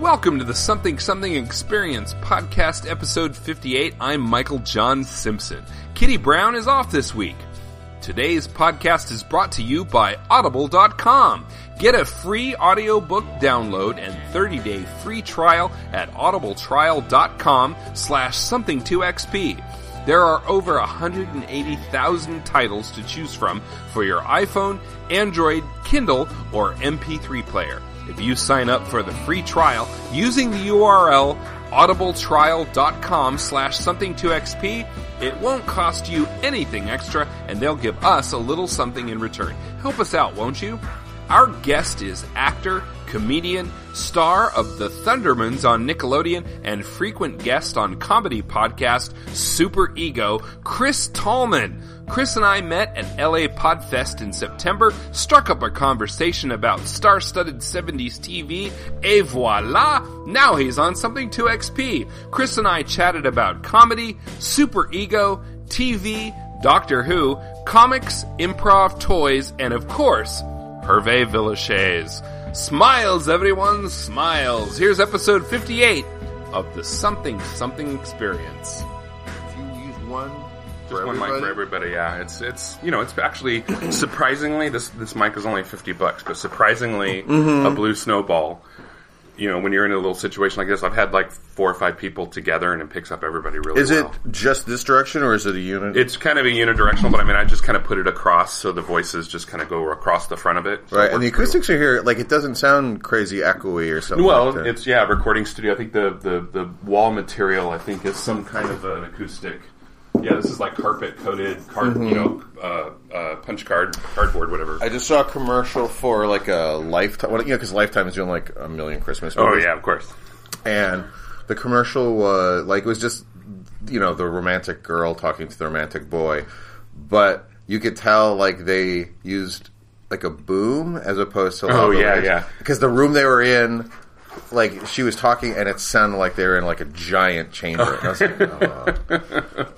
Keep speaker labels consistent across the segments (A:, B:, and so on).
A: Welcome to the Something Something Experience podcast, episode 58. I'm Michael John Simpson. Kitty Brown is off this week. Today's podcast is brought to you by Audible.com. Get a free audiobook download and 30-day free trial at audibletrial.com slash something2xp. There are over 180,000 titles to choose from for your iPhone, Android, Kindle, or MP3 player. If you sign up for the free trial using the URL audibletrial.com slash something2xp, it won't cost you anything extra, and they'll give us a little something in return. Help us out, won't you? Our guest is actor, comedian, star of The Thundermans on Nickelodeon, and frequent guest on comedy podcast Super Ego, Chris Tallman. Chris and I met at LA Podfest in September, struck up a conversation about star studded 70s TV, et voila! Now he's on something 2XP. Chris and I chatted about comedy, Super Ego, TV, Doctor Who, comics, improv, toys, and of course, Hervé Villachez. Smiles, everyone, smiles. Here's episode 58 of the Something Something Experience.
B: If you use one
C: Just
B: for
C: one mic for
B: everybody,
C: everybody. Yeah, it's it's you know it's actually surprisingly this this mic is only fifty bucks, but surprisingly
B: Mm-hmm.
C: a blue snowball. You know, when you're in a little situation like this, I've had like four or five people together, and it picks up everybody really
B: Is it
C: well.
B: just this direction or is it a unit?
C: It's kind of a unidirectional, but I mean, I just kind of put it across so the voices just kind of go across the front of it. So it
B: right, and the
C: works pretty
B: acoustics are here. Like it doesn't sound crazy echoey or something. like
C: Well,
B: that.
C: it's yeah, recording studio. I think the, the the wall material I think is some kind of an acoustic. Yeah, this is like carpet coated card,
B: Mm-hmm.
C: you know, uh, uh, punch card, cardboard, whatever.
B: I just saw a commercial for like a lifetime. Well, you know, because Lifetime is doing like a million Christmas.
C: oh
B: movies.
C: yeah, of course.
B: and the commercial was like it was just you know the romantic girl talking to the romantic boy, but you could tell like they used like a boom as opposed to
C: Oh, yeah, yeah.
B: because the room they were in. Like she was talking, and it sounded like they were in like a giant chamber. And I was like, oh,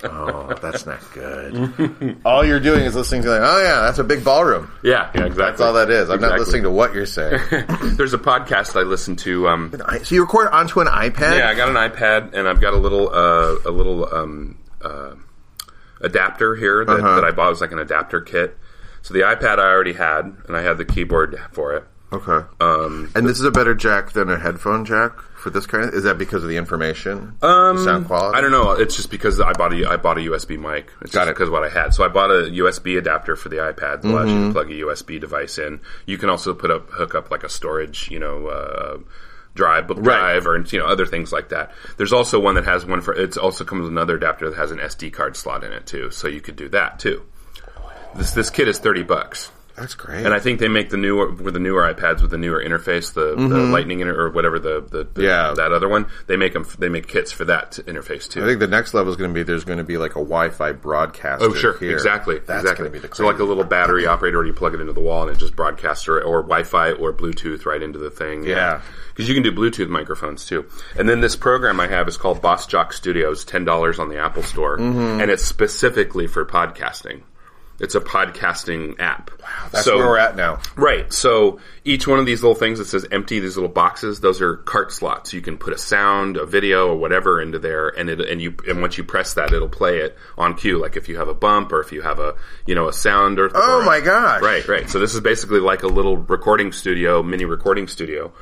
B: oh, that's not good. all you're doing is listening to like, oh yeah, that's a big ballroom.
C: Yeah, yeah, exactly.
B: That's all that is. I'm not listening to what you're saying.
C: to. There's a podcast I listen to. Um,
B: I- so you record onto an iPad.
C: yeah, I got an iPad and I've got a little uh, a little um, uh, adapter here that,
B: Uh-huh.
C: that I bought. It was like an adapter kit. So the iPad I already had, and I had the keyboard for it.
B: Okay.
C: Um,
B: and this is a better jack than a headphone jack for this kind. Of, is that because of the information, the sound quality?
C: Um, I don't know. It's just because I bought a I bought a USB mic. It's got because what I had. So I bought a USB adapter for the iPad that allows
B: Mm-hmm.
C: you to plug a USB device in. You can also put up hook up like a storage, you know, uh, drive, book
B: Right.
C: drive, or you know other things like that. There's also one that has one for. It also comes with another adapter that has an SD card slot in it too. So you could do that too. This this kit is thirty bucks.
B: That's great.
C: And I think they make the newer with the newer iPads with the newer interface, the, the Lightning inter- or whatever the, the, the-
B: Mm-hmm. Yeah.
C: that other one. They make them. They make kits for that t- interface too.
B: I think the next level is going to be there's going to be like a Wi-Fi broadcaster.
C: oh sure,
B: here.
C: exactly,
B: That's
C: exactly.
B: going to be the
C: so like a
B: crazy-
C: little battery operator, you plug it into the wall and it just broadcasts or, or Wi-Fi or Bluetooth right into the thing.
B: Yeah.
C: because you can do Bluetooth microphones too. And then this program I have is called Boss Jock Studios, ten dollars on the Apple Store,
B: Mm-hmm.
C: and it's specifically for podcasting. It's a podcasting app. Wow,
B: that's where we're at now.
C: Right. So each one of these little things that says empty, these little boxes, those are cart slots. You can put a sound, a video, or whatever into there, and it and you and once you press that, it'll play it on cue. Like if you have a bump or if you have a you know a sound or
B: Oh
C: or-
B: my gosh!
C: Right, right. So this is basically like a little recording studio, mini recording studio,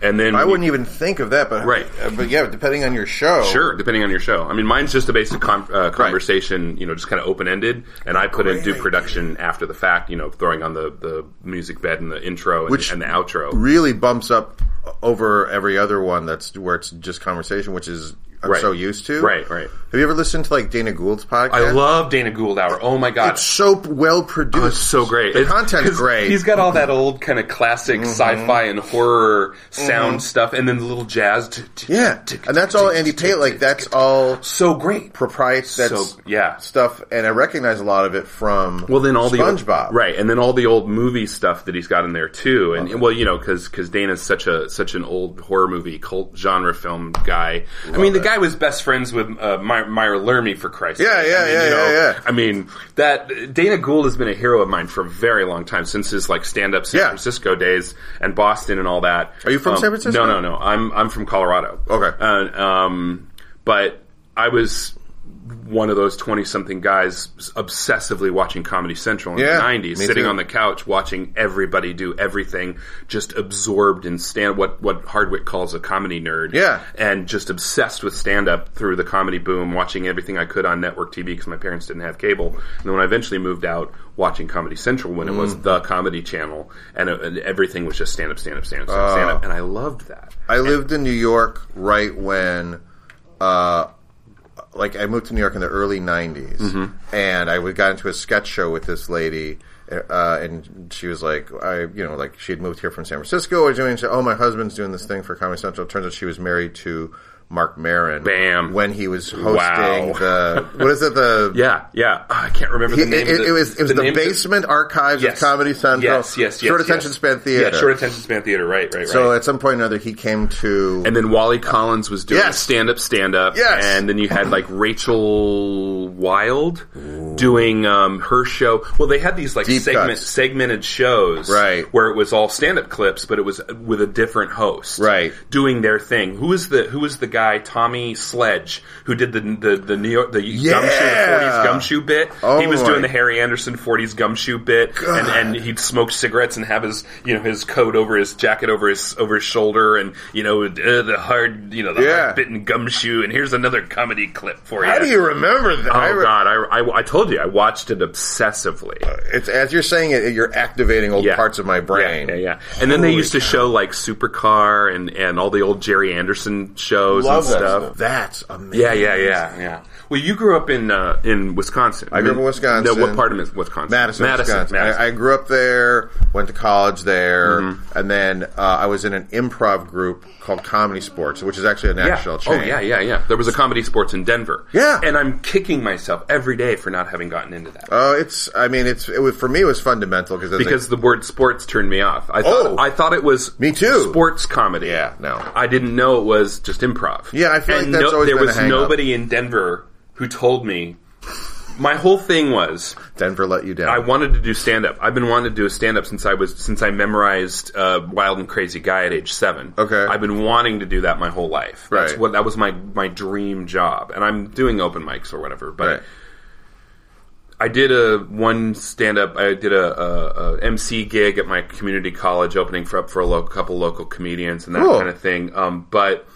C: and then
B: I
C: you-
B: wouldn't even think of that, but
C: Right.
B: uh, But yeah, depending on your show,
C: Sure, depending on your show. I mean, mine's just a basic con uh, conversation, you know, just kind of open ended, and I put in do production after the fact, you know, throwing on the, the music bed and the intro and,
B: Which-
C: and the outro.
B: really bumps up over every other one that's where it's just conversation, which is I'm
C: Right.
B: so used to.
C: Right, right.
B: Have you ever listened to like Dana Gould's podcast?
C: I love Dana Gould Hour. Oh my god,
B: It's so well produced.
C: it's so great.
B: The
C: It's-
B: content's
C: 'cause
B: great. Mm-hmm.
C: He's got all that old kind of classic sci-fi and horror sound
B: Mm-hmm.
C: stuff, and then the little jazz. t- t-
B: Yeah,
C: t- t-
B: and that's all
C: t-
B: Andy
C: t-
B: Tate. Like that's all
C: So great.
B: proprietary. That's
C: So- yeah.
B: stuff, and I recognize a lot of it from
C: Well, then all the old-
B: SpongeBob,
C: right? And then all the old movie stuff that he's got in there too. And well, you know, because Dana's such a such an old horror movie cult genre film guy. I mean, the
B: it.
C: guy guy was best friends with uh, My- Myra Lermy for Christ's
B: Yeah,
C: sake.
B: yeah,
C: I mean,
B: yeah,
C: you know,
B: yeah, yeah.
C: I mean that Dana Gould has been a hero of mine for a very long time since his like stand up San
B: Yeah.
C: Francisco days and Boston and all that.
B: Are you from
C: Um,
B: San Francisco?
C: No, no, no. I'm I'm from Colorado.
B: Okay.
C: Uh, um, but I was one of those 20 something guys obsessively watching Comedy Central in
B: Yeah,
C: the 90s,
B: me
C: sitting
B: too.
C: on the couch watching everybody do everything, just absorbed in stand what what Hardwick calls a comedy nerd.
B: Yeah.
C: And just obsessed with stand up through the comedy boom, watching everything I could on network TV because my parents didn't have cable. And then when I eventually moved out, watching Comedy Central when it was
B: Mm.
C: the comedy channel and, it, and everything was just stand up, stand up, stand up,
B: Oh.
C: stand up. And I loved that.
B: I lived in New York right when, uh, like I moved to New York in the early '90s,
C: Mm-hmm.
B: and I would- got into a sketch show with this lady, uh, and she was like, I, you know, like she had moved here from San Francisco or doing. She said, oh, my husband's doing this thing for Comedy Central. It turns out she was married to Mark Maron.
C: Bam.
B: When he was hosting
C: Wow.
B: the what is it the
C: Yeah, yeah. Ah, I can't remember the
B: It,
C: name of
B: it- it was it was the,
C: name of
B: basement archives
C: Yes.
B: of Comedy Central.
C: Yes, yes, yes.
B: Short
C: yes.
B: attention span theater.
C: Yeah, short attention span theater. Right, right, right.
B: so at some point or another, he came to
C: and then Wally Collins was doing
B: Yes.
C: stand up, stand up.
B: Yes.
C: And then you had like Rachel Wild doing um, her show. Well, they had these like
B: Deep
C: segment,
B: cuts.
C: segmented shows,
B: Right.
C: Where it was all stand up clips, but it was with a different host,
B: Right.
C: Doing their thing. Who is the Who is the guy? Tommy Sledge, who did the the, the New York the gumshoe the forties gumshoe bit.
B: Oh
C: he was
B: my
C: doing the Harry Anderson forties gumshoe bit, and, and he'd smoke cigarettes and have his you know his coat over his jacket over his over his shoulder, and you know uh, the hard you know the
B: Yeah.
C: hard bitten gumshoe. And here's another comedy clip for you.
B: How do you remember that?
C: Oh
B: I re-
C: God! I, I, I told you I watched it obsessively.
B: It's as you're saying it, you're activating old
C: Yeah.
B: parts of my brain.
C: Yeah, yeah. yeah. And then they
B: Holy
C: used to show like Supercar and and all the old Jerry Anderson shows
B: Love
C: and
B: that
C: stuff.
B: stuff. That's amazing.
C: Yeah, yeah, yeah, yeah. Well, you grew up in uh, in Wisconsin. I
B: grew up in Wisconsin.
C: No, what part of Wisconsin?
B: Madison,
C: Madison.
B: Wisconsin.
C: Madison. Mm-hmm.
B: I, I grew up there, went to college there, and then uh, I was in an improv group called Comedy Sports, which is actually a
C: yeah.
B: national
C: Oh
B: chain.
C: yeah, yeah, yeah. There was a comedy sports in Denver.
B: Yeah.
C: and I'm kicking myself every day for not having gotten into that
B: Uh, it's. I mean, it's. It was, for me, it was fundamental because
C: because the word sports turned me off. I thought
B: Oh.
C: I thought it was
B: Me too.
C: sports comedy.
B: Yeah, no.
C: I didn't know it was just improv.
B: Yeah, I feel like
C: and
B: that's
C: no,
B: always
C: there
B: been a
C: was
B: hang-up.
C: nobody in Denver who told me. My whole thing was
B: Denver let you down.
C: I wanted to do stand up. I've been wanting to do a stand up since I was since I memorized uh, Wild and Crazy Guy at age seven.
B: Okay.
C: I've been wanting to do that my whole life. That's
B: Right.
C: what that was my my dream job, and I'm doing open mics or whatever. But
B: Right.
C: I did a one stand up. I did a, a, a MC gig at my community college, opening for up for a lo- couple local comedians and that
B: Cool.
C: kind of thing. Um, but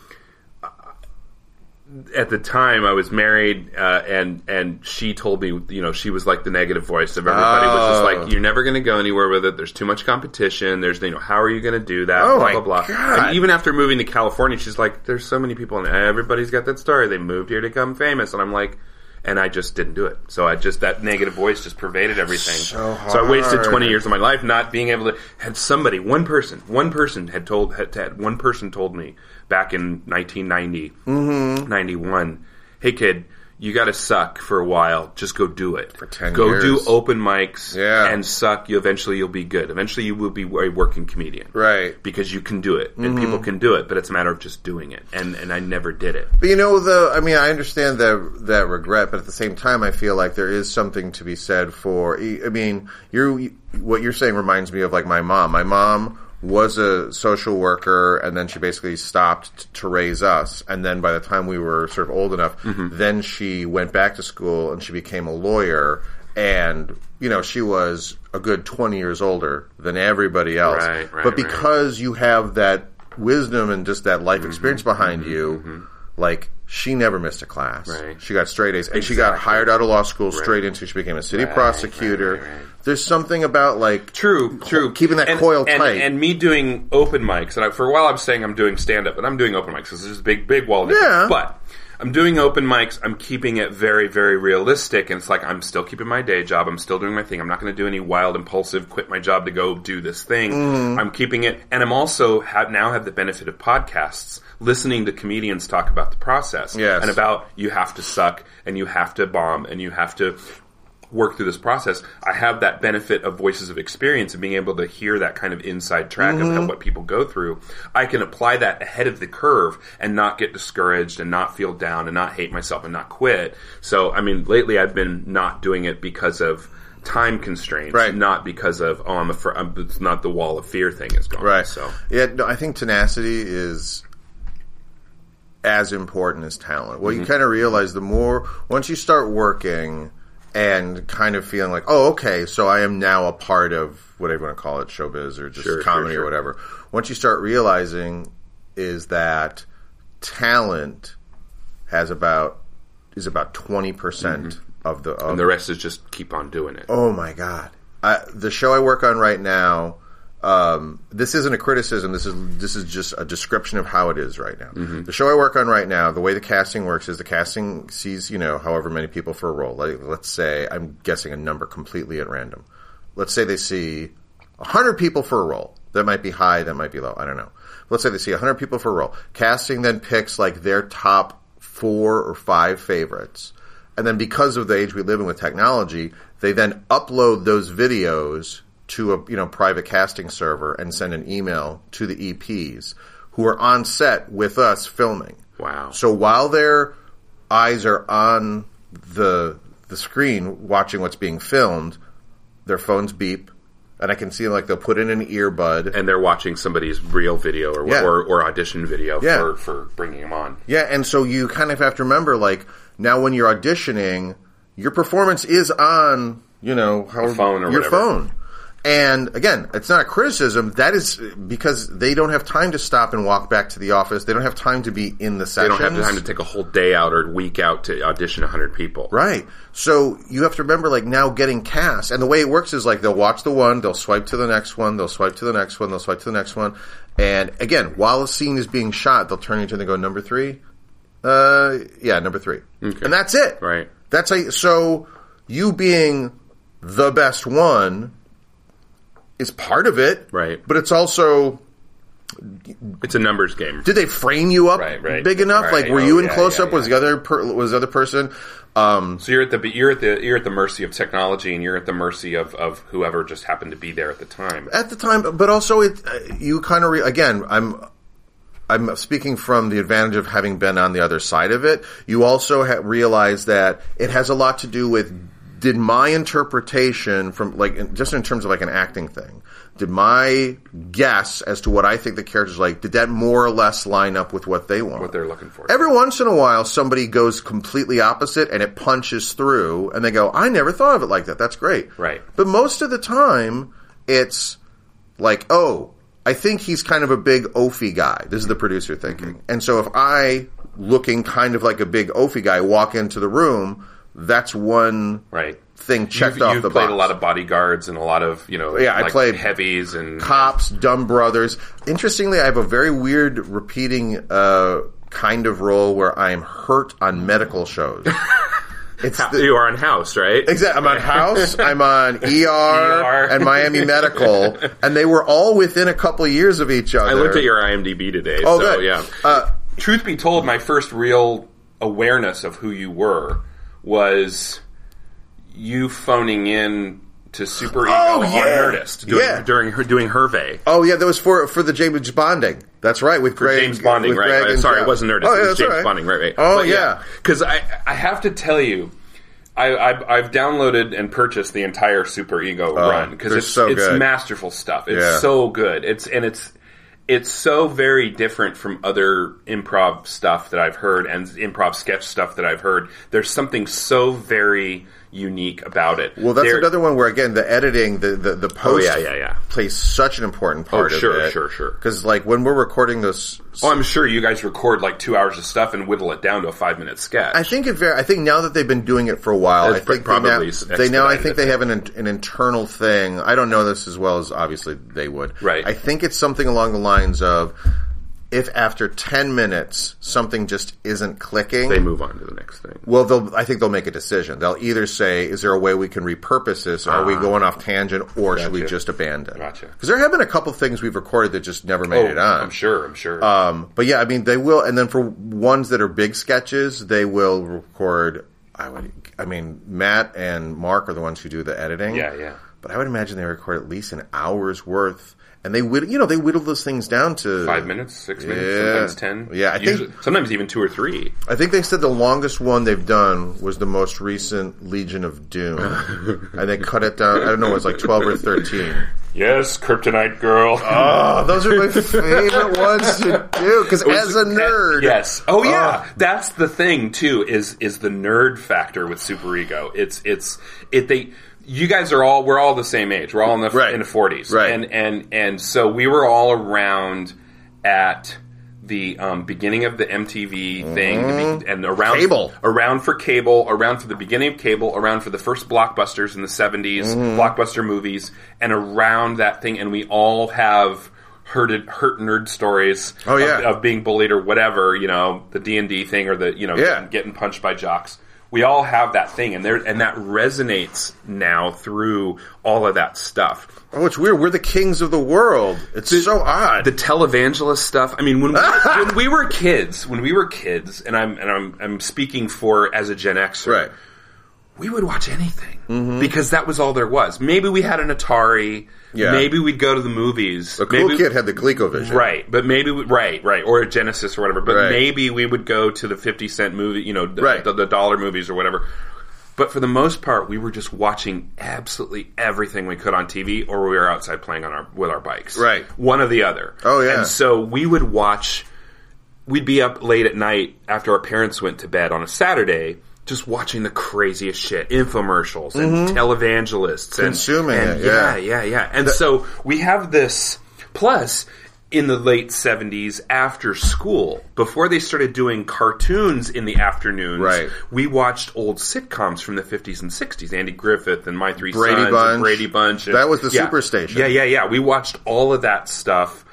C: at the time I was married, uh, and and she told me, you know, she was like the negative voice of everybody, which is
B: Oh.
C: like you're never going to go anywhere with it. There's too much competition. There's you know, how are you going to do that?
B: Oh
C: blah
B: my
C: blah blah.
B: God.
C: And even after moving to California, she's like, there's so many people, and everybody's got that story. They moved here to become famous, and I'm like. And I just didn't do it. So I just that negative voice just pervaded everything.
B: So
C: I wasted
B: hard.
C: twenty years of my life not being able to had somebody one person one person had told had, had one person told me back in 1990
B: Mm-hmm.
C: 91 hey kid you got to suck for a while just go do it for
B: 10
C: go
B: years.
C: do open mics
B: Yeah.
C: and suck you eventually you'll be good eventually you will be a working comedian
B: right.
C: because you can do it and people can do it but it's a matter of just doing it and and I never did it
B: But you know, though, I mean, I understand that that regret, but at the same time, I feel like there is something to be said for. I mean, you what you're saying reminds me of like my mom. My mom was a social worker, and then she basically stopped t- to raise us. And then by the time we were sort of old enough,
C: Mm-hmm.
B: then she went back to school and she became a lawyer. And you know, she was a good twenty years older than everybody else.
C: Right, right,
B: but
C: right.
B: because because you have that wisdom and just that life experience behind you, like she never missed a class.
C: Right.
B: She got straight A's, and she got hired out of law school straight into. She became a city prosecutor. There's something about like
C: True, true.
B: keeping that
C: and,
B: coil
C: and,
B: tight.
C: And me doing open mics, and I, for a while I was saying I'm doing stand up, and I'm doing open mics because there's a big, big wall. of difference.
B: Yeah.
C: But I'm doing open mics. I'm keeping it very, very realistic, and it's like I'm still keeping my day job. I'm still doing my thing. I'm not going to do any wild, impulsive, quit my job to go do this thing.
B: Mm.
C: I'm keeping it, and I'm also have, now have the benefit of podcasts, listening to comedians talk about the process
B: Yes.
C: and about you have to suck and you have to bomb and you have to work through this process, I have that benefit of voices of experience and being able to hear that kind of inside track
B: Mm-hmm.
C: of what people go through. I can apply that ahead of the curve and not get discouraged and not feel down and not hate myself and not quit. So, I mean, lately I've been not doing it because of time constraints,
B: Right.
C: not because of oh, I'm afraid. I'm, it's not the wall of fear thing is gone.
B: Right.
C: So,
B: yeah, no, I think tenacity is as important as talent. Well, you
C: Mm-hmm.
B: kind of realize the more once you start working and kind of feeling like, oh, okay, so I am now a part of whatever you want to call it, showbiz or just
C: Sure, sure,
B: comedy
C: sure.
B: or whatever. Once you start realizing is that talent has about is about twenty percent of the of
C: Mm-hmm. and the rest is just keep on doing it.
B: Oh my god! I, the show I work on right now. Um, this isn't a criticism. This is this is just a description of how it is right now. The show I work on right now, the way the casting works is the casting sees you know however many people for a role. Like, let's say I'm guessing a number completely at random. Let's say they see hundred people for a role. That might be high. That might be low. I don't know. Let's say they see hundred people for a role. Casting then picks like their top four or five favorites. And then because of the age we live in with technology, they then upload those videos to a you know private casting server and send an email to the EPs who are on set with us filming.
C: Wow.
B: So while their eyes are on the the screen watching what's being filmed, their phones beep and I can see like they'll put in an earbud
C: and they're watching somebody's real video or
B: Yeah.
C: or, or audition video
B: Yeah.
C: for, for bringing them on.
B: Yeah, and so you kind of have to remember, like, now when you're auditioning, your performance is on, you know, how, your
C: phone or
B: your
C: whatever.
B: phone. And again, it's not a criticism. That is because they don't have time to stop and walk back to the office. They don't have time to be in the
C: They
B: session.
C: don't have the time to take a whole day out or a week out to audition 100 people.
B: Right. So you have to remember, like, now getting cast. And the way it works is, like, they'll watch the one, they'll swipe to the next one, they'll swipe to the next one, they'll swipe to the next one. And again, while a scene is being shot, they'll turn into and they go, number three? Uh, yeah, number three. And that's it.
C: Right.
B: That's how you, so you being the best one is part of it.
C: Right.
B: But it's also
C: It's a numbers game.
B: did they frame you up
C: Right, right.
B: big enough?
C: Right.
B: Like were
C: Oh,
B: you in
C: yeah,
B: close
C: yeah,
B: up? Was
C: yeah.
B: the other per, was the other person um
C: So you're at the you're at the you're at the mercy of technology and you're at the mercy of, of whoever just happened to be there at the time.
B: at the time, but also it uh, you kind of re- again. I'm I'm speaking from the advantage of having been on the other side of it. You also ha- realize that it has a lot to do with did my interpretation from like in- just in terms of like an acting thing. Did my guess as to what I think the character's like did that more or less line up with what they want?
C: What they're looking for.
B: Every once in a while, somebody goes completely opposite and it punches through, and they go, I never thought of it like that. That's great.
C: Right.
B: But most of the time, it's like, oh, I think he's kind of a big Ophi guy. This is the producer thinking.
C: Mm-hmm.
B: And so if I, looking kind of like a big Ophi guy, walk into the room, that's one
C: right.
B: thing checked
C: You've,
B: off
C: you've
B: the
C: played
B: box.
C: a lot of bodyguards and a lot of you know
B: Yeah, I
C: like
B: played
C: heavies and
B: cops, dumb brothers. Interestingly, I have a very weird repeating uh, kind of role where I am hurt on medical shows. It's the,
C: you are on house right
B: exact. I'm on House. I'm on ER,
C: ER.
B: and Miami Medical, and they were all within a couple years of each other.
C: I looked at your IMDb today.
B: Oh,
C: so
B: good.
C: yeah.
B: Uh,
C: Truth be told, my first real awareness of who you were was you phoning in to Super Ego
B: Oh,
C: on
B: yeah.
C: Nerdist doing,
B: Yeah.
C: during her doing Hervey.
B: Oh yeah, that was for for the James Bonding. That's right, with Greg,
C: James Bonding,
B: with
C: right?
B: Greg
C: right.
B: and-
C: Sorry, it wasn't Nerdist.
B: Oh,
C: it
B: yeah,
C: was
B: that's
C: James
B: all right.
C: Bonding, right? Right.
B: Oh yeah.
C: Because I I have to tell you. I, I, I've downloaded and purchased the entire Super Ego run because
B: Oh, they're
C: it's
B: so
C: it's
B: good.
C: masterful stuff. It's
B: Yeah.
C: so good. It's and it's it's so very different from other improv stuff that I've heard and improv sketch stuff that I've heard. There's something so very unique about it.
B: Well, that's
C: There-
B: another one where again the editing, the the, the post,
C: Oh, yeah, yeah, yeah.
B: plays such an important part.
C: Oh, sure,
B: of it.
C: sure, sure.
B: Because like when we're recording this,
C: Oh, I'm sure you guys record like two hours of stuff and whittle it down to a five minute sketch.
B: I think it. Ver- I think now that they've been doing it for a while, I
C: That's
B: think
C: probably
B: they now, they now I
C: expedited
B: think they have an in- an internal thing. I don't know this as well as obviously they would.
C: Right.
B: I think it's something along the lines of if after ten minutes something just isn't clicking,
C: they move on to the next thing.
B: Well, they'll, I think they'll make a decision. They'll either say, "Is there a way we can repurpose this? Are we going off tangent, or should we just abandon?"
C: Ah. Gotcha.
B: Because there have been a couple things we've recorded that just never made it on.
C: Oh, I'm sure. I'm sure.
B: Um, but yeah, I mean, they will. And then for ones that are big sketches, they will record I would. I mean, Matt and Mark are the ones who do the editing.
C: Yeah, yeah.
B: But I would imagine they record at least an hour's worth, and they whittle. You know, they whittle those things down to
C: Five minutes, six
B: Yeah.
C: minutes, sometimes ten.
B: Yeah, I
C: Usually-
B: think-
C: sometimes even two or three.
B: I think they said the longest one they've done was the most recent Legion of Doom, and they cut it down. I don't know, it was like twelve or thirteen.
C: Yes, Kryptonite Girl.
B: Oh, those are my favorite ones to do because as a nerd,
C: Yes. Oh yeah.
B: Ah.
C: That's the thing too. Is is the nerd factor with Super Ego? It's it's it. They you guys are all we're all the same age. We're all in the
B: Right.
C: in the forties.
B: Right.
C: And and and so we were all around at the um, beginning of the MTV thing the be- and around
B: Mm-hmm. Cable.
C: around for cable, around for the beginning of cable, around for the first blockbusters in the 70s,
B: Mm-hmm.
C: blockbuster movies, and around that thing. And we all have hurted, hurt nerd stories
B: Oh, yeah.
C: of, of being bullied or whatever, you know, the D&D thing or the, you know,
B: Yeah.
C: getting, getting punched by jocks. We all have that thing, and there, and that resonates now through all of that stuff.
B: Oh, it's weird. We're the kings of the world. It's so odd.
C: the televangelist stuff. I mean, when we, when we were kids, when we were kids, and I'm and I'm I'm speaking for as a Gen Xer,
B: right.
C: we would watch anything
B: Mm-hmm.
C: because that was all there was. Maybe we had an Atari.
B: Yeah.
C: Maybe we'd go to the movies.
B: The cool
C: maybe,
B: kid had the Gleekovision.
C: Right, but maybe we, right, right, or a Genesis or whatever. But
B: Right.
C: maybe we would go to the fifty cent movie, you know, the,
B: Right.
C: the, the dollar movies or whatever. But for the most part, we were just watching absolutely everything we could on TV, or we were outside playing on our with our bikes.
B: Right.
C: one or the other.
B: Oh, yeah.
C: And so we would watch. We'd be up late at night after our parents went to bed on a Saturday. Just watching the craziest shit, infomercials and televangelists, and,
B: Mm-hmm. Consuming
C: and
B: it,
C: yeah,
B: yeah.
C: yeah, yeah. And so we have this. Plus, in the late 70s, after school, before they started doing cartoons in the afternoons,
B: Right.
C: we watched old sitcoms from the 50s and 60s. Andy Griffith and My Three
B: Brady
C: Sons and
B: Bunch.
C: Brady Bunch. and-
B: That was the
C: yeah.
B: Superstation.
C: Yeah, yeah, yeah. We watched all of that stuff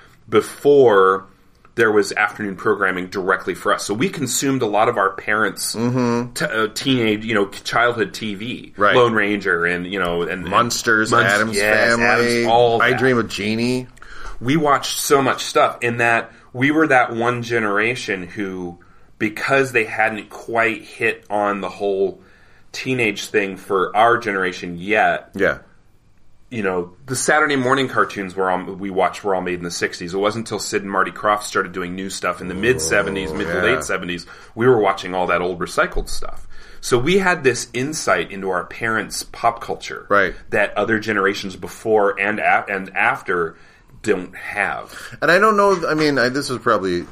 C: before there was afternoon programming directly for us. So we consumed a lot of our parents' t- uh, teenage, you know, childhood TV.
B: Mm-hmm. Right.
C: Lone Ranger and, you know, and
B: Monsters,
C: Munst-
B: Adam's
C: yes,
B: Family,
C: Addams, all
B: I
C: that.
B: Dream of Jeannie.
C: We watched so much stuff in that we were that one generation who, because they hadn't quite hit on the whole teenage thing for our generation yet,
B: Yeah.
C: you know, the Saturday morning cartoons were all we watched were all made in the '60s. It wasn't until Sid and Marty Croft started doing new stuff in the mid '70s, mid to
B: Oh, yeah.
C: late '70s, we were watching all that old recycled stuff. So we had this insight into our parents' pop culture,
B: Right.
C: That other generations before and a- and after don't have.
B: And I don't know. I mean, I, this is probably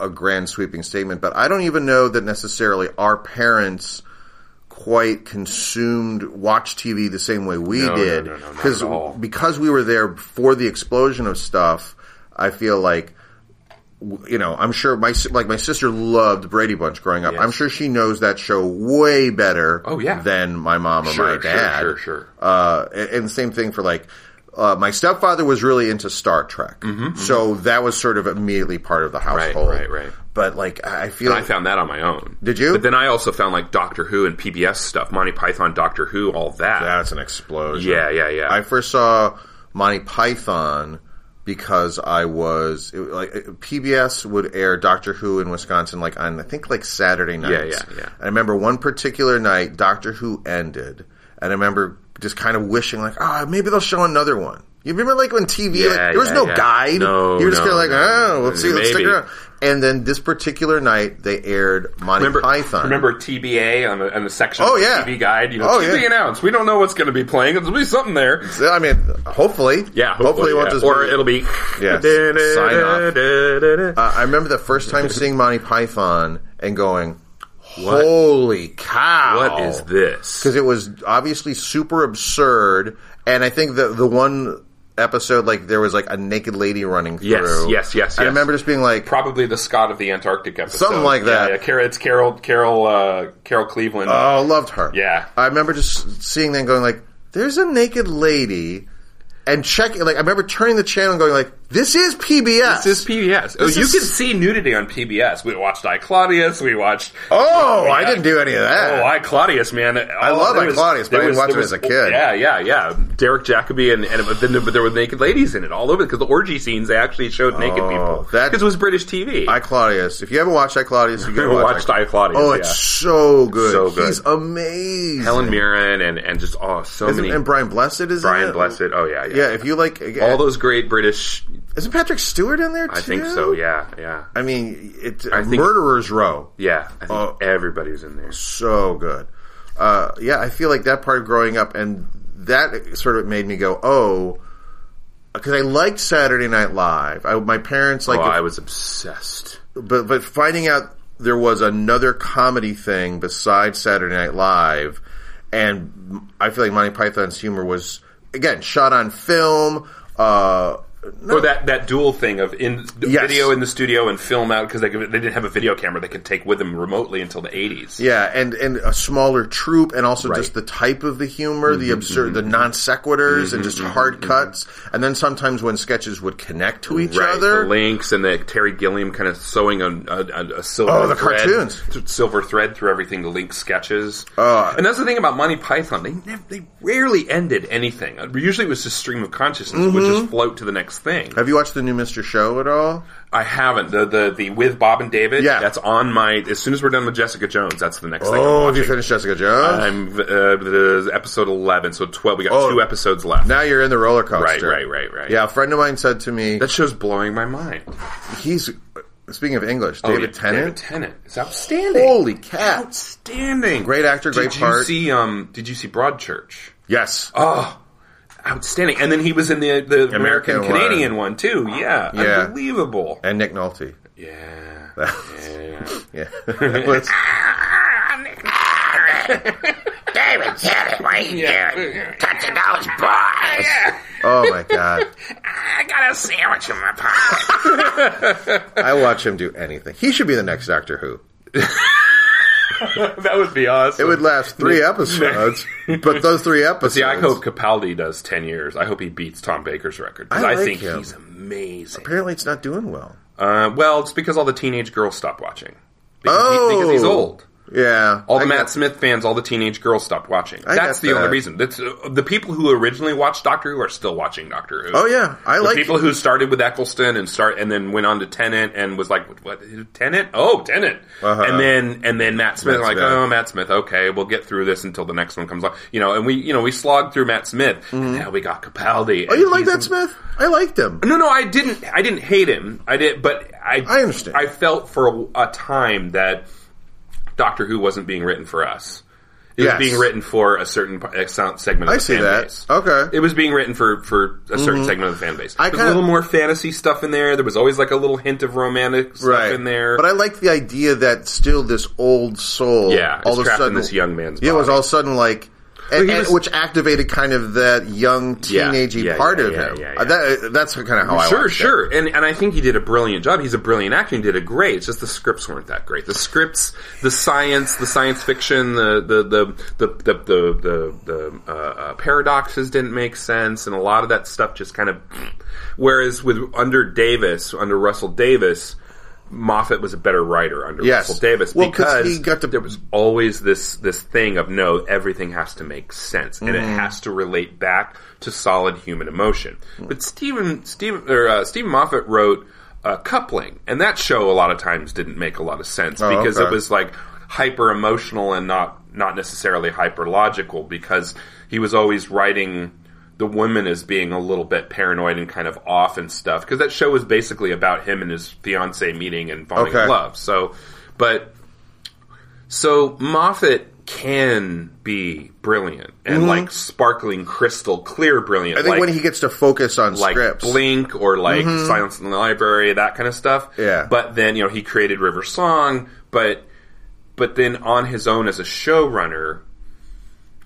B: a grand sweeping statement, but I don't even know that necessarily our parents quite consumed watch TV the same way we
C: No, no,
B: did
C: no, no, not
B: because
C: at all.
B: because we were there before the explosion of stuff. I feel like w- you know, I'm sure my si- like my sister loved Brady Bunch growing up. I'm sure she knows that show way better.
C: Oh, yeah.
B: than my mom or my
C: Sure, sure,
B: dad.
C: sure, sure.
B: Uh, and, and same thing for like. Uh, my stepfather was really into Star Trek, so that was sort of immediately part of the household.
C: Mm-hmm. right, right.
B: But like, I I feel
C: I found that on my own.
B: Did you?
C: But then I also found like Doctor Who and PBS stuff, Monty Python, Doctor Who, all that.
B: that's an explosion.
C: yeah, yeah, yeah.
B: I first saw Monty Python because I was it, like it- PBS would air Doctor Who in Wisconsin like on I think like Saturday nights.
C: yeah, yeah.
B: And I remember one particular night Doctor Who ended, and I remember just kind of wishing like, ah, maybe they'll show another one. You remember like when TV like,
C: Yeah,
B: there was
C: yeah,
B: no
C: yeah.
B: guide.
C: No,
B: you were just
C: no,
B: kind of like,
C: no.
B: oh, let's see, let's stick
C: Maybe.
B: around. And then this particular night they aired Monty
C: Remember,
B: Python.
C: remember TBA on the, on the section
B: Oh,
C: of the
B: yeah.
C: TV guide? You know,
B: Oh,
C: to be
B: yeah.
C: announced. We don't know what's going to be playing. There'll be something there.
B: So, I mean, hopefully,
C: Yeah,
B: hopefully, it won't
C: yeah.
B: just
C: or
B: be-
C: it'll be
B: Yeah, sign off. Uh, I remember the first time seeing Monty Python and going, "Holy cow!
C: What is this?
B: Because it was obviously super absurd, and I think the the one episode like there was like a naked lady running through.
C: Yes, yes, yes,
B: I
C: yes.
B: remember just being like,
C: Probably the Scott of the Antarctic episode,
B: Something like that.
C: Yeah, yeah. Car- it's Carol, Carol, uh, Carol Cleveland.
B: "Oh, loved her."
C: Yeah.
B: I remember just seeing them going like, "There's a naked lady," and checking like I remember turning the channel and going like, This is PBS.
C: This is PBS. Oh,
B: This
C: you
B: is-
C: can see nudity on PBS. We watched I Claudius. We watched.
B: oh, I
C: Yeah.
B: didn't do any of that.
C: Oh, I Claudius, man! Oh, I
B: love I, Claudius, but I didn't watch it as a kid.
C: Yeah, yeah, yeah. Derek Jacobi and, and but then but there were naked ladies in it all over because the orgy scenes they actually showed naked
B: Oh,
C: people.
B: that-
C: because it was British TV.
B: I Claudius. If you haven't watched I Claudius, you gotta watch
C: watched I Claudius.
B: Oh,
C: yeah.
B: it's so good.
C: So good.
B: He's amazing.
C: Helen Mirren and and just oh so
B: Isn't-
C: many
B: and Brian Blessed is in
C: Brian
B: it?
C: Blessed. Oh yeah, yeah.
B: Yeah, if you like, uh,
C: All those great British.
B: isn't Patrick Stewart in there too?
C: I think so. Yeah, yeah,
B: I mean, it's
C: think-
B: Murderers Row.
C: yeah. I think
B: Oh.
C: everybody was in there.
B: so good. Uh, yeah, I feel like that part of growing up, and that sort of made me go, oh, because I liked Saturday Night Live. I, my parents like,
C: Oh, I was obsessed.
B: but but finding out there was another comedy thing besides Saturday Night Live, and I feel like Monty Python's humor was again shot on film. Uh,
C: Or that, that dual thing of in
B: Yes.
C: video in the studio and film out because they, could- they didn't have a video camera they could take with them remotely until the eighties.
B: Yeah, and and a smaller troupe, and also
C: Right. Mm-hmm,
B: just the type of the humor, the absurd, the non sequiturs, and just hard cuts, and then sometimes when sketches would connect to each
C: Right, the
B: other.
C: links and the Terry Gilliam kind of sewing a, a, a- a silver
B: Oh, the
C: thread,
B: cartoons.
C: th- silver thread through everything to link sketches.
B: Oh.
C: and that's the thing about Monty Python; they nev- they rarely ended anything. Uh, Usually, it was just stream of consciousness, which
B: Mm-hmm.
C: just float to the next thing.
B: Have you watched the new Mister Show at all?
C: I haven't the the the with Bob and David.
B: Yeah.
C: that's on my. As soon as we're done with Jessica Jones, that's the next thing. I'm
B: Oh, have
C: watching.
B: you finished Jessica Jones?
C: I'm uh, the episode eleven, so twelve. We got
B: Oh.
C: two episodes left.
B: now you're in the roller coaster.
C: Right, right, right, right.
B: Yeah, a friend of mine said to me,
C: that show's blowing my mind.
B: he's speaking of English,
C: Oh,
B: David
C: yeah, David
B: Tennant.
C: Tennant is outstanding.
B: Holy cat!
C: outstanding.
B: Great actor,
C: did
B: great
C: you
B: part.
C: See, um, did you see Broadchurch?
B: Yes,
C: Oh, outstanding. And then he was in the the
B: American
C: American, Canadian one. too. Yeah,
B: Yeah.
C: unbelievable.
B: and Nick Nolte.
C: Yeah.
B: Yeah, Let's-
D: David said it. What are you doing? Touching those boys.
B: oh my god.
D: I got a sandwich in my pocket.
B: I watch him do anything. He should be the next Doctor Who.
C: that would be awesome.
B: It would last three episodes, but those three episodes.
C: See, I hope Capaldi does ten years. I hope he beats Tom Baker's record. 'cause
B: I
C: I,
B: like
C: think
B: him.
C: he's amazing.
B: Apparently, it's not doing well.
C: Uh, well, it's because all the teenage girls stopped watching. Because,
B: Oh.
C: he, because he's old.
B: Yeah,
C: All the
B: I
C: Matt
B: got-
C: Smith fans, all the teenage girls stopped watching.
B: I
C: That's
B: got
C: the
B: that.
C: only reason. That's, uh, the people who originally watched Doctor Who are still watching Doctor Who.
B: Oh yeah, I
C: The
B: like.
C: people who started with Eccleston and start and then went on to Tennant and was like, what, what Tennant? Oh, Tennant.
B: Uh-huh.
C: And then and then Matt Smith
B: Matt
C: like,
B: Smith.
C: oh, Matt Smith. Okay, we'll get through this until the next one comes on. You know, and we you know we slogged through Matt Smith.
B: Mm-hmm.
C: And now we got Capaldi.
B: oh, you like that Smith? I liked him.
C: No, no, I didn't. I didn't hate him. I did, but I.
B: I understand.
C: I felt for a, a time that Doctor Who wasn't being written for us. It
B: Yes.
C: was being written for a certain p- a sound segment. Of
B: I
C: the
B: see
C: fan
B: that.
C: Base.
B: Okay. Mm-hmm.
C: It was being written for for a certain segment of the fan base.
B: I
C: I There's a
B: kinda-
C: little more fantasy stuff in there. There was always like a little hint of romantic stuff
B: Right
C: in there.
B: but I like the idea that still this old soul,
C: Yeah,
B: all
C: is
B: of a
C: trapped in
B: sudden
C: this young man's
B: yeah, it was
C: body.
B: all of a sudden like, and,
C: he
B: and-
C: was-
B: which activated kind of that young
C: Yeah,
B: teenagey
C: yeah,
B: part
C: yeah,
B: of
C: yeah,
B: him.
C: yeah,
B: Uh, That, that's kind of how Oh, I
C: sure,
B: watched it.
C: sure, and and I think he did a brilliant job. He's a brilliant actor. He did a great. It's just the scripts weren't that great. The scripts, the science, the science fiction, the the the the the the, the, the uh, uh, paradoxes didn't make sense, and a lot of that stuff just kind of. Whereas with under Davis, under Russell Davis. Moffat was a better writer under
B: Yes.
C: Russell Davis
B: Well, 'cause
C: because
B: he got to-
C: there was always this this thing of no, everything has to make sense and it
B: Mm.
C: has to relate back to solid human emotion. But Stephen Stephen or uh, Stephen Moffat wrote uh, Coupling, and that show a lot of times didn't make a lot of sense
B: Oh,
C: because
B: okay.
C: it was like hyper emotional and not not necessarily hyper logical because he was always writing the woman as being a little bit paranoid and kind of off and stuff because that show was basically about him and his fiance meeting and falling
B: Okay.
C: in love. So, but so Moffat can be brilliant and like sparkling crystal clear brilliant.
B: Mm-hmm. I think
C: like,
B: when he gets to focus on
C: like
B: scripts, Mm-hmm.
C: Blink or like Silence in the Library, that kind of stuff.
B: Yeah.
C: But then you know he created River Song, but but then on his own as a showrunner,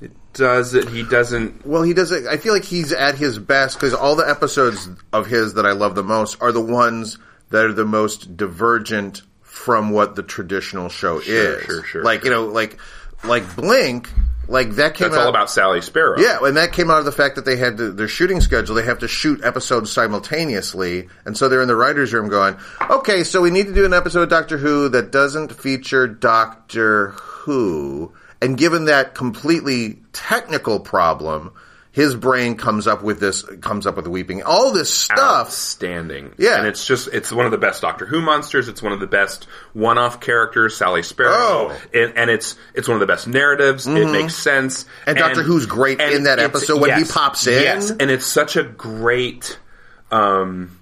C: it does it. He doesn't.
B: Well, he doesn't. I feel like he's at his best because all the episodes of his that I love the most are the ones that are the most divergent from what the traditional show is.
C: sure, sure,
B: Like you know, like like Blink Like that came
C: That's
B: out,
C: all about Sally Sparrow.
B: Yeah, and that came out of the fact that they had to, their shooting schedule. They have to shoot episodes simultaneously, and so they're in the writers' room going, "Okay, so we need to do an episode of Doctor Who that doesn't feature Doctor Who." And given that completely technical problem, his brain comes up with this, comes up with weeping, all this stuff.
C: outstanding.
B: Yeah.
C: and it's just it's one of the best Doctor Who monsters. It's one of the best one-off characters, Sally Sparrow,
B: Oh. Mm-hmm.
C: and, and it's it's one of the best narratives. It makes sense.
B: And Doctor Who's great
C: and
B: in that
C: it's-
B: episode when he pops in.
C: Yes, and it's such a great. Um,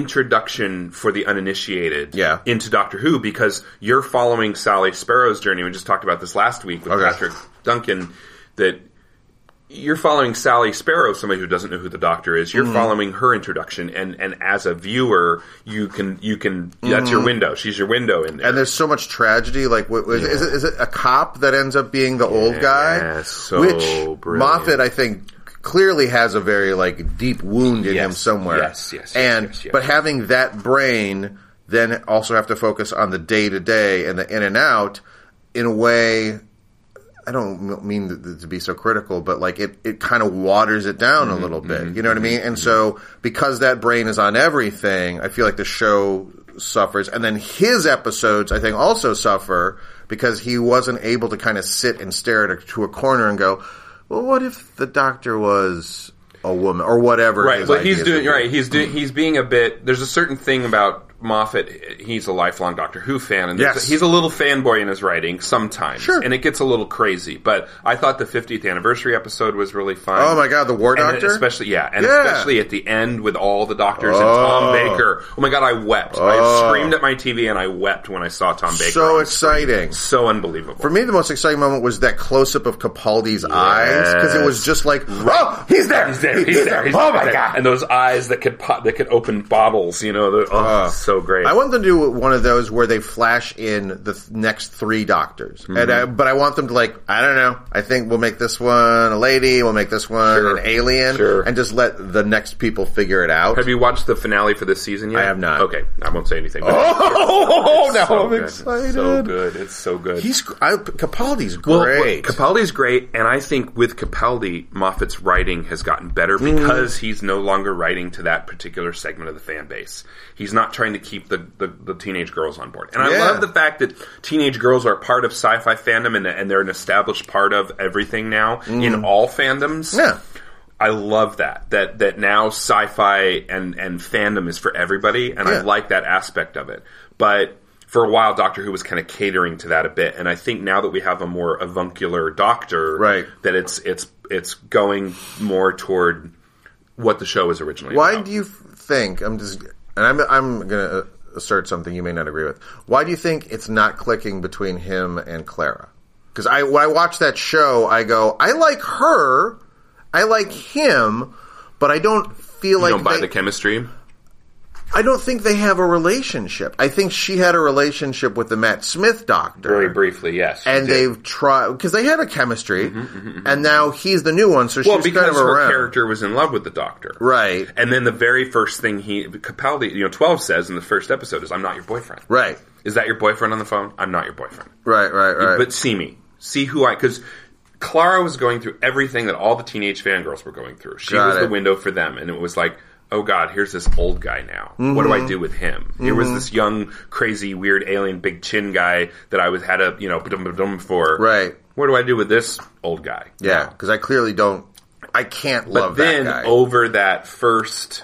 C: introduction for the uninitiated
B: Yeah.
C: into Doctor Who because you're following Sally Sparrow's journey. We just talked about this last week with
B: Okay.
C: Patrick Duncan that you're following Sally Sparrow, somebody who doesn't know who the Doctor is. You're following her introduction, and and as a viewer, you can you can that's your window. She's your window in there.
B: And there's so much tragedy. Like, what, is, is, it, is it a cop that ends up being the old guy?
C: Yeah, so
B: Which
C: brilliant.
B: Moffat, I think, clearly has a very like deep wound in
C: Yes,
B: him somewhere.
C: yes, yes, yes,
B: And
C: yes, yes.
B: but having that brain, then also have to focus on the day to day and the in and out in a way. I don't m- mean to, to be so critical, but like it, it kind of waters it down
C: Mm-hmm,
B: a little bit. you know what I mean? And so because that brain is on everything, I feel like the show suffers. And then his episodes, I think, also suffer because he wasn't able to kind of sit and stare at a, to a corner and go, well, what if the doctor was a woman or whatever?
C: right
B: his
C: well he's
B: ideas
C: doing
B: would be.
C: right he's doing he's being a bit there's a certain thing about moffat he's a lifelong doctor who fan and there's-
B: Yes.
C: he's a little fanboy in his writing sometimes
B: Sure.
C: and it gets a little crazy but i thought the 50th anniversary episode was really fun
B: Oh my God, the war
C: And
B: doctor?
C: especially yeah and
B: Yeah.
C: especially at the end with all the doctors and tom
B: Oh.
C: baker oh my god i wept i
B: Oh.
C: screamed at my tv and i wept when i saw tom baker
B: So
C: on
B: exciting.
C: so unbelievable
B: For me, the most exciting moment was that close up of Capaldi's eyes because it was just like, oh, he's there,
C: He's there. He's there. He's
B: oh
C: there.
B: my god!
C: And those eyes that could pop, that could open bottles. You know, they're- oh, so great.
B: Uh, I want them to do one of those where they flash in the th- next three doctors, and
C: Mm-hmm.
B: I, but I want them to like I don't know. I think we'll make this one a lady, we'll make this one
C: Sure.
B: an alien,
C: Sure.
B: and just let the next people figure it out.
C: Have you watched the finale for this season yet?
B: I have not.
C: Okay, I won't say anything. but
B: oh,
C: it's
B: now
C: so
B: I'm
C: good. It's so
B: excited.
C: good. It's so good.
B: He's gr- I, Capaldi's great.
C: well, well, Capaldi's great, and I think with Capaldi, Moffat's writing has gotten better
B: Mm.
C: because he's no longer writing to that particular segment of the fan base. He's not trying to keep the, the, the teenage girls on board. And I
B: Yeah.
C: love the fact that teenage girls are part of sci fi fandom and, and they're an established part of everything now in all fandoms.
B: Mm. yeah.
C: I love that that that now sci-fi and and fandom is for everybody, and I
B: Yeah.
C: like that aspect of it. But for a while, Doctor Who was kind of catering to that a bit, and I think now that we have a more avuncular Doctor,
B: Right.
C: that it's it's it's going more toward what the show was originally.
B: Why
C: about.
B: do you think I'm just and I'm I'm gonna assert something you may not agree with. Why do you think it's not clicking between him and Clara? Because I when I watch that show, I go, I like her, I like him, but I don't feel
C: You
B: like
C: don't buy
B: they-
C: the chemistry?
B: I don't think they have a relationship. I think she had a relationship with the Matt Smith doctor
C: Very briefly, yes.
B: and they've tried because they had a chemistry,
C: Mm-hmm,
B: and now he's the new one, so
C: well
B: she's
C: because
B: kind of
C: her
B: around,
C: character was in love with the Doctor,
B: right?
C: And then the very first thing he Capaldi, you know, twelve says in the first episode is, "I'm not your boyfriend."
B: Right,
C: Is that your boyfriend on the phone? I'm not your boyfriend.
B: right, right, right.
C: But see me. See who I. Because Clara was going through everything that all the teenage fangirls were going through. She
B: Got
C: was the
B: it.
C: window for them. And it was like, oh God, here's this old guy now. What
B: Mm-hmm.
C: do I do with him? Here was this young, crazy, weird alien big chin guy that I was had a, you know, dum for.
B: Right.
C: What do I do with this old guy?
B: Yeah, because I clearly don't. I can't love
C: then oh
B: that guy.
C: over that first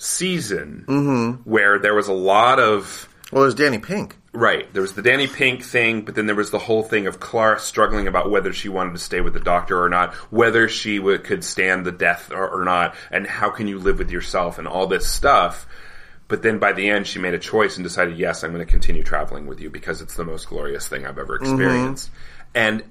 C: season
B: Mm-hmm.
C: where there was a lot of
B: well, there's Danny Pink.
C: Right. There was the Danny Pink thing, but then there was the whole thing of Clara struggling about whether she wanted to stay with the doctor or not, whether she w- could stand the death or, or not, and how can you live with yourself and all this stuff. But then by the end, she made a choice and decided, yes, I'm going to continue traveling with you because it's the most glorious thing I've ever
B: Mm-hmm.
C: experienced. And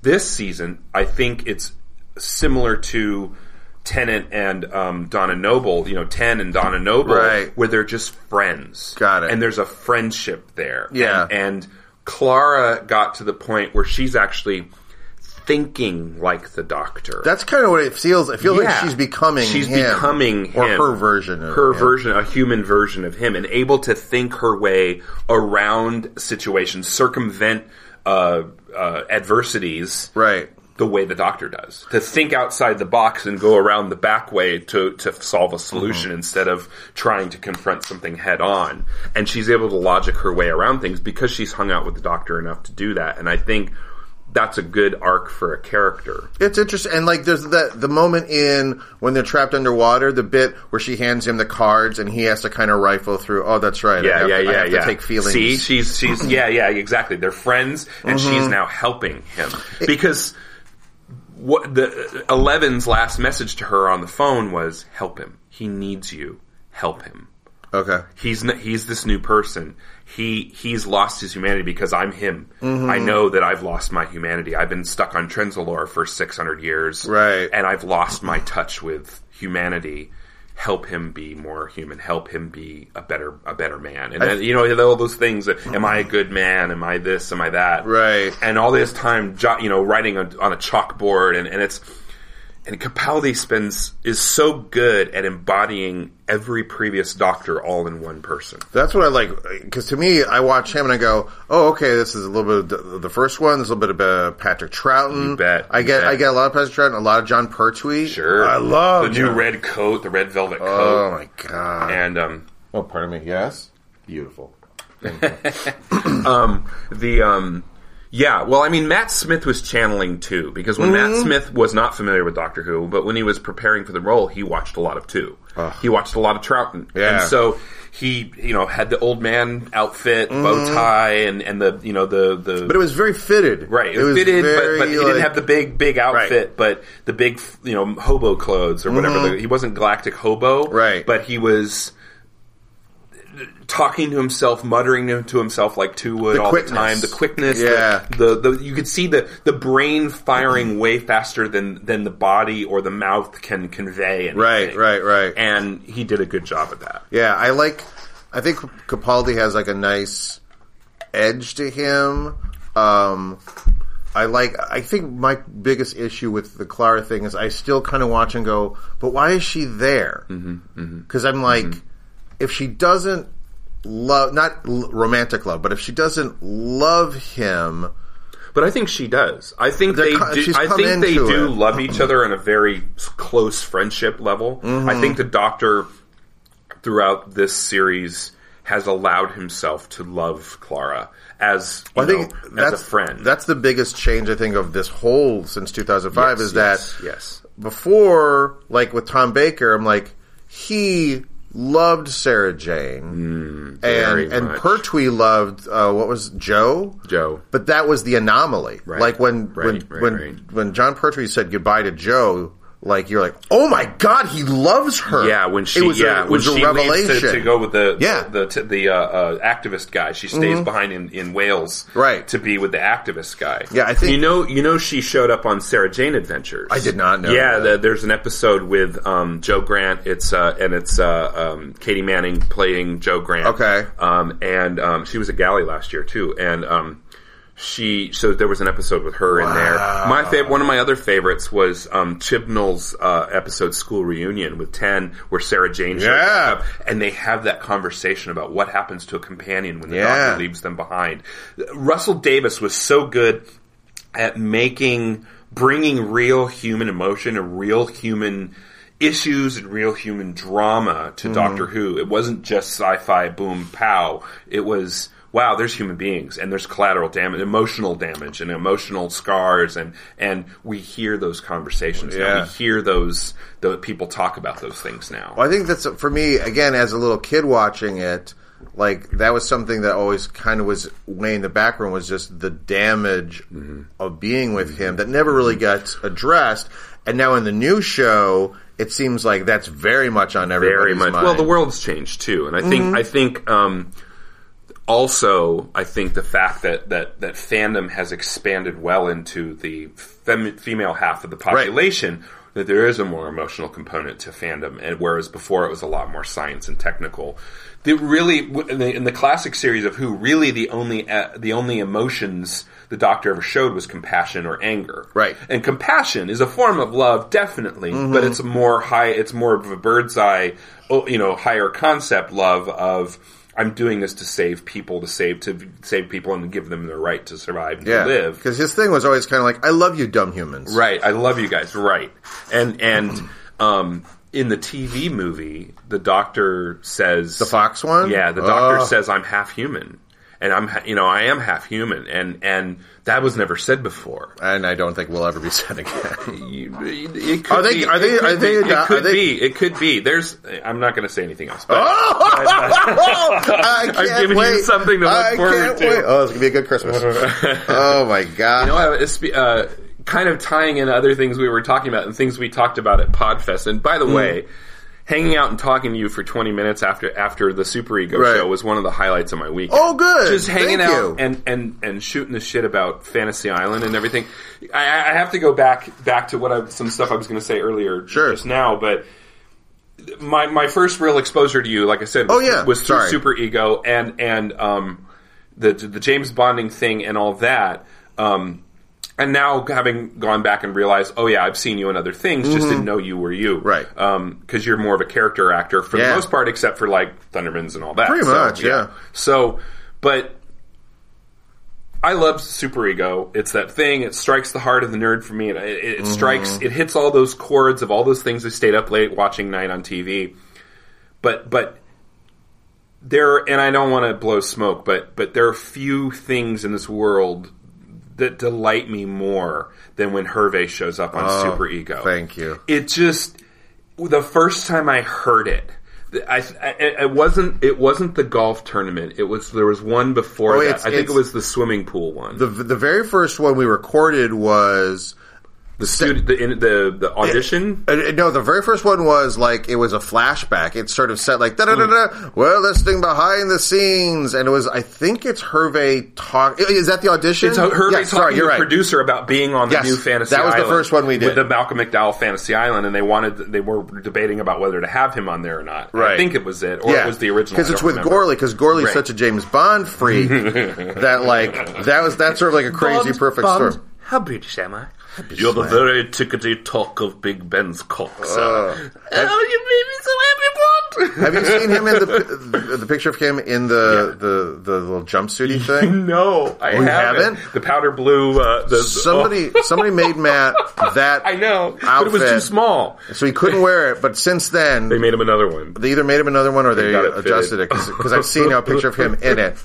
C: this season, I think it's similar to Tennant and um, Donna Noble, you know, Ten and Donna Noble,
B: Right.
C: where they're just friends.
B: Got it.
C: And there's a friendship there.
B: Yeah.
C: And, and Clara got to the point where she's actually thinking like the doctor.
B: That's kind of what it feels. It feels
C: Yeah.
B: like she's becoming.
C: She's
B: him,
C: becoming
B: or
C: him.
B: her version. Of
C: her
B: him.
C: version, a human version of him, and able to think her way around situations, circumvent uh, uh, adversities,
B: Right.
C: the way the doctor does to think outside the box and go around the back way to, to solve a solution
B: Mm-hmm.
C: instead of trying to confront something head on and she's able to logic her way around things because she's hung out with the doctor enough to do that and i think that's a good arc for a character
B: It's interesting, and like there's that the moment in when they're trapped underwater, the bit where she hands him the cards and he has to kind of rifle through. Oh, that's right. I
C: yeah
B: have
C: yeah
B: to, I
C: yeah
B: have
C: yeah
B: To take feelings.
C: see
B: Mm-hmm.
C: she's she's yeah yeah exactly they're friends and she's now helping him because what the Eleven's last message to her on the phone was help him. He needs you. Help him.
B: Okay.
C: He's n- he's this new person. He he's lost his humanity because I'm him. I know that I've lost my humanity. I've been stuck on Trenzalore for 600 years.
B: Right.
C: And I've lost my touch with humanity. Help him be more human. Help him be a better a better man. And then, you know all those things. Am I a good man? Am I this? Am I that?
B: Right.
C: and all this time, jo- you know, writing on, on a chalkboard, and, and it's and Capaldi spends is so good at embodying every previous Doctor all in one person.
B: That's what I like because to me, I watch him and I go, "Oh, okay, this is a little bit of the- the first one. There's a little bit of uh, Patrick Troughton.
C: You bet,
B: I
C: you
B: get,
C: bet.
B: I get a lot of Patrick Troughton, a lot of John Pertwee.
C: Sure,
B: I love
C: the new
B: John-
C: red coat, the red velvet
B: Oh
C: coat,
B: my god.
C: and um,
B: oh, pardon me. Yes. Beautiful.
C: the um yeah well i mean matt smith was channeling too because when matt
B: Mm-hmm.
C: smith was not familiar with doctor who but when he was preparing for the role he watched a lot of two he watched a lot of trouton
B: Yeah.
C: and so he you know had the old man outfit bow tie and and the you know the the
B: Mm-hmm. But it was very fitted.
C: Right, it, fitted,
B: very,
C: but, but he
B: like-
C: didn't have the big, big outfit, but the big, you know, hobo clothes or whatever. the- he wasn't galactic hobo,
B: Mm-hmm. Right.
C: But he was talking to himself, muttering to himself like two would
B: The
C: all
B: quickness.
C: the time. The quickness, the-
B: Yeah.
C: The, the you could see the the brain firing way faster than than the body or the mouth can convey. Anything.
B: Right, right, right.
C: And he did a good job at that.
B: Yeah, I like. I think Capaldi has like a nice edge to him. Um, I like. I think my biggest issue with the Clara thing is I still kind of watch and go, but why is she there? Because
C: Mm-hmm,
B: I'm like, if she doesn't love, not l- romantic love, but if she doesn't love him,
C: But I think she does. I think
B: They're
C: they
B: co-
C: do.
B: she's
C: I
B: come
C: think they
B: into
C: do
B: it.
C: love each other on a very s- close friendship level. I
B: Mm-hmm.
C: think the Doctor, throughout this series, has allowed himself to love Clara as you
B: I think
C: know,
B: that's
C: as a friend.
B: That's the biggest change I think of this whole since 2005
C: yes,
B: is that
C: yes.
B: before, like with Tom Baker, I'm like, he loved Sarah Jane.
C: Mm, very
B: and and
C: much.
B: Pertwee loved, uh, what was Joe?
C: Joe.
B: But that was the anomaly.
C: Right.
B: Like when,
C: Right,
B: when,
C: right,
B: when,
C: right.
B: when John Pertwee said goodbye to Joe, like you're like, oh my god, he loves her.
C: Yeah, when she
B: it was
C: yeah
B: a, it was
C: when
B: a
C: she leaves
B: revelation
C: to, to go with the
B: Yeah. Mm-hmm.
C: the the, the uh, uh, activist guy, she stays behind in, in Wales
B: Right.
C: to be with the activist guy.
B: Yeah, I think-
C: you know you know she showed up on Sarah Jane Adventures.
B: I did not know
C: Yeah,
B: that.
C: the, there's an episode with um, Joe Grant. It's uh, and it's uh, um, Katie Manning playing Joe Grant.
B: Okay.
C: um, and um, she was a galley last year too, and. Um, she so there was an episode with her in there. My fav- one of my other favorites was um, Chibnall's uh, episode "School Reunion" with Ten, where Sarah Jane shows
B: Yeah.
C: up, and they have that conversation about what happens to a companion when the
B: Yeah.
C: doctor leaves them behind. Russell Davis was so good at making bringing real human emotion and real human issues and real human drama to Doctor Who. It wasn't just sci-fi boom pow. It was wow, there's human beings and there's collateral damage, emotional damage and emotional scars and and we hear those conversations. Now.
B: Yeah.
C: We hear those the people talk about those things now.
B: Well, I think that's for me again as a little kid watching it. Like that was something that always kind of was way in the background was just the damage
C: Mm-hmm.
B: of being with him that never really got addressed. And now in the new show, it seems like that's very much on everybody's
C: very much.
B: mind.
C: Well, the world's changed too, and I think I think um, also I think the fact that that that fandom has expanded well into the fem- female half of the population. That there is a more emotional component to fandom, and whereas before it was a lot more science and technical. The really in the, in the classic series of Who, really the only uh, the only emotions the Doctor ever showed was compassion or anger.
B: Right. Mm-hmm.
C: And compassion is a form of love, definitely, but it's more high. It's more of a bird's eye, oh, you know, higher concept love of I'm doing this to save people, to save to save people, and give them the right to survive and
B: yeah,
C: to live.
B: because his thing was always kind of like, "I love you, dumb humans."
C: Right. I love you guys. Right. And and
B: Mm-hmm.
C: um, in the TV movie, the doctor says
B: The Fox one.
C: Yeah, the doctor
B: Oh.
C: says I'm half human, and I'm ha- you know I am half human, and and that was never said before.
B: and I don't think we'll ever be said again.
C: You- It, it could
B: Are they-
C: Be,
B: are they-
C: It could
B: are they
C: Be,
B: ado-
C: it could
B: are they- Oh.
C: be. It could be. There's. I'm not going to say anything else. But
B: I can't
C: I'm giving you
B: wait.
C: something to look
B: I
C: forward
B: can't
C: to.
B: wait. Oh, it's gonna be a good Christmas. oh my god!
C: You know, it's, uh, kind of tying in other things we were talking about and things we talked about at Podfest. And by the
B: Hmm.
C: way, hanging out and talking to you for 20 minutes after after the Super Ego
B: Right.
C: show was one of the highlights of my weekend.
B: Oh, good.
C: Just hanging
B: Thank
C: out
B: you.
C: and, and and shooting the shit about Fantasy Island and everything. I, I have to go back back to what I, some stuff I was going to say earlier,
B: Sure.
C: just now, but. My, my first real exposure to you, like I said, was,
B: Oh, yeah.
C: was through
B: Sorry.
C: Super Ego and and um, the the James Bonding thing and all that. Um, and now having gone back and realized, oh yeah, I've seen you in other things, just didn't know you were you,
B: Mm-hmm. Right.
C: Because you're more of a character actor for the
B: Yeah.
C: most part, except for like Thundermans and all that.
B: Pretty
C: So,
B: much, yeah.
C: So, but I love Super Ego. It's that thing. It strikes the heart of the nerd for me. It, it,
B: Mm-hmm.
C: it strikes. It hits all those chords of all those things I stayed up late watching night on TV. But but there, and I don't want to blow smoke, but but there are few things in this world that delight me more than when Hervé shows up on Super Ego.
B: Oh, Thank you.
C: It just the first time I heard it. th- I, I- it wasn't it wasn't the golf tournament. It was there was one before
B: Oh,
C: that.
B: it's-
C: I think it
B: it's-
C: was the swimming pool one.
B: The the very first one we recorded was
C: The student, the, in, the the audition.
B: Uh, no, the very first one was like it was a flashback. It sort of said like da da
C: Mm.
B: da da. Well, this thing behind the scenes, and it was I think it's Hervé talk. Is that the audition?
C: It's Hervey
B: Yeah,
C: talking to the producer about being on the
B: Yes,
C: new Fantasy
B: that was the
C: Island
B: first one we did.
C: with the Malcolm McDowell Fantasy Island, and they wanted they were debating about whether to have him on there or not. I
B: Right.
C: think it was it, or it was the original
B: because
C: I
B: it's
C: don't
B: with
C: remember.
B: Gorley because Gorley's
C: Right.
B: such a James Bond freak that like that was that's sort of like a crazy perfect storm.
C: How British am I? You're the very tickety talk of Big Ben's cock, sir. oh, you made me so happy, Bond.
B: Have you seen him in the the, the picture of him in the the, the little jumpsuity thing?
C: No, I
B: you
C: haven't.
B: haven't?
C: The powder blue. Uh, the,
B: Somebody somebody made Matt that
C: oh, I know, but it was too
B: outfit.
C: small.
B: so he couldn't wear it. But since then,
C: They made him another one.
B: they either made him another one or they,
C: got it
B: adjusted it because I've seen now a picture of him in it,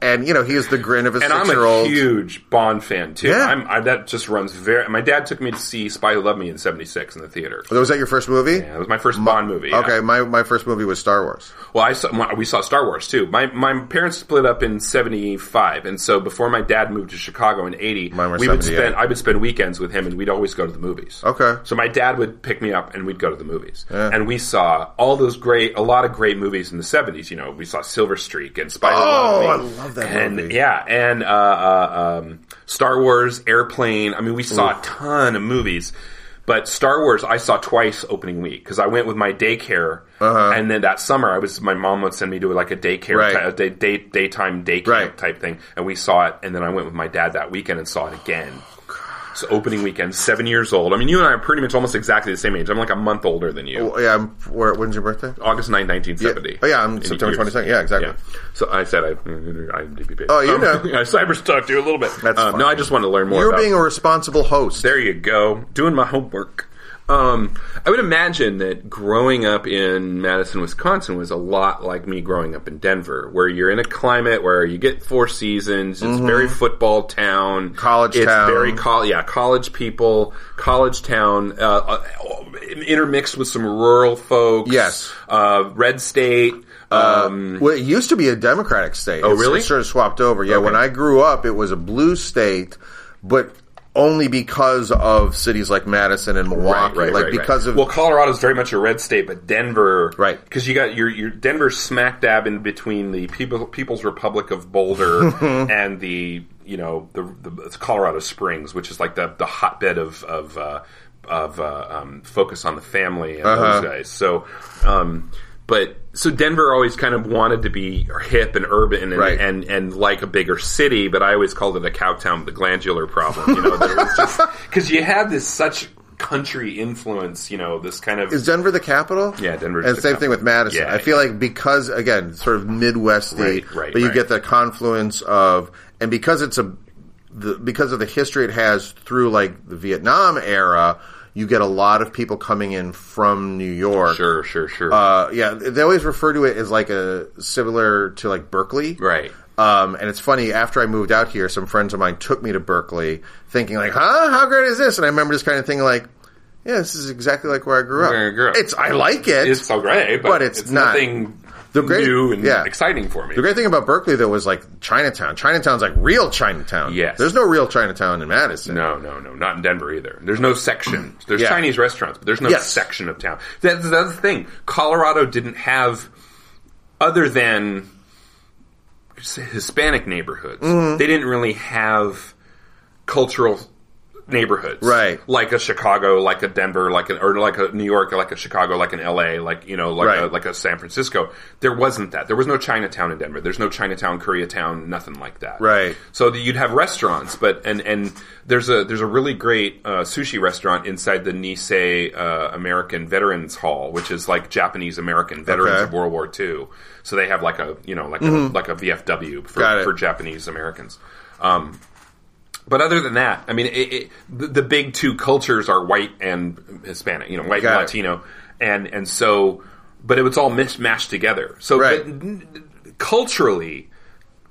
B: and you know he is the grin of a
C: and
B: six
C: I'm
B: year
C: a
B: old.
C: huge Bond fan too.
B: Yeah.
C: I'm, I, that just runs very. My dad took me to see Spy Who Loved Me in '76 in the theater.
B: Was that your first movie?
C: Yeah, it was my first Bond movie. yeah.
B: Oh. Okay, my, my first movie was Star Wars.
C: Well, I saw, my- we saw Star Wars too. My my parents split up in '75, and so before my dad moved to Chicago in '80,
B: Mine were
C: we would
B: 78.
C: spend I would spend weekends with him, and we'd always go to the movies.
B: Okay.
C: So my dad would pick me up, and we'd go to the movies, and we saw all those great, a lot of great movies in the '70s. You know, we saw Silver Streak and Spider.
B: Oh,
C: Man.
B: I love that
C: and,
B: movie.
C: Yeah, and uh, uh, um, Star Wars, Airplane. I mean, we saw a ton of movies. But Star Wars, I saw twice opening week because I went with my daycare, and then that summer I was my mom would send me to like a daycare,
B: Uh-huh. Right.
C: ti- a day, day, daytime daycare
B: Right.
C: type thing, and we saw it, and then I went with my dad that weekend and saw it again. It's opening weekend, seven years old. I mean, you and I are pretty much almost exactly the same age. I'm like a month older than you.
B: Oh, yeah, I'm, where, when's your birthday?
C: August 9,
B: Yeah.
C: 1970.
B: Oh yeah, I'm
C: In
B: September
C: years.
B: twenty second. Yeah, exactly.
C: Yeah. So I said I, I DBB.
B: Oh, you know.
C: I Um, cyber stalked you a little bit.
B: That's
C: Uh,
B: fine.
C: no, I just wanted to learn more.
B: You're
C: about
B: being a responsible host.
C: there you go. Doing my homework. Um, I would imagine that growing up in Madison, Wisconsin was a lot like me growing up in Denver, where you're in a climate where you get four seasons. It's very football town,
B: Mm-hmm. College
C: it's
B: town.
C: very col- yeah, college people, college town, uh, uh, intermixed with some rural folks.
B: Yes.
C: uh, red state. Um,
B: Well, it used to be a Democratic state. Oh,
C: really?
B: It sort of swapped over. Yeah, when I grew up, it was a blue state, but only because of cities like Madison and Milwaukee. like because of
C: well, Colorado's very much a red state, but Denver,
B: Right.
C: Because you got your your Denver smack dab in between the People, People's Republic of Boulder and the you know the, the Colorado Springs, which is like the the hotbed of of uh, of uh, um, focus on the family and
B: Uh-huh.
C: those guys. So. Um, but so Denver always kind of wanted to be hip and urban and,
B: Right.
C: and and like a bigger city, but I always called it a cow town with a glandular problem. You know, because you had this such country influence. You know, this kind of
B: Is Denver the capital?
C: Yeah, Denver's
B: And
C: the
B: same
C: capital.
B: thing with Madison.
C: Yeah,
B: I feel like because again, sort of Midwesty,
C: Right, right,
B: but you
C: right.
B: get the confluence of, and because it's a, the, because of the history it has through like the Vietnam era, you get a lot of people coming in from New York.
C: sure, sure, sure.
B: Uh, yeah, they always refer to it as like a similar to like Berkeley,
C: Right.
B: Um, and it's funny. After I moved out here, some friends of mine took me to Berkeley, thinking like, "Huh, how great is this?" And I remember just kind of thinking like, "Yeah, this is exactly like where I grew up.
C: Where I grew up.
B: It's I like it.
C: it's so great, but,
B: but it's not.
C: nothing
B: The great-
C: new and
B: yeah.
C: exciting for me.
B: the great thing about Berkeley though was like Chinatown. Chinatown's like real Chinatown.
C: Yes.
B: there's no real Chinatown in Madison.
C: No, no, no, not in Denver either. There's no section. There's
B: Yeah.
C: Chinese restaurants, but there's no
B: Yes.
C: section of town. That's, that's the thing. Colorado didn't have, other than Hispanic neighborhoods,
B: Mm-hmm.
C: they didn't really have cultural neighborhoods,
B: Right.
C: Like a Chicago, like a Denver, like an or like a New York, like a Chicago, like an L.A., like you know, like a,
B: Right.
C: like a San Francisco. There wasn't that. There was no Chinatown in Denver. There's no Chinatown, Koreatown, nothing like that.
B: Right.
C: So that you'd have restaurants, but and and there's a there's a really great uh, sushi restaurant inside the Nisei uh, American Veterans Hall, which is like Japanese American veterans
B: Okay. Mm-hmm.
C: of World War II. So they have like a you know like a, like a VFW
B: Got
C: for,
B: it.
C: for Japanese Americans. Um, but other than that, I mean, it, it, the, the big two cultures are white and Hispanic, you know, white and
B: Got it.
C: Latino, and and so, but it was all mishmashed together. So
B: Right.
C: but culturally,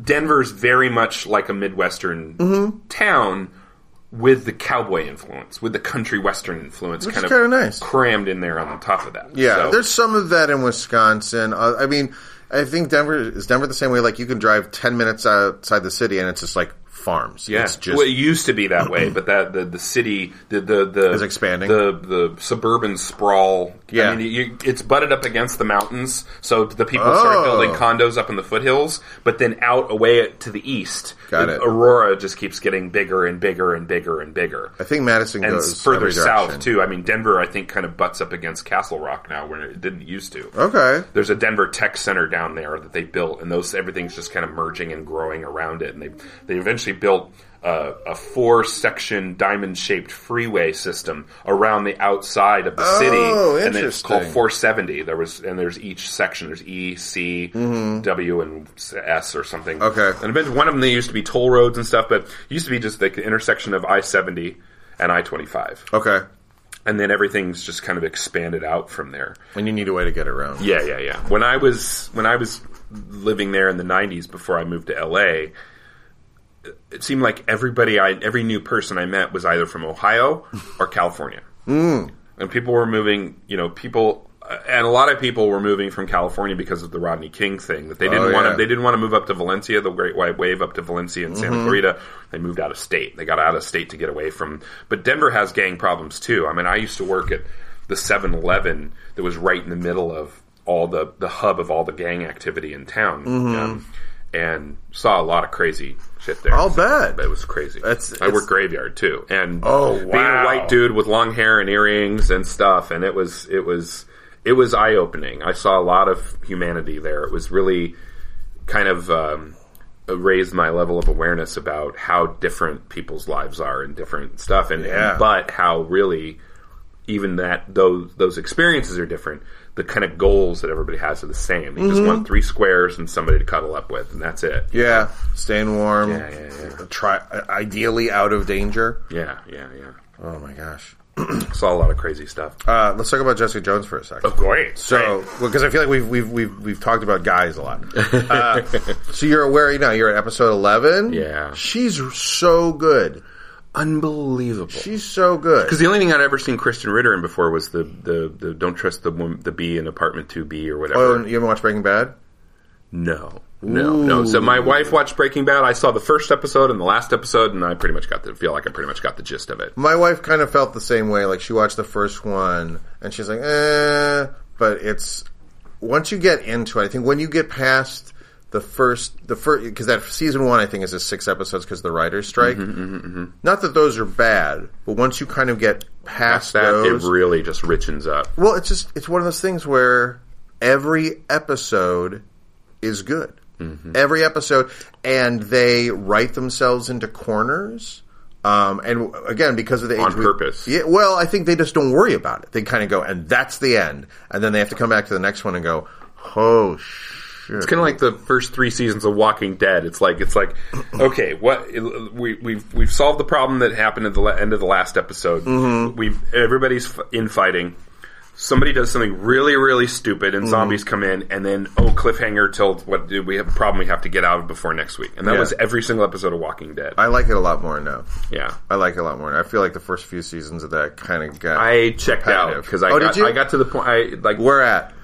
C: Denver's very much like a midwestern
B: Mm-hmm.
C: town with the cowboy influence, with the country western influence,
B: Which
C: kind
B: is
C: of
B: kinda nice.
C: crammed in there on the top of that.
B: Yeah,
C: So-
B: there's some of that in Wisconsin. Uh, I mean, I think Denver is Denver the same way. Like you can drive ten minutes outside the city and it's just like farms.
C: Yeah,
B: it's just
C: well, it used to be that way, but that the, the city, the the the
B: Is expanding.
C: the the suburban sprawl.
B: Yeah.
C: I mean, you, it's butted up against the mountains, so the people started
B: Oh.
C: building condos up in the foothills, but then out away to the east,
B: Got
C: the-
B: it.
C: Aurora just keeps getting bigger and bigger and bigger and bigger.
B: I think Madison
C: And
B: goes
C: further
B: every
C: south
B: direction.
C: too. I mean, Denver, I think, kind of butts up against Castle Rock now, where it didn't used to.
B: Okay.
C: There's a Denver Tech Center down there that they built, and those everything's just kind of merging and growing around it. And they they eventually built uh, a four section diamond shaped freeway system around the outside of the
B: Oh,
C: city, and it's called
B: interesting.
C: 470. There was and there's each section. There's E, C, W, and S or something.
B: Mm-hmm. Okay.
C: and eventually one of them they used to be toll roads and stuff, but it used to be just like the intersection of I seventy and I twenty five,
B: Okay.
C: and then everything's just kind of expanded out from there.
B: And you need a way to get around.
C: Yeah, yeah, yeah. When I was when I was living there in the '90s before I moved to LA, it seemed like everybody I every new person I met was either from Ohio or California, mm. and people were moving. You know, people uh, and a lot of people were moving from California because of the Rodney King thing. That they didn't
B: Oh,
C: want
B: yeah.
C: to they didn't want to move up to Valencia, the Great White Wave up to Valencia and
B: Mm-hmm.
C: Santa Clarita. They moved out of state. They got out of state to get away from. But Denver has gang problems too. I mean, I used to work at the 7-Eleven that was right in the middle of all the the hub of all the gang activity in town,
B: Mm-hmm.
C: um, and saw a lot of crazy shit there.
B: I'll
C: So-
B: bet.
C: but it was crazy.
B: That's-
C: I
B: it's-
C: worked graveyard too, and
B: Oh,
C: being
B: wow.
C: a white dude with long hair and earrings and stuff, and it was it was it was eye opening. I saw a lot of humanity there. It was really kind of um, raised my level of awareness about how different people's lives are and different stuff, and, and-
B: Yeah.
C: but how really even that those those experiences are different. The kind of goals that everybody has are the same. You just
B: Mm-hmm.
C: want three squares and somebody to cuddle up with, and that's it.
B: Yeah. Staying warm.
C: Yeah, yeah, yeah.
B: Try ideally out of danger.
C: Yeah, yeah, yeah.
B: Oh my gosh.
C: Saw a lot of crazy stuff.
B: Uh, let's talk about Jessica Jones for a second.
C: great.
B: So, because I feel like we've we've we've we've talked about guys a lot. Uh, so you're aware, you know, you're at episode eleven.
C: Yeah.
B: she's so good.
C: Unbelievable.
B: She's so good.
C: Because the only thing I'd ever seen Kristen Ritter in before was the, the, the Don't Trust the Wom- the Bee in Apartment 2B or whatever.
B: Oh, and you haven't watched Breaking Bad?
C: No. No, no. So my wife watched Breaking Bad. I saw the first episode and the last episode, and I pretty much got the feel like I pretty much got the gist of it.
B: My wife kind of felt the same way. Like she watched the first one and she's like, eh. But it's once you get into it. I think when you get past the first, the first because that season one I think is just six episodes because the writers' strike.
C: Mm-hmm,
B: Not that those are bad, but once you kind of get past
C: That
B: those,
C: it really just richens up.
B: well, it's just it's one of those things where every episode is
C: Mm-hmm.
B: good. Every episode, and they write themselves into corners Um, and again, because of the
C: On
B: age we-
C: purpose.
B: yeah. Well, I think they just don't worry about it. They kind of go, and that's the end, and then they have to come back to the next one and go, oh shit.
C: It's kind of like the first three seasons of Walking Dead. It's like it's like okay, what we we've we've solved the problem that happened at the la- end of the last episode. We've everybody's f- infighting. Somebody does something really really stupid, and zombies come in, and then oh cliffhanger till what do we have a problem we have to get out of before next week, and that
B: Yeah.
C: was every single episode of Walking Dead.
B: I like it a lot more now.
C: yeah.
B: I like it a lot more. I feel like the first few seasons of that kind of got.
C: I checked out
B: repetitive.
C: because I,
B: Oh,
C: got
B: did you?
C: I got to the point I like
B: We're at.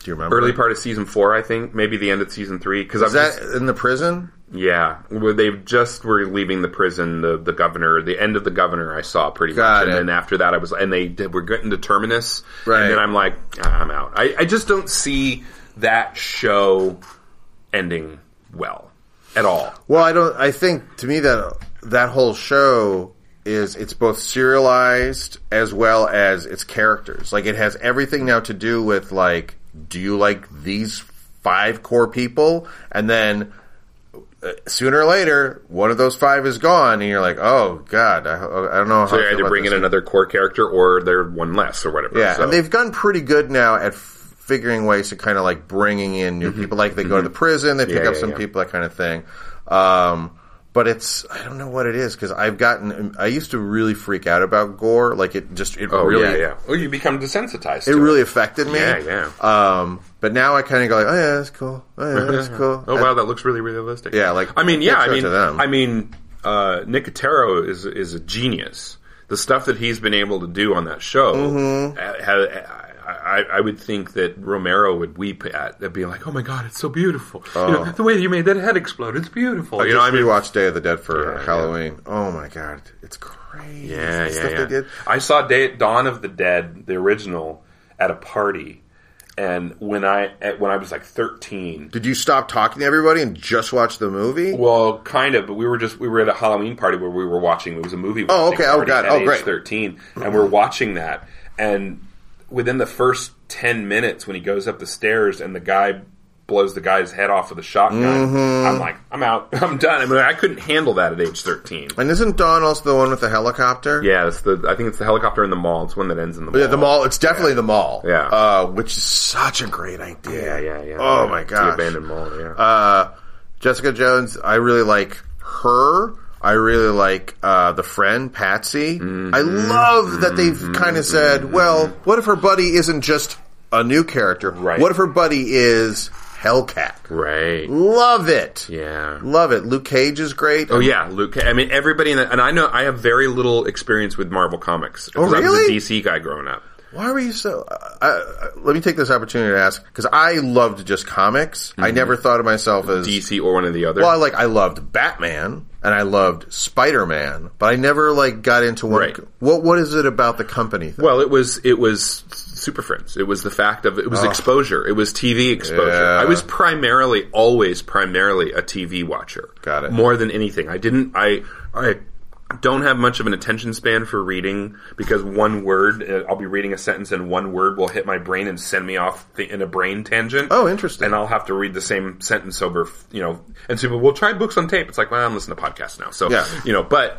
B: Do you remember?
C: early part of season four I think maybe the end of season three because
B: Is that in the prison?
C: Yeah, where they just were leaving the prison. The the governor, the end of the governor, I saw pretty
B: Got
C: much,
B: it.
C: and then after that, I was, and they did, were getting to terminus,
B: Right.
C: and then I'm like, "Ah, I'm out. I, I just don't see that show ending well at all.
B: Well, I don't. I think to me that that whole show is it's both serialized as well as its characters. Like it has everything now to do with like, do you like these five core people? And then uh, sooner or later, one of those five is gone, and you're like, oh god, I, I don't know. How
C: So
B: I
C: they
B: feel
C: either
B: about
C: bring in
B: this.
C: another core character or they're one less or whatever.
B: Yeah,
C: So-
B: and they've done pretty good now at f- figuring ways to kind of like bringing in new people. Like they go to the prison, they pick
C: Mm-hmm. Yeah,
B: up
C: yeah,
B: some
C: yeah.
B: people, that kind of thing. Um, but it's I don't know what it is because I've gotten um, I used to really freak out about gore. Like it just it
C: oh
B: really
C: yeah, yeah. Oh, you become desensitized.
B: it
C: to
B: really affected me.
C: Yeah, yeah.
B: Um, but now I kind of go like, oh yeah, that's cool. Oh yeah, that's cool.
C: Oh wow, that looks really realistic.
B: Yeah, like,
C: I mean,
B: yeah,
C: yeah, I
B: show it
C: mean,
B: to them.
C: I mean, uh, Nicotero is is a genius. The stuff that he's been able to do on that show,
B: Mm-hmm.
C: uh, ha- I, I, I would think that Romero would weep at, and be like, "Oh my god, it's so beautiful! You know, the way you made that head explode, it's beautiful."
B: I
C: you know,
B: Oh. just
C: I mean,
B: rewatched Day of the Dead for
C: yeah.
B: Halloween. Oh my god, it's crazy.
C: yeah, yeah,
B: the stuff
C: yeah.
B: they did.
C: I saw Day, Dawn of the Dead, the original, at a party, and when I at, when I was like thirteen,
B: Did you stop talking to everybody and just watch the movie?
C: Well, kind of, but we were just we were at a Halloween party where we were watching. It was a movie.
B: Oh,
C: watching
B: okay. Oh,
C: party
B: God.
C: at
B: Oh,
C: age
B: great.
C: Thirteen, and we're watching that, and within the first ten minutes, when he goes up the stairs and the guy blows the guy's head off with a shotgun,
B: Mm-hmm.
C: I'm like, I'm out, I'm done. I mean, I couldn't handle that at age thirteen.
B: And isn't Dawn also the one with the helicopter?
C: Yeah, that's the. I think it's the helicopter in the mall. It's one that ends in the mall.
B: Yeah, the mall. It's definitely the mall.
C: Yeah.
B: uh, which is such a great idea.
C: Yeah, yeah, yeah.
B: Oh
C: Yeah,
B: my
C: it's
B: gosh.
C: the abandoned mall. Yeah.
B: Uh, Jessica Jones. I really like her. I really like uh, the friend Patsy. I
C: Mm-hmm.
B: love that they've kind of said, "Well, what if her buddy isn't just a new character?
C: Right.
B: What if her buddy is Hellcat?
C: right.
B: Love it.
C: Yeah.
B: Love it. Luke Cage is great.
C: Oh yeah, Luke. I mean, everybody in that, and I know I have very little experience with Marvel comics. 'cause I was a
B: Oh, really?
C: DC guy growing up.
B: Why were you so? Uh, uh, let me take this opportunity to ask because I loved just comics.
C: Mm-hmm.
B: I never thought of myself as
C: DC or one or the other.
B: Well, I like I loved Batman and I loved Spider Man, but I never like got into one.
C: Right.
B: What What is it about the company? Thing?
C: Well, it was it was Super Friends. It was the fact of it was exposure. It was TV exposure.
B: Yeah.
C: I was primarily always primarily a TV watcher.
B: Got it.
C: More than anything, I didn't. I I don't have much of an attention span for reading because one word uh, I'll be reading a sentence and one word will hit my brain and send me off the, in a brain tangent.
B: Oh, interesting.
C: And I'll have to read the same sentence over. f- You know, and so we'll try books on tape. It's like well, I'm listening to podcasts now, so
B: Yeah.
C: you know, but.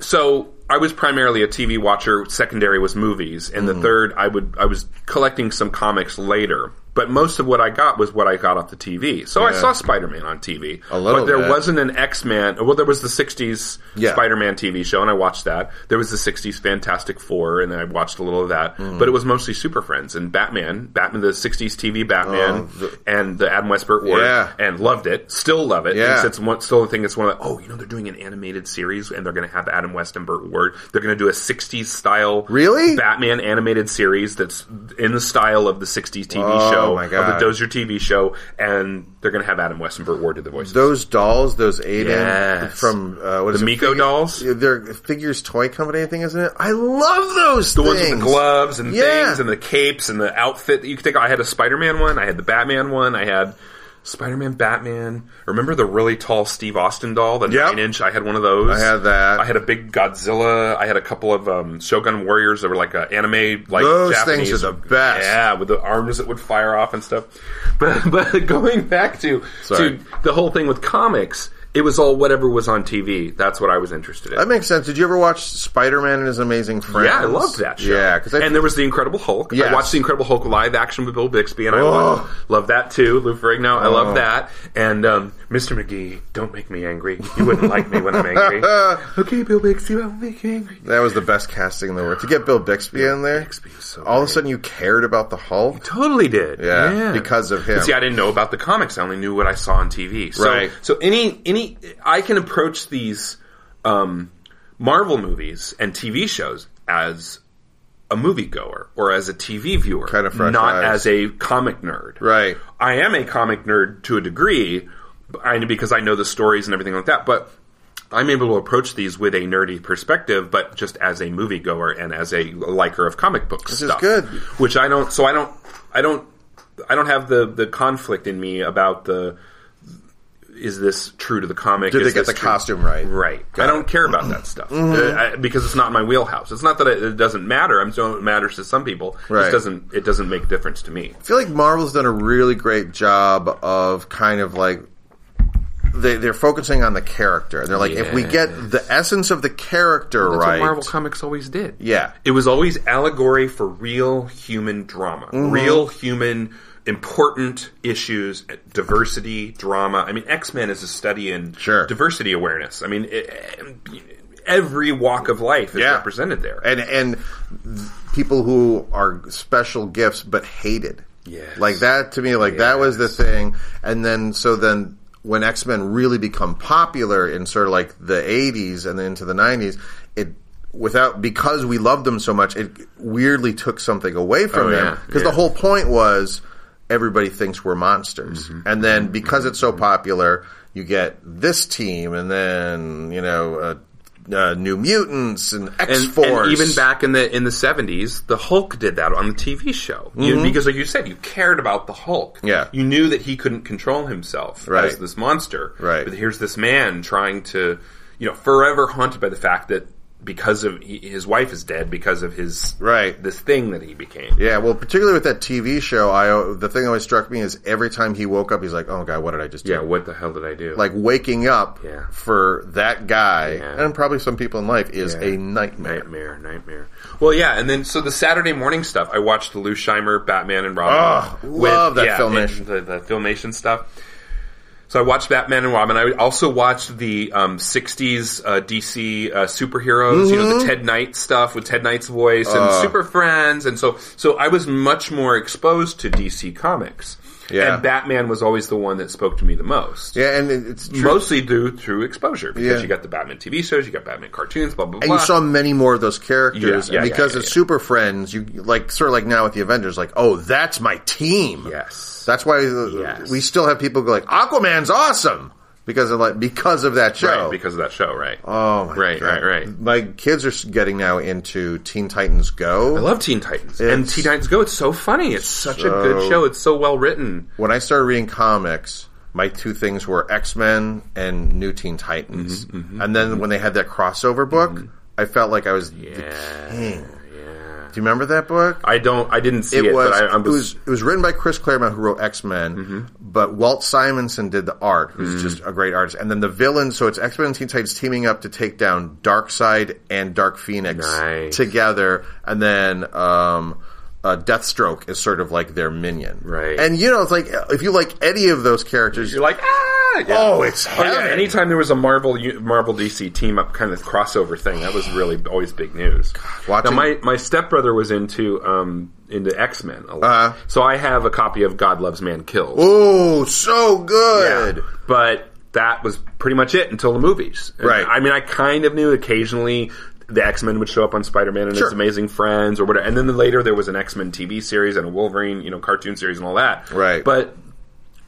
C: so I was primarily a TV watcher. Secondary was movies, and
B: Mm-hmm.
C: the third I would I was collecting some comics later. But most of what I got was what I got off the TV. So I
B: Yeah.
C: saw Spider Man on TV,
B: A little
C: but there
B: bit.
C: wasn't an X Man. Well, there was the '60s
B: Yeah.
C: Spider Man TV show, and I watched that. There was the '60s Fantastic Four, and I watched a little of that.
B: Mm.
C: But it was mostly Super Friends and Batman, Batman the '60s TV Batman,
B: Oh, the-
C: and the Adam Westburt work,
B: Yeah.
C: and loved it. Still love it.
B: Yeah.
C: Thinks it's one, still think it's one of the, oh, you know, they're doing an animated series and they're going to have Adam West and Burt Ward. They're going to do a 60s style
B: Really?
C: Batman animated series that's in the style of the 60s TV
B: Oh,
C: show,
B: my
C: of
B: God.
C: the Dozier TV show, and they're going to have Adam West and Burt Ward do the voices.
B: those dolls, those Aiden
C: Yes.
B: from uh, what is
C: The
B: it,
C: Miko
B: Figure-
C: dolls?
B: They're figures toy company, I think, isn't it? I love those.
C: the
B: things.
C: ones with the gloves and
B: Yeah.
C: things and the capes and the outfit that you could take. I had a Spider Man one. I had the Batman one. I had Spider Man, Batman. Remember the really tall Steve Austin doll, the
B: Yep.
C: nine inch? I had one of those.
B: I had that.
C: I had a big Godzilla. I had a couple of um, Shogun Warriors that were like uh, anime, like
B: Those
C: Japanese.
B: things are the best.
C: Yeah, with the arms that would fire off and stuff. But but going back to
B: Sorry.
C: to the whole thing with comics It was all whatever was on TV. That's what I was interested in.
B: That makes sense. Did you ever watch Spider Man and His Amazing Friends?
C: yeah, I loved that show.
B: Yeah, because
C: and there was the Incredible Hulk.
B: Yes.
C: I watched the Incredible Hulk live action with Bill Bixby, and I
B: Oh.
C: loved, loved that too. Lou Ferrigno, I
B: Oh.
C: love that. And um, Mr. McGee, don't make me angry. You wouldn't like me when I'm angry.
B: uh,
C: okay, Bill Bixby, I'll make you angixby
B: that was the best casting in the world to get Bill Bixby in there.
C: was so
B: all of a
C: great.
B: sudden, you cared about the Hulk.
C: Totally did.
B: Yeah, because of him.
C: But see, I didn't know about the comics. I only knew what I saw on TV. So,
B: Right.
C: So any any I can approach these um, Marvel movies and TV shows as a moviegoer or as a TV viewer,
B: Kind of fresh
C: not as
B: eyes.
C: a comic nerd.
B: Right.
C: I am a comic nerd to a degree, b- I- because I know the stories and everything like that. But I'm able to approach these with a nerdy perspective, but just as a moviegoer and as a liker of comic book
B: is
C: stuff.
B: good.
C: Which I don't. So I don't. I don't. I don't have the the conflict in me about the. Is this true to the comic?
B: Did
C: Is
B: they get
C: this
B: the
C: true-
B: costume right? Mm-hmm.
C: Right. I don't care about that stuff Uh, I- because it's not my wheelhouse. It's not that it, it doesn't matter. I'm so it matters to some people. It
B: Right.
C: just doesn't. It doesn't make a difference to me.
B: I feel like Marvel's done a really great job of kind of like they, they're focusing on the character. They're like, if we get the essence of the character
C: That's
B: right,
C: what Marvel Comics always did.
B: Yeah.
C: It was always allegory for real human drama, real human important issues, eh, diversity, drama. I mean, X Men is a study in
B: Sure.
C: diversity awareness. I mean, it, every walk of life is
B: Yeah.
C: represented there.
B: and and th- people who are special gifts but hated.
C: Yes.
B: Like that to me, like that was the thing. And then so then when X Men really become popular in sort of like the eighties and then into the nineties, it without because we loved them so much, it weirdly took something away from
C: Oh,
B: them.
C: yeah.
B: Because
C: Yeah.
B: the whole point was everybody thinks we're monsters.
C: Mm-hmm.
B: And then because it's so popular, you get this team and then, you know, uh, uh, New Mutants and X
C: and,
B: Force.
C: and even back in the in the seventies, the Hulk did that on the TV show you, because, like you said, you cared about the Hulk.
B: Yeah.
C: you knew that he couldn't control himself
B: Right.
C: as this monster.
B: Right.
C: but here's this man trying to, you know, forever haunted by the fact that because of he, his wife is dead because of his
B: Right.
C: this thing that he became.
B: Yeah, well, particularly with that TV show, I the thing that always struck me is every time he woke up, he's like, "Oh god, what did I just do?"
C: Yeah, what the hell did I do?
B: Like waking up
C: Yeah.
B: for that guy
C: Yeah.
B: and probably some people in life is
C: Yeah.
B: a nightmare.
C: Nightmare, nightmare. Well, yeah, and then so the Saturday morning stuff. I watched the Lou Scheimer Batman and Robin.
B: Oh, love that filmation.
C: it- the, the filmation stuff. So I watched Batman and Robin. I also watched the um, '60s uh, DC uh, superheroes. You
B: Mm-hmm.
C: know the Ted Knight stuff with Ted Knight's voice and Super Friends, and so so I was much more exposed to DC comics.
B: Yeah.
C: and Batman was always the one that spoke to me the most.
B: Yeah, and it- it's true.
C: Mostly due through exposure because
B: Yeah.
C: you got the Batman TV shows, you got Batman cartoons, blah blah
B: and
C: blah.
B: you saw many more of those characters
C: Yeah, yeah,
B: and because
C: yeah,
B: of
C: yeah, yeah.
B: Super Friends, you like sort of like now with the Avengers, like, "Oh, that's my team."
C: Yes.
B: That's why uh,
C: Yes.
B: we still have people go like, "Aquaman's awesome." Because of like because of that show.
C: Right, because of that show, right?
B: Oh my
C: Right,
B: God.
C: right, right.
B: My kids are getting now into Teen Titans Go.
C: I love Teen Titans. And
B: It's-
C: Teen Titans Go, it's so funny. It's such a
B: So-
C: good show. It's so well written.
B: when I started reading comics, my two things were X Men and New Teen Titans.
C: Mm-hmm,
B: and then when they had that crossover book, I felt like I was the king. Do you remember that book?
C: I don't I didn't see it,
B: it was,
C: but I, Mm-hmm. I
B: it was it was written by Chris Claremont, who wrote X Men, but Walt Simonson did the art, who's
C: Mm-hmm.
B: just a great artist. And then the villain, so it's X Men and Teen Titans teaming up to take down Darkseid and Dark Phoenix
C: Nice.
B: together, and then um, uh, Deathstroke is sort of like their minion,
C: Right.
B: And you know, it's like if you like any of those characters,
C: you're like, ah yeah.
B: oh, it's
C: Oh, yeah,
B: heaven.
C: anytime there was a Marvel U- Marvel DC team up kind of crossover thing, that was really always big news.
B: watching-
C: now my my stepbrother was into um into X Men a lot,
B: Uh-huh.
C: so I have a copy of God Loves Man Kills.
B: oh, so good.
C: Yeah. But that was pretty much it until the movies. And
B: Right.
C: I mean, I kind of knew occasionally the X Men would show up on Spider Man and
B: Sure.
C: his Amazing Friends or whatever. And then later there was an X Men TV series and a Wolverine, you know, cartoon series and all that.
B: Right.
C: But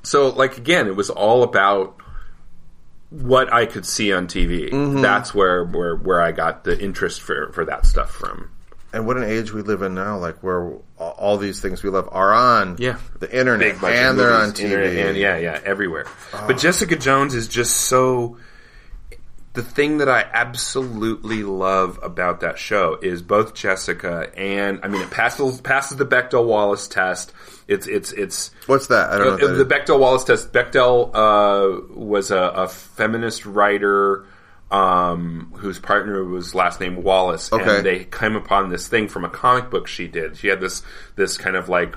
C: so, like again, it was all about what I could see on TV. That's where where where I got the interest for for that stuff from.
B: and what an age we live in now, like where all these things we love are on
C: Yeah.
B: the internet
C: bunch
B: and
C: of
B: they're on
C: movies,
B: TV.
C: Uh. internet, and yeah, yeah, everywhere. But Jessica Jones is just so the thing that I absolutely love about that show is both Jessica and I mean it passes passes the Bechdel Wallace test. It's it's it's
B: What's that? I don't know.
C: uh,
B: what that
C: the
B: is.
C: Bechdel Wallace test. Bechdel uh, was a, a feminist writer um, whose partner was last name Wallace,
B: Okay.
C: and they came upon this thing from a comic book she did. She had this this kind of like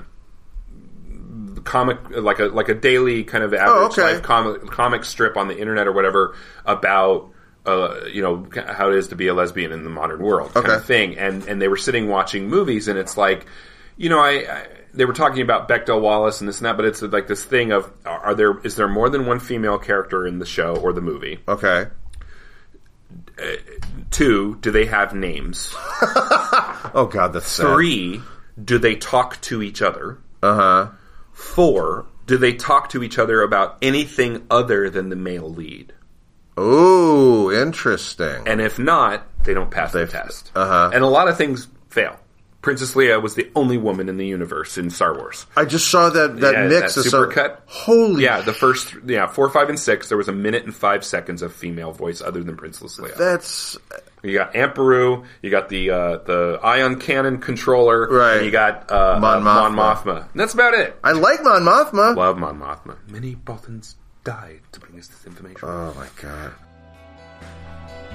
C: comic like a like a daily kind of average
B: Oh, okay.
C: life comic comic strip on the internet or whatever about uh, you know how it is to be a lesbian in the modern world kind
B: Okay.
C: of thing and and they were sitting watching movies and it's like you know I, I they were talking about Bechdel Wallace and this and that but it's like this thing of are there is there more than one female character in the show or the movie
B: okay.
C: two do they have names
B: Oh God, that's sad.
C: Three, do they talk to each other? Uh huh. Four, do they talk to each other about anything other than the male lead?
B: Ooh, interesting.
C: And if not, they don't pass the
B: They've-
C: test.
B: uh-huh.
C: And a lot of things fail. Princess Leia was the only woman in the universe in Star Wars.
B: I just saw that that
C: Yeah,
B: mix
C: that
B: is so
C: supercut.
B: holy.
C: Yeah, the first, yeah, four, five, and six, there was a minute and five seconds of female voice other than Princess Leia.
B: That's
C: You got Amperu, you got the uh, the ion cannon controller,
B: Right.
C: And you got uh,
B: Mon
C: Mon, Mothma.
B: Mothma.
C: And that's about it.
B: I like Mon Mothma.
C: Love Mon Mothma. Many Bothans died to bring us this information.
B: Oh my God.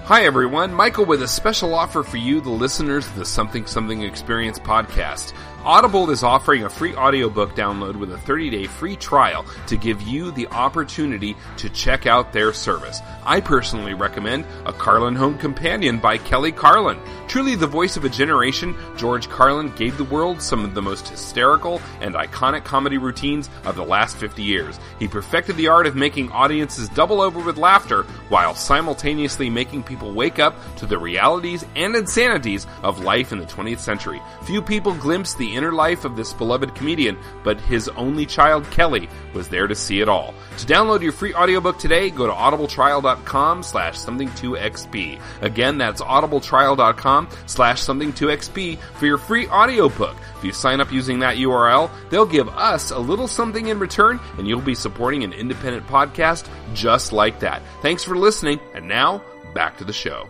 A: Hi, everyone. Michael with a special offer for you, the listeners of the Something Something Experience podcast. Audible is offering a free audiobook download with a 30 day free trial to give you the opportunity to check out their service. I personally recommend A Carlin Home Companion by Kelly Carlin. Truly the voice of a generation, George Carlin gave the world some of the most hysterical and iconic comedy routines of the last 50 years. He perfected the art of making audiences double over with laughter while simultaneously making people wake up to the realities and insanities of life in the 20th century. Few people glimpsed the inner life of this beloved comedian, but his only child, Kelly, was there to see it all. To download your free audiobook today, go to audibletrial.com slash something2xp. Again, that's audibletrial.com slash something2xp for your free audiobook. If you sign up using that URL, they'll give us a little something in return, and you'll be supporting an independent podcast just like that. Thanks for listening, and now back to the show.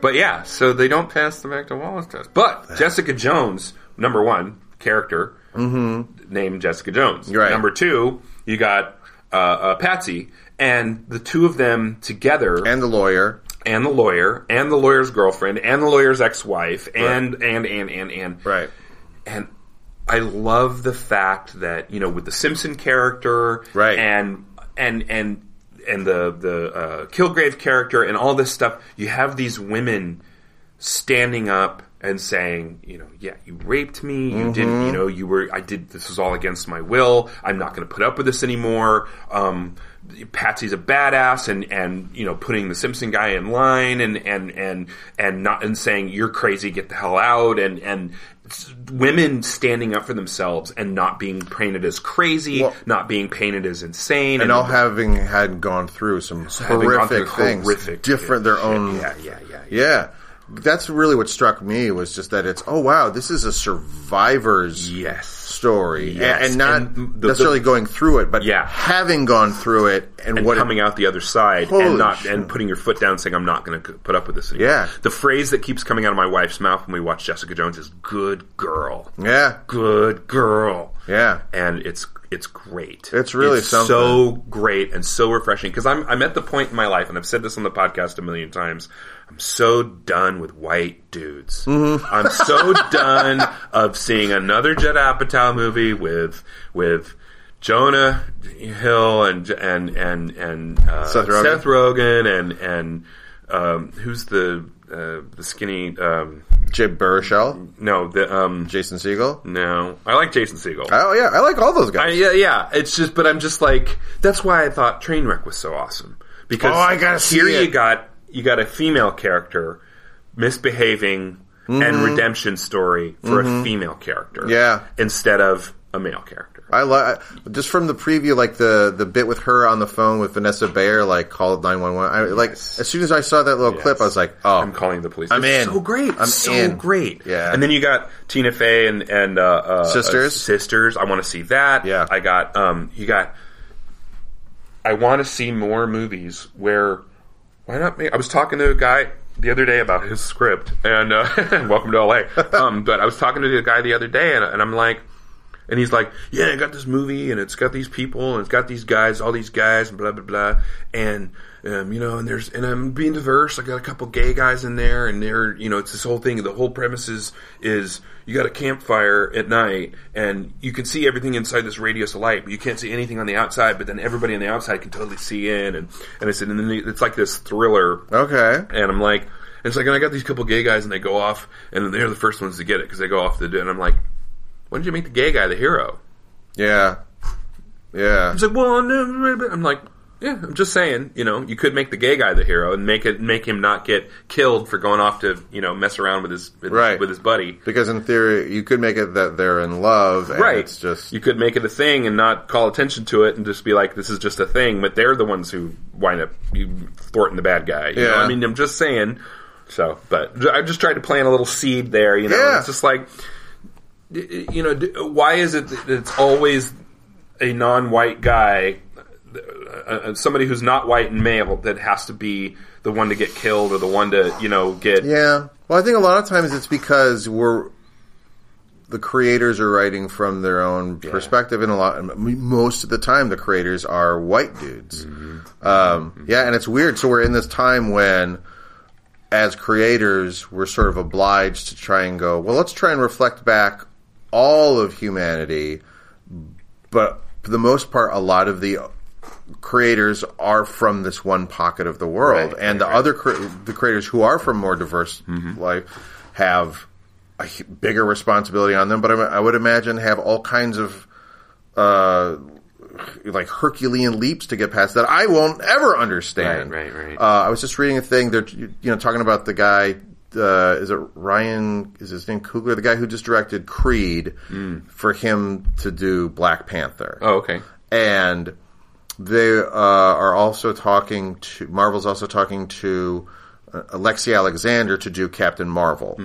C: But yeah, so they don't pass the Back to Wallace test. But Jessica Jones, number one character, named Jessica Jones.
B: Right.
C: Number two, you got uh, uh, Patsy, and the two of them together, and,
B: And the lawyer.
C: the lawyer, and the lawyer's girlfriend, and the lawyer's ex-wife, and and and and and
B: Right.
C: and I love the fact that you know with the Simpson character,
B: Right.
C: and and and and the the uh, Kilgrave character and all this stuff, you have these women standing up and saying, you know, yeah, you raped me, you didn't,
B: Mm-hmm.
C: you know, you were, I did, this was all against my will. I'm not going to put up with this anymore. Um, Patsy's a badass and, and, you know, putting the Simpson guy in line and, and, and, and not, and saying, you're crazy, get the hell out. And, and s- women standing up for themselves and not being painted as crazy,
B: Well-
C: not being painted as insane.
B: And all having had gone through some
C: having gone
B: horrific
C: through
B: things,
C: horrific
B: different
C: shit.
B: their own.
C: yeah, yeah, yeah, yeah.
B: Yeah. That's really what struck me was just that it's oh wow this is a survivor's
C: Yes.
B: story
C: Yes.
B: and, and not
C: And the-
B: necessarily going through it but
C: Yeah.
B: having gone through it and,
C: and
B: what it-
C: coming out the other side
B: Holy
C: and not
B: shit.
C: and putting your foot down, and saying I'm not going to put up with this anymore.
B: Yeah.
C: the phrase that keeps coming out of my wife's mouth when we watch Jessica Jones is "Good girl,
B: yeah
C: good girl."
B: Yeah.
C: and it's it's great.
B: It's really something.
C: so great and so refreshing because I'm I'm at the point in my life, and I've said this on the podcast a million times. I'm so done with white dudes.
B: Mm-hmm.
C: I'm so done of seeing another Judd Apatow movie with with. Jonah Hill and and and and uh,
B: Seth Rogen.
C: Seth Rogen and and um, who's the uh, the skinny um,
B: Jay Baruchel
C: no the um,
B: Jason Siegel
C: no I like Jason Segel
B: oh yeah I like all those
C: I,
B: guys
C: yeah, yeah. It's just, but I'm just like, that's why I thought Trainwreck was so awesome because
B: Oh, I gotta see
C: here
B: it.
C: you got you got a female character misbehaving and redemption story for a female character,
B: Mm-hmm. Yeah.
C: instead of a male character.
B: I like just from the preview, like the the bit with her on the phone with Vanessa Bayer, like called nine one one. I like as soon as I saw that little clip, I was like, oh,
C: I'm calling the police.
B: I'm
C: It's
B: in.
C: So great.
B: I'm
C: so
B: in.
C: great.
B: Yeah.
C: And then you got Tina Fey and and uh, uh,
B: Sisters.
C: uh, sisters. I want to see that.
B: Yeah.
C: I got um. You got. I want to see more movies where Why not me? I was talking to a guy the other day about his script, and uh, welcome to LA. Um, but I was talking to the guy the other day, and, and I'm like, and he's like, yeah, I got this movie, and it's got these people, and it's got these guys, all these guys, and blah blah blah, and um, you know, and there's, and I'm being diverse. I got a couple gay guys in there, and they're, you know, it's this whole thing. The whole premise is, is you got a campfire at night, and you can see everything inside this radius of light, but you can't see anything on the outside. But then everybody on the outside can totally see in, and and I said, and then it's like this thriller
B: Okay.
C: and I'm like, it's like, and I got these couple gay guys, and they go off, and they're the first ones to get it because they go off the. And I'm like, when did you make the gay guy the hero?
B: Yeah. Yeah.
C: He's like, well, no, no, no." I'm like, yeah, I'm just saying, you know, you could make the gay guy the hero and make it make him not get killed for going off to, you know, mess around with his with,
B: Right.
C: with his buddy.
B: Because in theory, you could make it that they're in love, and
C: Right.
B: it's just
C: you could make it a thing and not call attention to it and just be like, this is just a thing. But they're the ones who wind up you thwarting the bad guy. You know?
B: Yeah.
C: I mean, I'm just saying. So, but I just tried to plant a little seed there. You know,
B: Yeah.
C: it's just like, y- y- you know, d- why is it that it's always a non-white guy, uh, uh, somebody who's not white and male, that has to be the one to get killed or the one to, you know, get
B: Yeah. Well, I think a lot of times it's because we're the creators are writing from their own perspective, and a lot m- most of the time the creators are white dudes. Um, yeah, and it's weird. So we're in this time when. As creators, we're sort of obliged to try and go, well, let's try and reflect back all of humanity. But for the most part, a lot of the creators are from this one pocket of the world,
C: Right, Mm-hmm.
B: and the other cre- the creators who are from more diverse life have a hu- bigger responsibility on them. But I, I would imagine have all kinds of uh, like Herculean leaps to get past that I won't ever understand.
C: Right, right, right.
B: Uh, I was just reading a thing. They're you know talking about the guy. Uh, is it Ryan? Is his name Coogler? The guy who just directed Creed for him to do Black Panther
C: Oh, okay.
B: and they uh, are also talking to Marvel's also talking to uh, Alexi Alexander to do Captain Marvel,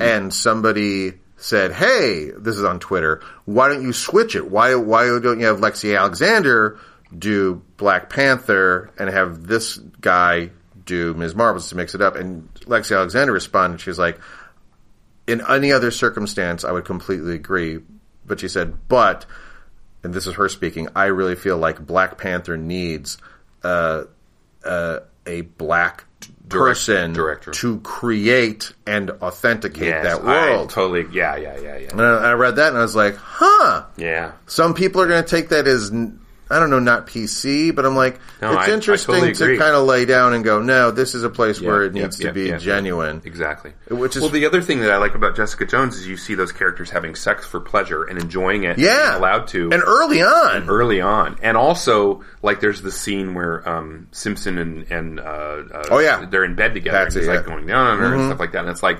B: and somebody said, "Hey, this is on Twitter. Why don't you switch it? Why why don't you have Lexi Alexander do Black Panther and have this guy do Ms. Marvel to mix it up?" And Lexi Alexander responded, she's like, in any other circumstance, I would completely agree. But she said, but, and this is her speaking, I really feel like Black Panther needs uh, uh, a black person
C: director.
B: to create and authenticate
C: Yes,
B: that
C: I
B: world.
C: totally. Yeah, yeah, yeah, yeah.
B: and I I read that and I was like, huh.
C: Yeah.
B: Some people are going to take that as, n- I don't know, not PC, but I'm like,
C: No, I- I
B: it's
C: totally
B: interesting
C: agree.
B: to kind of lay down and go, no, this is a place where it
C: yep,
B: needs to
C: yep,
B: be
C: yep, yep.
B: genuine.
C: Exactly.
B: Which is-
C: well, the other thing that I like about Jessica Jones is you see those characters having sex for pleasure and enjoying it. and
B: Yeah.
C: being allowed to
B: And early on.
C: early on, and also like there's the scene where um, Simpson and and uh, uh,
B: Oh, yeah.
C: they're in bed together.
B: That's
C: and he's
B: it,
C: like
B: yeah. Mm-hmm.
C: going down on her and stuff like that, and it's like,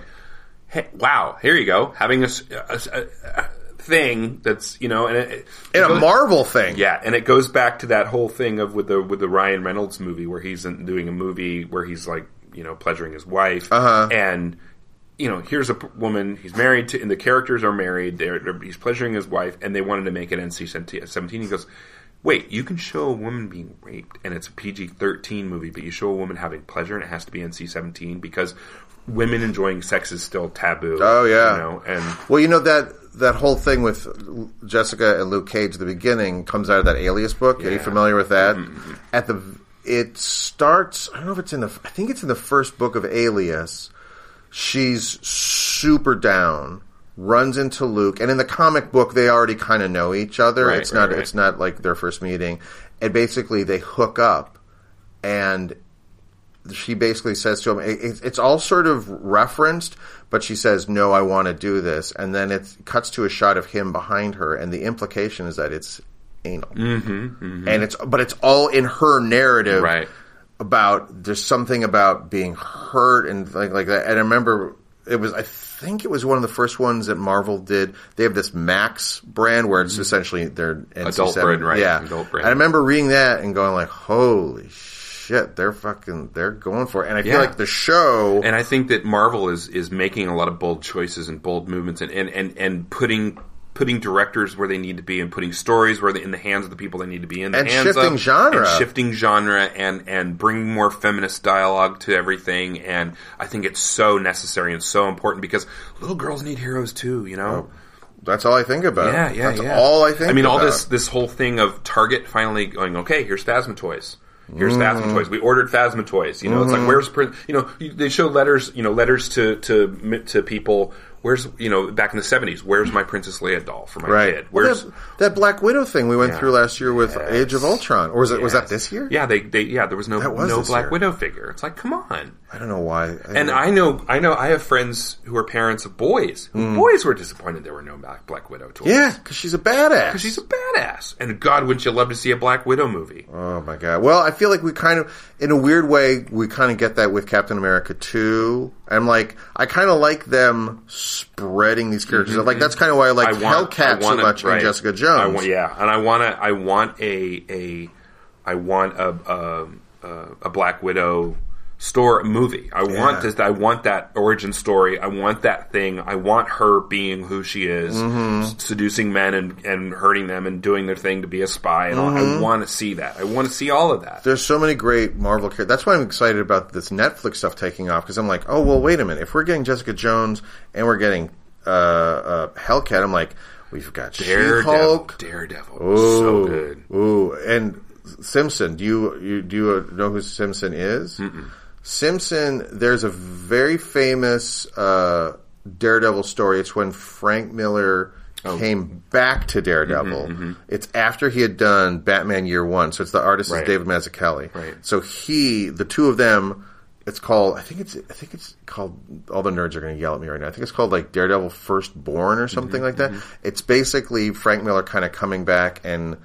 C: hey, wow, here you go, having a, s- a s- a- a thing that's you know, and it, it-
B: in
C: it
B: a
C: goes-
B: Marvel thing.
C: yeah, and it goes back to that whole thing of with the with the Ryan Reynolds movie where he's in, doing a movie where he's like you know pleasuring his wife,
B: Uh-huh.
C: and you know here's a p- woman he's married to, and the characters are married. They're, they're- he's pleasuring his wife, and they wanted to make it NC seventeen. He goes. Wait, you can show a woman being raped, and it's a PG thirteen movie, but you show a woman having pleasure, and it has to be NC seventeen because women enjoying sex is still taboo.
B: Oh, yeah.
C: you know, and
B: Well, you know that that whole thing with Jessica and Luke Cage at the beginning comes out of that Alias book. Are you familiar with that?
C: Mm-hmm.
B: At the it starts. I don't know if it's in the. I think it's in the first book of Alias. She's super down. Runs into Luke, and in the comic book, they already kind of know each other.
C: Right,
B: it's
C: right,
B: not.
C: right.
B: It's not like their first meeting. And basically, they hook up, and she basically says to him, it, it's- it's all sort of referenced, but she says, no, I want to do this. And then it cuts to a shot of him behind her, and the implication is that it's anal. Mm-hmm, And it's, but it's all in her narrative
C: Right.
B: about, there's something about being hurt and like, like that. And I remember it was, I think it was one of the first ones that Marvel did. They have this Max brand where it's essentially their NC-7.
C: Adult-brand, right,
B: Yeah.
C: adult-brand.
B: And I remember reading that and going like, holy shit, they're fucking, they're going for it. And I
C: Yeah.
B: feel like the show,
C: and I think that Marvel is is making a lot of bold choices and bold movements and and and, and putting putting directors where they need to be and putting stories where they, in the hands of the people they need to be in the
B: And
C: hands of,
B: shifting genre.
C: and shifting genre and and bringing more feminist dialogue to everything and I think it's so necessary and so important because little girls need heroes too you
B: Oh,
C: know
B: That's all I think about.
C: yeah yeah
B: Oh, That's
C: yeah
B: all I think.
C: I mean all
B: about.
C: this this whole thing of Target finally going okay here's Phasma Here's
B: Mm.
C: Phasma toys. We ordered Phasma toys. You know, it's like where's print? You know, you- they show letters. You know, letters to to mi- to people. Where's you know back in the seventies? Where's my Princess Leia doll for my
B: Right.
C: kid? Where's
B: that, that Black Widow thing we went
C: Yeah.
B: through last year with Age of Ultron, or was it was that
C: Yes.
B: this year?
C: Yeah, they, they yeah, there was no
B: That was
C: no
B: this
C: Black
B: year.
C: Widow figure. It's like, come on.
B: I don't know why. I
C: And I know I know I have friends who are parents of boys. who Boys were disappointed there were no Black, Black Widow toys.
B: Mm. yeah, because she's a badass.
C: She's a badass. And God, wouldn't you love to see a Black Widow movie?
B: Oh my god. Well, I feel like we kind of, in a weird way, we kind of get that with Captain America too. I'm like, I kind of like them spreading these characters. out. Like that's kind of why I like Hellcat
C: Mm-hmm. I
B: so
C: want a-
B: much
C: right.
B: and Jessica
C: I
B: Jones.
C: want, yeah, and I want to. I want a a. I want a a, a, a Black Widow store movie. I want this. I want that origin story. I want that thing. I want her being who she is,
B: Mm-hmm.
C: s- seducing men and and hurting them and doing their thing to be a spy. And all.
B: Mm-hmm.
C: I want to see that. I want to see all of that.
B: There's so many great Marvel characters. That's why I'm excited about this Netflix stuff taking off because I'm like, oh well, wait a minute. If we're getting Jessica Jones and we're getting uh, uh, Hellcat, I'm like, we've got
C: Daredevil,
B: She-Hulk.
C: Daredevil,
B: Ooh,
C: so good.
B: Ooh, and Simpson. Do you, you do you uh, know who Simpson is? Simpson. There's a very famous uh, Daredevil story. It's when Frank Miller.
C: Oh.
B: Came back to Daredevil.
C: Mm-hmm,
B: It's after he had done Batman Year One, so it's the artist
C: Right.
B: is David Mazzucchelli.
C: Right.
B: So he, the two of them, it's called. I think it's. I think it's called. All the nerds are going to yell at me right now. I think it's called like Daredevil Firstborn or something
C: Mm-hmm,
B: like that. It's basically Frank Miller kind of coming back and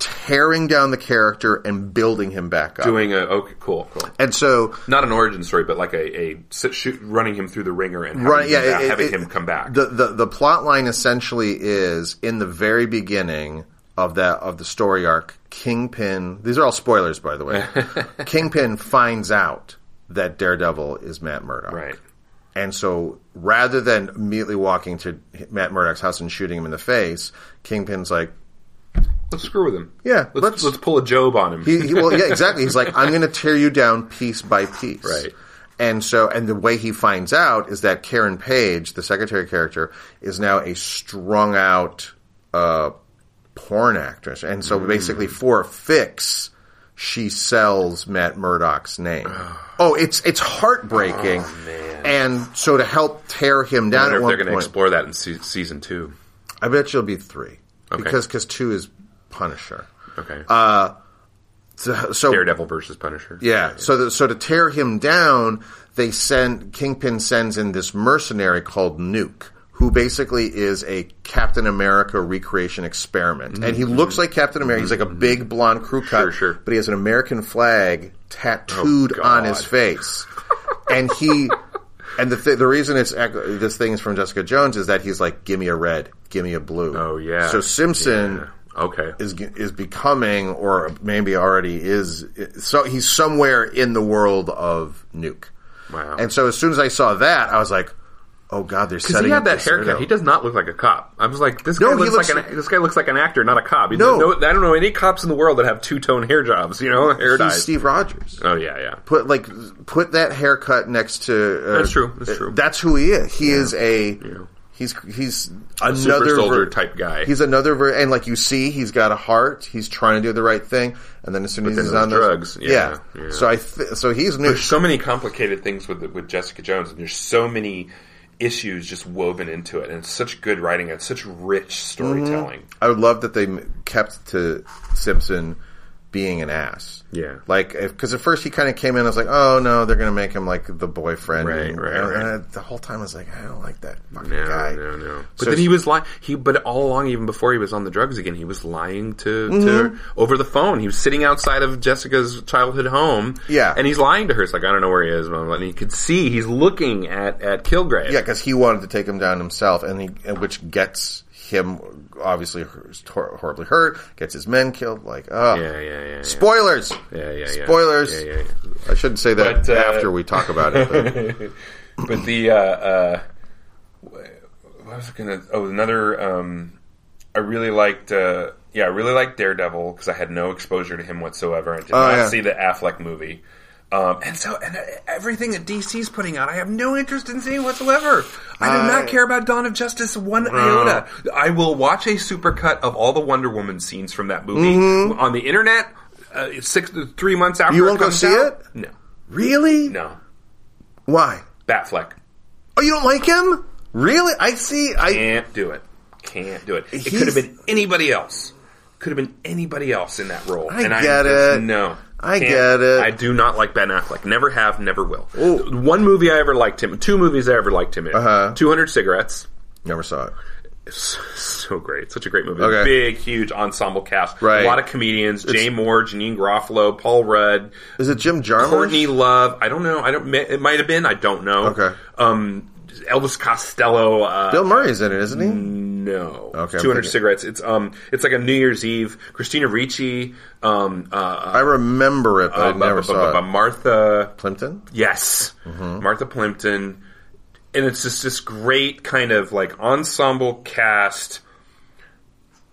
B: tearing down the character and building him back up.
C: Doing a okay, cool, cool.
B: and so
C: Not an origin story, but like a, a sit- shoot, running him through the ringer and having,
B: Right,
C: him,
B: yeah,
C: back-
B: it-
C: having
B: it-
C: him come back.
B: The, the the plot line essentially is in the very beginning of that of the story arc. Kingpin. These are all spoilers, by the way. Kingpin finds out that Daredevil is Matt Murdock.
C: Right.
B: And so, rather than immediately walking to Matt Murdock's house and shooting him in the face, Kingpin's like,
C: Let's screw with him.
B: Yeah,
C: let's let's,
B: let's-
C: pull a job on him.
B: he, he, well, yeah, exactly. He's like, I'm going to tear you down piece by piece.
C: Right.
B: And so, and the way he finds out is that Karen Page, the secretary character, is now a strung out uh, porn actress. And so,
C: Mm.
B: basically, for a fix, she sells Matt Murdock's name. oh, it's it's heartbreaking. And so, to help tear him
C: Oh, I wonder
B: down at
C: if they're
B: one
C: going to
B: point,
C: explore that in se- season two.
B: I bet you'll be three
C: Okay.
B: because because two is Punisher.
C: Okay,
B: So, so
C: Daredevil versus Punisher.
B: Uh, Yeah. So the, so to tear him down, they send Kingpin sends in this mercenary called Nuke, who basically is a Captain America recreation experiment, and he looks like Captain America. He's like a big blonde crew cut,
C: Mm-hmm. Sure, sure.
B: but he has an American flag tattooed
C: Oh,
B: on
C: God.
B: his face, and he. And the, th- the reason it's ac- this thing is from Jessica Jones is that he's like, give me a red, give me a blue.
C: Oh, yeah.
B: So Simpson
C: Okay.
B: is is becoming or maybe already is so he's somewhere in the world of nuke
C: Wow.
B: and so as soon as i saw that i was like oh god they're
C: because
B: setting
C: he had
B: up
C: that
B: this
C: haircut,
B: scenario.
C: he does not look like a cop. I was like, this
B: No,
C: guy
B: he
C: looks,
B: looks
C: like an this guy looks like an actor, not a cop. He-
B: No.
C: I don't know any cops in the world that have two tone hair jobs. You know, hair
B: he's
C: dyes.
B: steve rogers
C: oh yeah, yeah.
B: put like put that haircut next to uh,
C: That's true, that's true.
B: that's who he is he is a he's he's another
C: soldier type guy.
B: he's another ver- and like you see he's got a heart he's trying to do the right thing and then as soon as
C: then
B: he's
C: those
B: on those-
C: drugs, yeah, yeah.
B: so i th- so he's nuke
C: There's so many complicated things with with Jessica Jones, and there's so many issues just woven into it, and it's such good writing and such
B: Mm-hmm.
C: rich storytelling.
B: I would love that they m- kept to Simpson being an ass.
C: Yeah.
B: Like, because at first he kind of came in, I was like, oh no, they're going to make him like the boyfriend.
C: Right,
B: And-
C: right,
B: and
C: right.
B: I- the whole time I was like, I don't like that fucking
C: No,
B: guy.
C: no, no. But
B: So
C: then
B: she-
C: he was lying. He, but all along, even before he was on the drugs again, he was lying to, to
B: Mm-hmm.
C: over the phone. He was sitting outside of Jessica's childhood home.
B: Yeah.
C: and he's lying to her. It's like I don't know where he is, Mom. And he could see he's looking at at Kilgrave.
B: Yeah, because he wanted to take him down himself, and he, and which gets him obviously hor- hor- horribly hurt, gets his men killed. Like, oh,
C: yeah, yeah, yeah. yeah.
B: spoilers.
C: yeah, yeah, yeah.
B: Spoilers.
C: Yeah, yeah, yeah.
B: I shouldn't say that
C: But, uh,
B: after we talk about it. but-
C: But the uh, uh, what was I gonna? Oh, another um, I really liked. Uh, yeah, I really liked Daredevil because I had no exposure to him whatsoever. I did not
B: Oh, yeah.
C: see the Affleck movie. Um, and so, and uh, everything that DC's putting out, I have no interest in seeing whatsoever. I do
B: I-
C: not care about Dawn of Justice one iota. I will watch a supercut of all the Wonder Woman scenes from that movie on the internet uh, six, three months after.
B: Mm-hmm. You
C: it
B: won't go
C: comes
B: see
C: out.
B: it?
C: No,
B: Really?
C: no,
B: Why?
C: Batfleck.
B: Oh, you don't like him? Really? I see. I
C: Can't do it. Can't do it. It
B: He's-
C: could have been anybody else. Could have been anybody else in that role.
B: I
C: and
B: get
C: just-
B: it.
C: No.
B: I
C: Can't.
B: get it.
C: I do not like Ben Affleck. Never have, never will.
B: Ooh.
C: One movie I ever liked him, two movies I ever liked him in.
B: Uh-huh.
C: 200 Cigarettes.
B: never saw it.
C: It's so great. Such a great movie.
B: Okay.
C: Big, huge ensemble cast.
B: Right.
C: A lot of comedians. Jay Moore, Janine Garofalo, Paul Rudd,
B: Is it Jim Jarmusch?
C: Courtney Love. I don't know. I don't. It might have been. I don't know.
B: Okay.
C: Um, Elvis Costello. Uh,
B: Bill Murray's in it, isn't he?
C: Mm. No.
B: Okay, I'm
C: Two hundred
B: thinking-
C: cigarettes. It's um. It's like a New Year's Eve. Christina Ricci. Um. Uh.
B: I remember it, but
C: uh,
B: I
C: bu-
B: never
C: bu-
B: saw
C: bu- bu-
B: it. Mm-hmm.
C: Martha.
B: Plimpton?
C: Yes. Martha Plimpton. And it's just this great kind of like ensemble cast.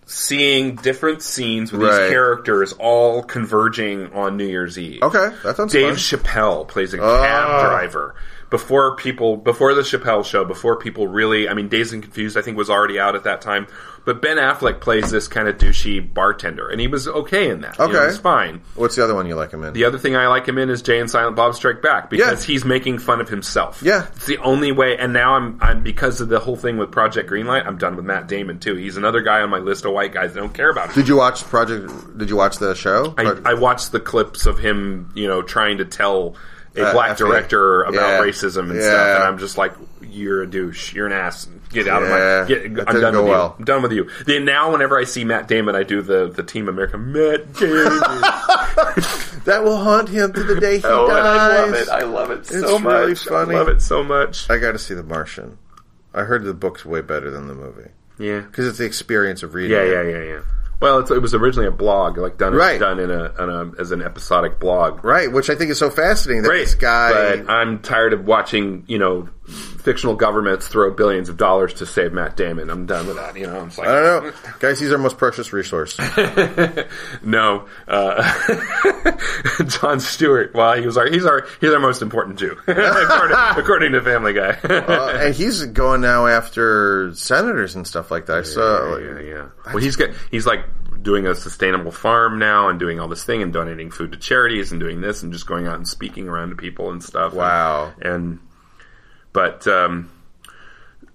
C: Seeing different scenes with
B: Right.
C: these characters all converging on New Year's Eve.
B: Okay, that sounds
C: Dave
B: fun.
C: Chappelle plays a cab
B: Ah.
C: driver. Before people, before the Chappelle show, before people really, I mean, Dazed and Confused, I think was already out at that time. But Ben Affleck plays this kind of douchey bartender, and he was okay in that. You know,
B: Okay.
C: it was fine.
B: What's the other one you like him in?
C: The other thing I like him in is Jay and Silent Bob Strike Back because
B: Yeah.
C: he's making fun of himself.
B: Yeah.
C: it's the only way. And now I'm, I'm because of the whole thing with Project Greenlight, I'm done with Matt Damon too. He's another guy on my list of white guys I don't care about. him.
B: Did you watch Project? Did you watch the show? Project-
C: I, I watched the clips of him, you know, trying to tell a
B: Uh,
C: black
B: after-
C: director about
B: yeah.
C: racism and
B: Yeah.
C: stuff, and I'm just like, "You're a douche. You're an ass. Get out
B: Yeah.
C: of my. Get,
B: That
C: I'm
B: didn't
C: done
B: go
C: with
B: well.
C: you. I'm done with you." Then now, whenever I see Matt Damon, I do the the Team America Matt Damon.
B: that will haunt him to the day he
C: oh, and I
B: dies.
C: love it. I love it so
B: It's
C: much.
B: really funny.
C: I love it so much.
B: I got to see The Martian. I heard the book's way better than the movie
C: Yeah.
B: because it's the experience of reading.
C: Yeah,
B: it.
C: yeah, yeah, yeah. Well, it's, it was originally a blog, like done
B: Right.
C: done in a, in a as an episodic blog,
B: Right, which I think is so fascinating that
C: Great,
B: this guy.
C: But I'm tired of watching, you know, fictional governments throw billions of dollars to save Matt Damon. I'm done with that. You know, I'm just like,
B: I don't know, guys. He's our most precious resource. Uh,
C: no. Uh, John Stewart. Well, he was our he's our he's our most important Jew, according, according to Family Guy.
B: Uh, and he's going now after senators and stuff like that. I saw. like-
C: yeah, yeah. Well, he's got he's like doing a sustainable farm now and doing all this thing and donating food to charities and doing this and just going out and speaking around to people and stuff.
B: Wow.
C: And, and- but um,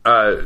C: uh,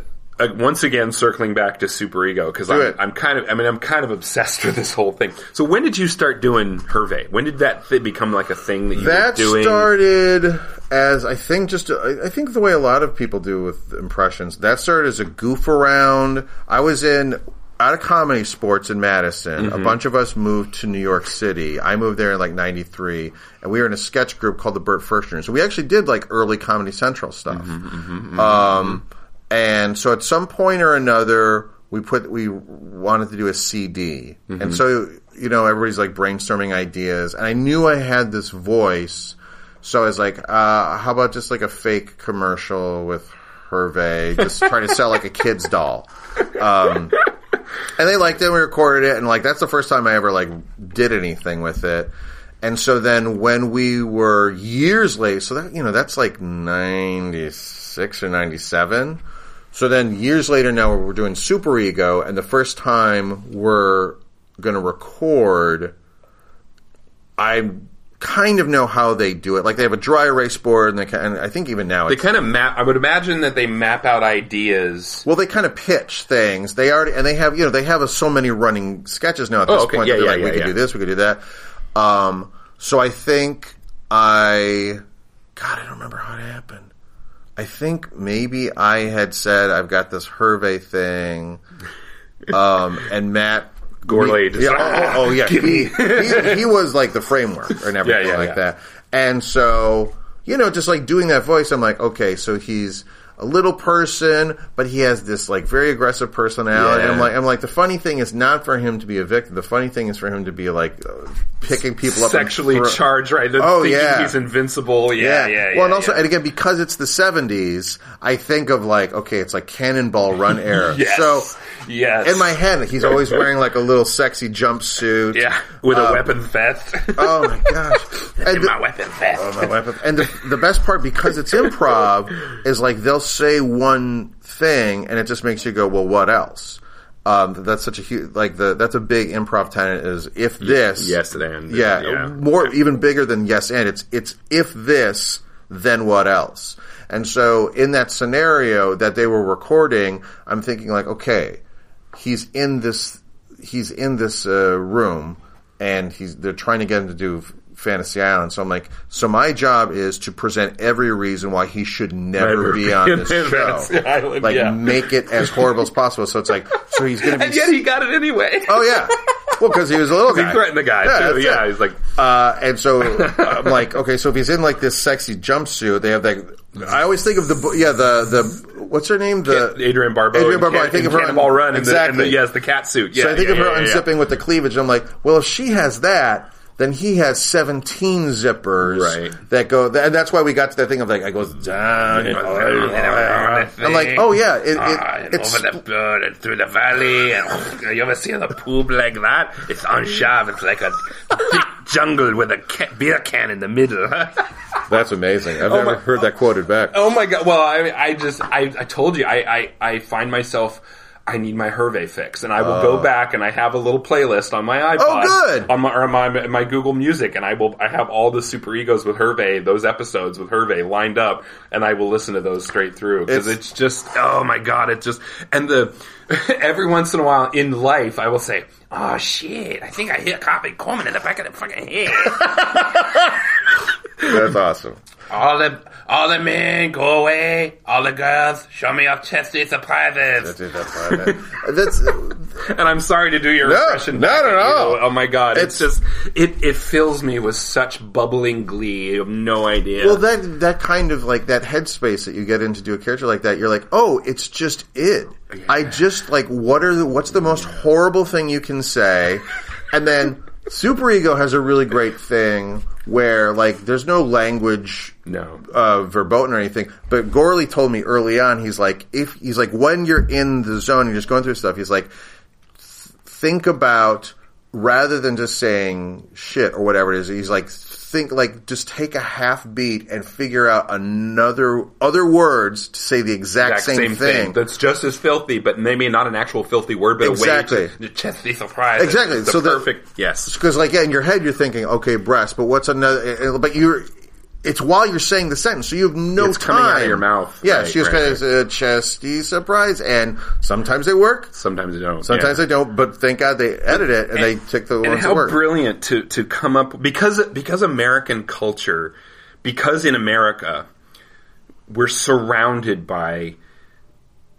C: uh, once again, circling back to Super Ego because I'm,
B: it.
C: I'm kind of I mean I'm kind of obsessed with this whole thing. So when did you start doing Hervé? When did that thi- become like a thing that you
B: That
C: were doing?
B: started as I think just I I think the way a lot of people do with impressions. That started as a goof around. I was in out of comedy sports in Madison. A bunch of us moved to New York City. I moved there in like '93, and we were in a sketch group called the Burt Firstners. So we actually did like early Comedy Central stuff. Um, and so at some point or another, we put we wanted to do a CD, and so you know everybody's like brainstorming ideas, and I knew I had this voice, so I was like, uh, how about just like a fake commercial with Hervé, just trying to sell like a kid's doll. Um, and they liked it. and We recorded it, and like that's the first time I ever like did anything with it. And so then when we were years later, so that you know that's like ninety six or ninety seven. So then years later, now we're doing Super Ego, and the first time we're going to record, I kind of know how they do it. Like they have a dry erase board, and they can, and I think even now
C: They
B: it's
C: kind of map. I would imagine that they map out ideas.
B: well, they kind of pitch things. They already and they have you know they have so many running sketches now at this
C: Oh, okay.
B: point.
C: Yeah,
B: that they're
C: yeah,
B: like, we
C: yeah,
B: could
C: yeah.
B: do this, we could do that. Um, so I think I, God, I don't remember how it happened. I think maybe I had said I've got this Hervey thing, um, and Matt
C: Gourlay just-
B: yeah, oh, oh, oh, yeah, he, he, he was like the framework and everything
C: yeah,
B: like
C: yeah.
B: that. And so, you know, just like doing that voice, I'm like, okay, so he's a little person, but he has this like very aggressive personality.
C: Yeah.
B: I'm like, I'm like, the funny thing is not for him to be a victim. The funny thing is for him to be like uh, picking people up, and
C: Sexually
B: throw-
C: charged, right? The-
B: Oh,
C: thinking
B: yeah.
C: he's invincible. Yeah, yeah, yeah.
B: well, and also,
C: yeah.
B: and again, because it's the '70s, I think of like, okay, it's like Cannonball Run era.
C: Yes.
B: So
C: yes.
B: in my head, he's always wearing like a little sexy jumpsuit.
C: yeah, with a
B: Um,
C: weapon vest.
B: Oh my gosh! And
C: my weapon vest.
B: Oh, my weapon. And the, the best part, because it's improv, is like they'll say one thing, and it just makes you go, "Well, what else?" Um, that's such a huge, like the that's a big improv tenet is if this,
C: yes, and
B: yeah,
C: yeah.
B: more even bigger than yes and it's it's if this, then what else? And so in that scenario that they were recording, I'm thinking like, okay, he's in this he's in this uh, room and he's they're trying to get him to do F- fantasy island so i'm like so my job is to present every reason why he should never,
C: Never
B: be
C: be
B: on
C: in
B: this
C: Fantasy
B: show
C: Island,
B: like
C: yeah.
B: make it as horrible as possible so it's like so he's gonna be
C: And yet he got it anyway.
B: oh yeah well because he was a little guy
C: He threatened the guy.
B: yeah,
C: Yeah,
B: that's
C: yeah
B: it.
C: he's like,
B: Uh, and so I'm like, okay, so if he's in like this sexy jumpsuit, they have that. I always think of the bo- yeah the the what's her name the
C: Adrian Barbeau.
B: Uh, Adrian
C: and
B: Barbeau,
C: Can-
B: I think
C: and
B: of her on-
C: Cannonball Run. And the,
B: Exactly.
C: and the, yes, the cat suit. Yeah,
B: so I think
C: yeah,
B: of her
C: yeah, yeah,
B: unzipping with the cleavage. I'm like, well, if she has that, then he has 17 zippers
C: Right.
B: that go. And that's why we got to that thing of like, I goes down. I'm
D: I'm
B: like, oh yeah, it,
D: Ah,
B: it,
D: and
B: it's
D: over the bird and through the valley. And, you ever seen a poob like that? It's unsharp. It's like a thick jungle with a ca- beer can in the middle.
B: that's amazing. I've never heard that quoted back.
C: Oh my god! Well, I I just I, I told you I, I I find myself I need my Hervé fix, and I will go back and I have a little playlist on my iPod,
B: good.
C: on my or my my Google Music, and I will I have all the Super Egos with Hervé, those episodes with Hervé lined up, and I will listen to those straight through because
B: It's-
C: it's, just oh my god! It just and the every once in a while in life I will say
D: oh shit! I think I hear Carpet Corman in the back of the fucking head.
B: That's awesome.
D: All the all the men go away. All the girls show me your chesty surprises.
B: Dude, that's, fine. that's
C: and I'm sorry to do your
B: No,
C: impression.
B: not
C: back
B: at
C: at you.
B: all.
C: Oh my god! It's,
B: It's-
C: just it it fills me with such bubbling glee. You have no idea.
B: well that that kind of like that headspace that you get into do a character like that. You're like, oh, it's just it. I just like what are the what's the most horrible thing you can say, and then super ego has a really great thing where like there's no language
C: no.
B: uh, verboten or anything. But Gorley told me early on, he's like, if he's like, when you're in the zone, you're just going through stuff. He's like, th- think about rather than just saying shit or whatever it is. He's like, think like just take a half beat and figure out another other words to say the exact,
C: Exact same, thing. that's just as filthy, but maybe not an actual filthy word, but a way
B: Exactly.
C: to, the chesty surprise.
B: Exactly.
C: It's the
B: So the-
C: perfect yes.
B: because like yeah, in your head you're thinking, okay, breast, but what's another? eh, But you're. It's while you're saying the sentence, so you have no
C: It's
B: time.
C: coming out of your mouth.
B: Yeah,
C: Right,
B: she was
C: right,
B: kind of a chesty surprise, and sometimes they work,
C: Sometimes you don't.
B: sometimes
C: yeah.
B: they don't. But thank God they edit it and, they take the
C: and
B: ones
C: how
B: that work.
C: brilliant to to come up because because American culture, because in America, we're surrounded by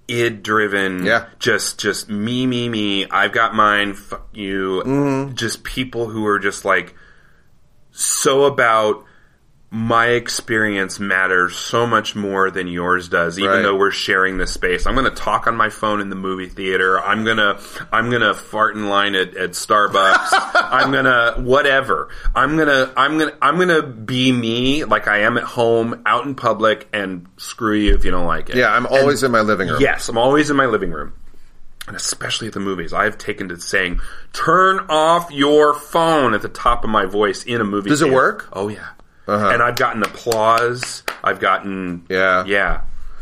C: id driven
B: Yeah.
C: just just me me me i've got mine fuck you
B: Mm-hmm.
C: just people who are just like so about my experience matters so much more than yours does even
B: Right.
C: though we're sharing this space i'm going to talk on my phone in the movie theater i'm going to i'm going to fart in line at, at starbucks i'm going to whatever i'm going to i'm going to i'm going to be me like i am at home out in public and screw you if you don't like it
B: yeah, I'm always in my living room.
C: Yes, I'm always in my living room. And especially at the movies, I've taken to saying, turn off your phone at the top of my voice in a movie.
B: Does it
C: theater.
B: work?
C: Oh, yeah.
B: Uh-huh.
C: And I've gotten applause. I've gotten.
B: Yeah.
C: Yeah.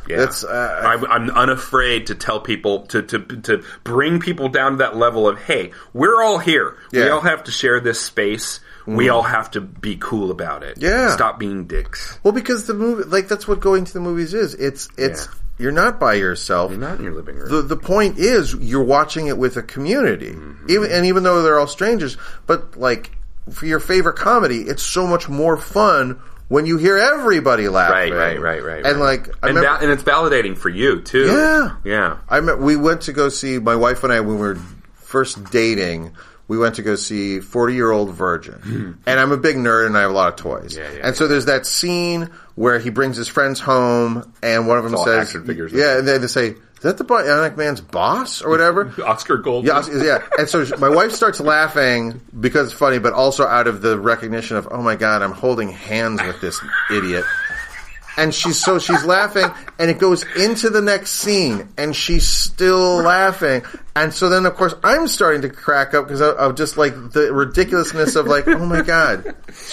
C: Yeah.
B: That's, uh,
C: I'm, I'm unafraid to tell people, to, to, to bring people down to that level of, hey, we're all here. We
B: Yeah. Mm-hmm.
C: all have to share this space. We all have to be cool about it.
B: Yeah.
C: Stop being dicks.
B: Well, because the movie, like that's what going to the movies is. It's it's
C: Yeah.
B: you're not by yourself.
C: You're not in your living room.
B: the the point is you're watching it with a community,
C: Mm-hmm.
B: even and even though they're all strangers, but like for your favorite comedy, it's so much more fun when you hear everybody laughing.
C: Right, right, right, right,
B: And
C: right.
B: like I
C: and,
B: remember,
C: va- and it's validating for you too.
B: Yeah.
C: yeah.
B: I me- we went to go see my wife and I when we were first dating. we went to go see 40 year old virgin and i'm a big nerd and i have a lot of toys
C: Hmm. yeah,
B: and so there's that scene where he brings his friends home and one of them
C: all
B: says
C: action figures.
B: yeah and they, they say is that the bionic man's boss or whatever
C: Oscar Gold.
B: yeah, I was- yeah. And so my wife starts laughing because it's funny, but also out of the recognition of, oh my god, I'm holding hands with this idiot. And she's so she's laughing, and it goes into the next scene, and she's still laughing. And so then, of course, I'm starting to crack up because of just like the ridiculousness of like, oh my god,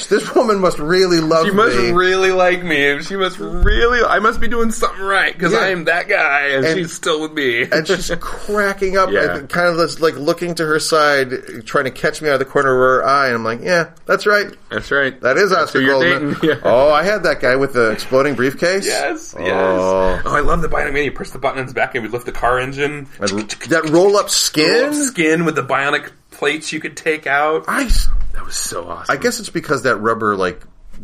B: this woman must really love
C: She must
B: me.
C: really like me. She must really. I must be doing something right because
B: Yeah.
C: I am that guy, and,
B: And-
C: she's still with me.
B: and she's cracking up,
C: Yeah.
B: and kind of just, like looking to her side, trying to catch me out of the corner of her eye. And I'm like, yeah, that's right.
C: That's right.
B: That is Oscar
C: who you're
B: Goldman.
C: dating, yeah.
B: Oh, I had that guy with the exploding briefcase.
C: Yes, yes.
B: Oh.
C: Oh, I love the Bionic Man. You press the button on his back and we lift the car engine.
B: That, that roll up skin.
C: Skin with the Bionic plates you could take out.
B: I, s-
C: That was so awesome.
B: I guess it's because that rubber like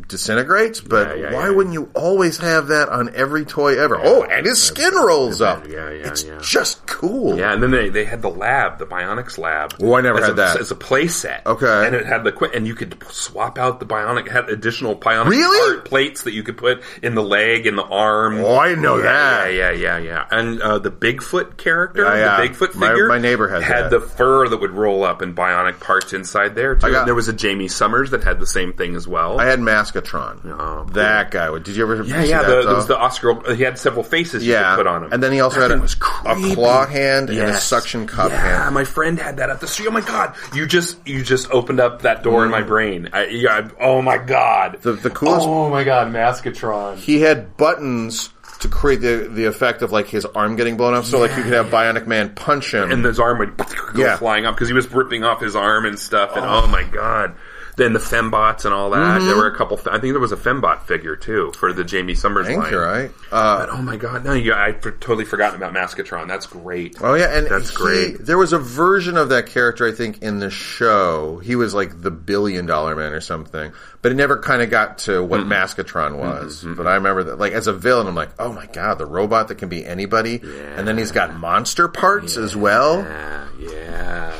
B: disintegrates, but
C: Yeah, yeah,
B: why
C: yeah.
B: wouldn't you always have that on every toy ever? Oh, and his skin rolls up.
C: Yeah, yeah,
B: It's
C: yeah.
B: just cool.
C: Yeah, and then they, they had the lab, the Bionics lab.
B: Oh, I never
C: as
B: had
C: a,
B: that.
C: As a play set.
B: Okay.
C: And it had the qui- and you could swap out the Bionic had additional Bionic
B: Really?
C: part plates that you could put in the leg and the arm.
B: Oh, I know
C: yeah,
B: that.
C: yeah, yeah, yeah. And uh, the Bigfoot character,
B: Yeah, yeah.
C: the Bigfoot
B: My-
C: figure,
B: my neighbor had that.
C: the fur that would roll up and bionic parts inside there too.
B: I got-
C: and there was a Jamie Summers that had the same thing as well.
B: I had Maskatron.
C: Oh, cool.
B: That guy. would- Did you ever?
C: yeah,
B: see
C: yeah.
B: That,
C: The,
B: though?
C: there was the Oscar. uh, He had several faces you
B: yeah.
C: could put on him.
B: And then he also had
C: That
B: a,
C: was
B: a
C: creepy.
B: claw hand and a
C: Yes.
B: suction cup
C: yeah,
B: hand.
C: my friend had that at the street. Oh my god! You just you just opened up that door in my brain. I, yeah, I- oh my god!
B: Mm. The- the coolest-
C: Oh my god! Maskatron.
B: he had buttons to create the the effect of like his arm getting blown up, so like you could have Bionic Man punch him.
C: Oh, And his arm would go
B: Yeah.
C: flying up because he was ripping off his arm and stuff. And oh, my god! Then the fembots and all that.
B: Mm-hmm.
C: There were a couple. I think there was a fembot figure too for the Jamie Summers
B: I think
C: line.
B: you're right. Uh,
C: But oh my god! No, you, I for, totally forgotten about Maskatron. That's great.
B: oh yeah, and
C: That's
B: he-
C: great.
B: There was a version of that character, I think, in the show. He was like the Billion Dollar Man or something, but it never kind of got to what Maskatron was. But I remember that, like as a villain, I'm like, oh my god, the robot that can be anybody, and then he's got monster parts as well.
C: Yeah, yeah.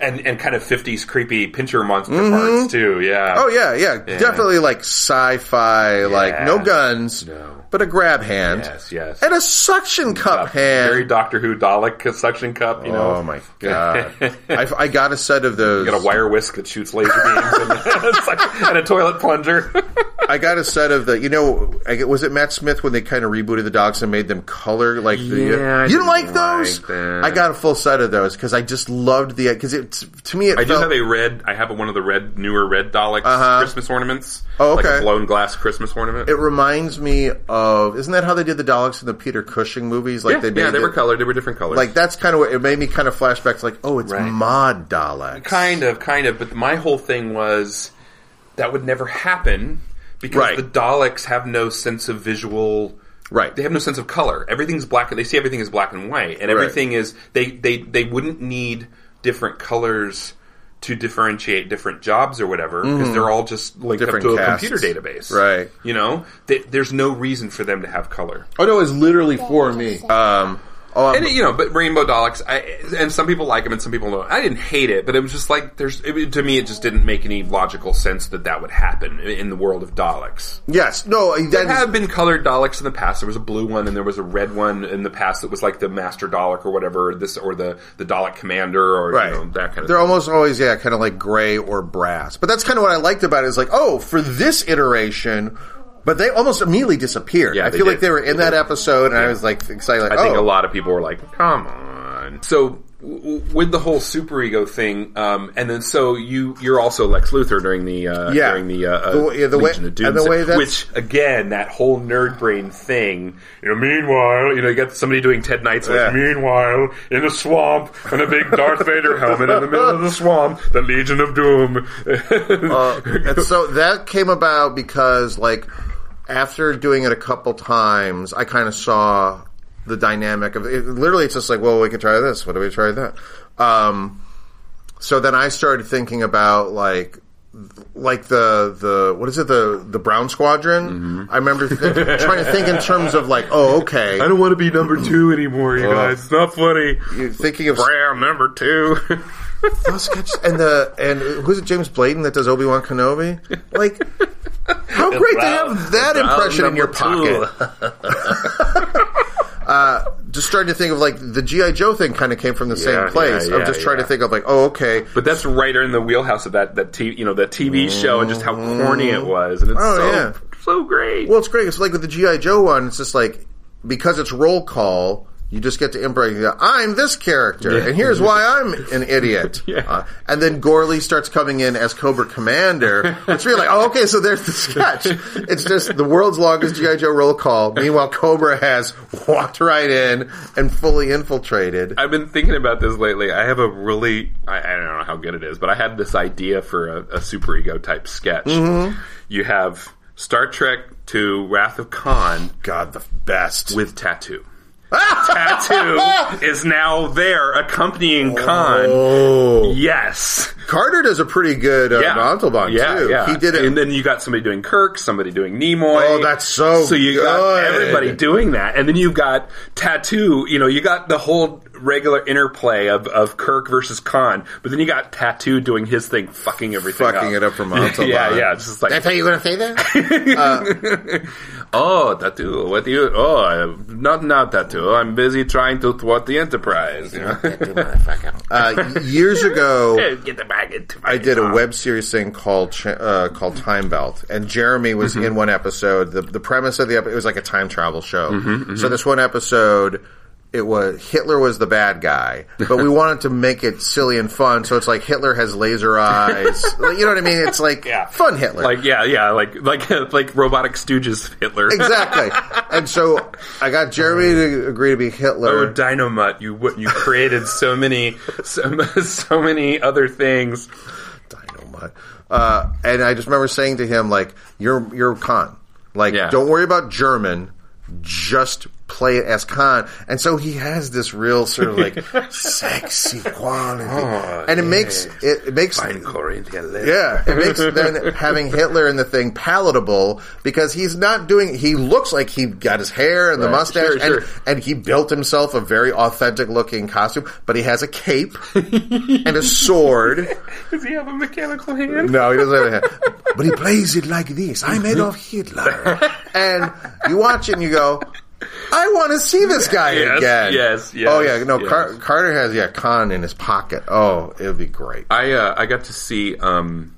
C: And and kind of fifties creepy pincher monster parts too. Yeah.
B: Oh yeah, yeah, definitely like sci-fi, like no guns,
C: No.
B: but a grab hand,
C: Yes, yes.
B: and a suction cup hand.
C: Very Doctor Who Dalek suction cup. You know,
B: oh my god, I've, I got a set of those.
C: got a wire whisk that shoots laser beams and, suction- and a toilet plunger.
B: I got a set of the. You know, I, get- was it Matt Smith when they kind of rebooted the dogs and made them color like the?
C: Yeah, I
B: you
C: didn't
B: like those?
C: like that.
B: I got a full set of those because I just loved the because it to me it
C: I do
B: felt
C: have a red. I have one of the red newer red Dalek Christmas ornaments.
B: Uh-huh. Oh, okay.
C: Like a blown glass Christmas ornament.
B: it reminds me of isn't that how they did the Daleks in the Peter Cushing movies? Like
C: yeah,
B: they made
C: yeah, they
B: it-
C: were colored. They were different colors.
B: like that's kind of what it made me kind of flashbacks like oh it's mod Daleks
C: Kind of, kind of. But my whole thing was that would never happen because
B: Right.
C: the Daleks have no sense of visual.
B: Right.
C: They have no sense of color. Everything's black. They see everything as black and white, and everything is they they they wouldn't need different colors to differentiate different jobs or whatever because they're all just linked
B: Mm-hmm. Different
C: up to
B: casts.
C: a computer database.
B: Right.
C: You know, they, there's no reason for them to have color.
B: oh no it's literally for me um oh I'm-
C: And it- you know, but Rainbow Daleks, I, and some people like them and some people don't. I didn't hate it, but it was just like there's it, to me, it just didn't make any logical sense that that would happen in, in the world of Daleks.
B: yes no I-
C: There
B: that is-
C: have been colored Daleks in the past. There was a blue one and there was a red one in the past that was like the Master Dalek or whatever, this or the the Dalek Commander or
B: right
C: you know, that kind of.
B: they're
C: thing.
B: almost always yeah kind of like gray or brass but that's kind of what I liked about it is like oh for this iteration but they almost immediately disappeared
C: Yeah,
B: I
C: they
B: feel like
C: did.
B: they were in
C: They
B: that
C: did.
B: episode and I was like excited like
C: I think a
B: oh
C: lot of people were like, "Come on." So w- w- with the whole superego thing, um, and then so you you're also Lex Luthor during the uh,
B: Yeah.
C: during the, uh,
B: The
C: uh,
B: way- yeah, the way-
C: Legion of Doom,
B: and the way that's-
C: which again that whole nerd brain thing. You know, meanwhile, you know, you got somebody doing Ted Knight's.
B: Yeah.
C: Like, meanwhile, in the swamp, in a big Darth Vader helmet in the middle of the swamp, the Legion of Doom. Uh.
B: Uh, and so that came about because like after doing it a couple times i kind of saw the dynamic of it literally it's just like well we could try this what do we try that um, so then i started thinking about like like the the what is it the the brown squadron i remember th- trying to think in terms of like oh okay
C: I don't want to be Uh. number two anymore, you guys. It's not funny.
B: You're thinking of
C: Brown number two.
B: Those sketches and the and who's it? James Bladen that does Obi Wan Kenobi. Like, how great to have that impression in your pocket. Uh, Just starting to think of like the GI Joe thing kind of came from the
C: yeah,
B: same place.
C: yeah,
B: I'm just trying
C: yeah.
B: to think of like, oh, okay,
C: But that's right in the wheelhouse of that that t- you know that TV show and just how corny it was, and it's
B: Oh,
C: so
B: yeah.
C: so great.
B: Well, it's great. It's like with the GI Joe one. It's just like because it's roll call, you just get to improv. You go, I'm this character, and here's why I'm an idiot. Uh, and then Gorley starts coming in as Cobra Commander. It's really like, oh, okay, so there's the sketch. It's just the world's longest GI Joe roll call. Meanwhile, Cobra has walked right in and fully infiltrated.
C: I've been thinking about this lately. I have a really I, I don't know how good it is, but I had this idea for a, a superego type sketch.
B: Mm-hmm.
C: You have Star Trek to Wrath of Khan
B: God, the best. Ah!
C: with tattoo. tattoo is now there accompanying Khan.
B: oh,
C: Yes.
B: Carter does a pretty good uh, Montalban too. He did it.
C: and then you got somebody doing Kirk, somebody doing Nimoy.
B: Oh, that's so
C: So you got
B: good.
C: everybody doing that, and then you've got tattoo. You know, you got the whole regular interplay of, of Kirk versus Khan, but then you got tattoo doing his thing, fucking everything,
B: Fucking it up for Montalban.
C: yeah, yeah, it's just like
B: That's how you're gonna say that?
C: oh, tattoo, what do you? Oh, I- not now, tattoo. I'm busy trying to thwart the Enterprise. you know?
B: Uh, years ago,
D: Get the bag into my
B: I did a web series thing called Ch- uh, called Time Belt, and Jeremy was in one episode. The, the premise of the episode it was like a time travel show. So this one episode, it was Hitler was the bad guy, but we wanted to make it silly and fun. So it's like Hitler has laser eyes. Like, you know what I mean? It's like fun Hitler.
C: like yeah, yeah, like like like robotic Stooges Hitler.
B: Exactly, and so I got Jeremy to agree to be Hitler.
C: Oh, Dynamut! You what you created so many, so, so many other things.
B: dynamite. Uh, and I just remember saying to him, like, "You're you're Khan. Like,
C: Yeah.
B: don't worry about German. Just play it as Khan." And so he has this real sort of like sexy quality, and it makes it, it makes
D: Corinthian leather.
B: yeah, it makes then having Hitler in the thing palatable because he's not doing. He looks like he got his hair and the mustache,
C: Sure,
B: and,
C: sure.
B: and he built himself a very authentic looking costume. But he has a cape and a sword.
C: Does he have a mechanical hand?
B: No, he doesn't have a hand. But he plays it like this. I'm Adolf Hitler. And you watch it and you go, I want to see this guy
C: Yes,
B: again.
C: yes, yes,
B: Oh, yeah. No,
C: yes.
B: Car- Carter has, yeah, Khan in his pocket. Oh, it would be great.
C: I uh, I got to see um,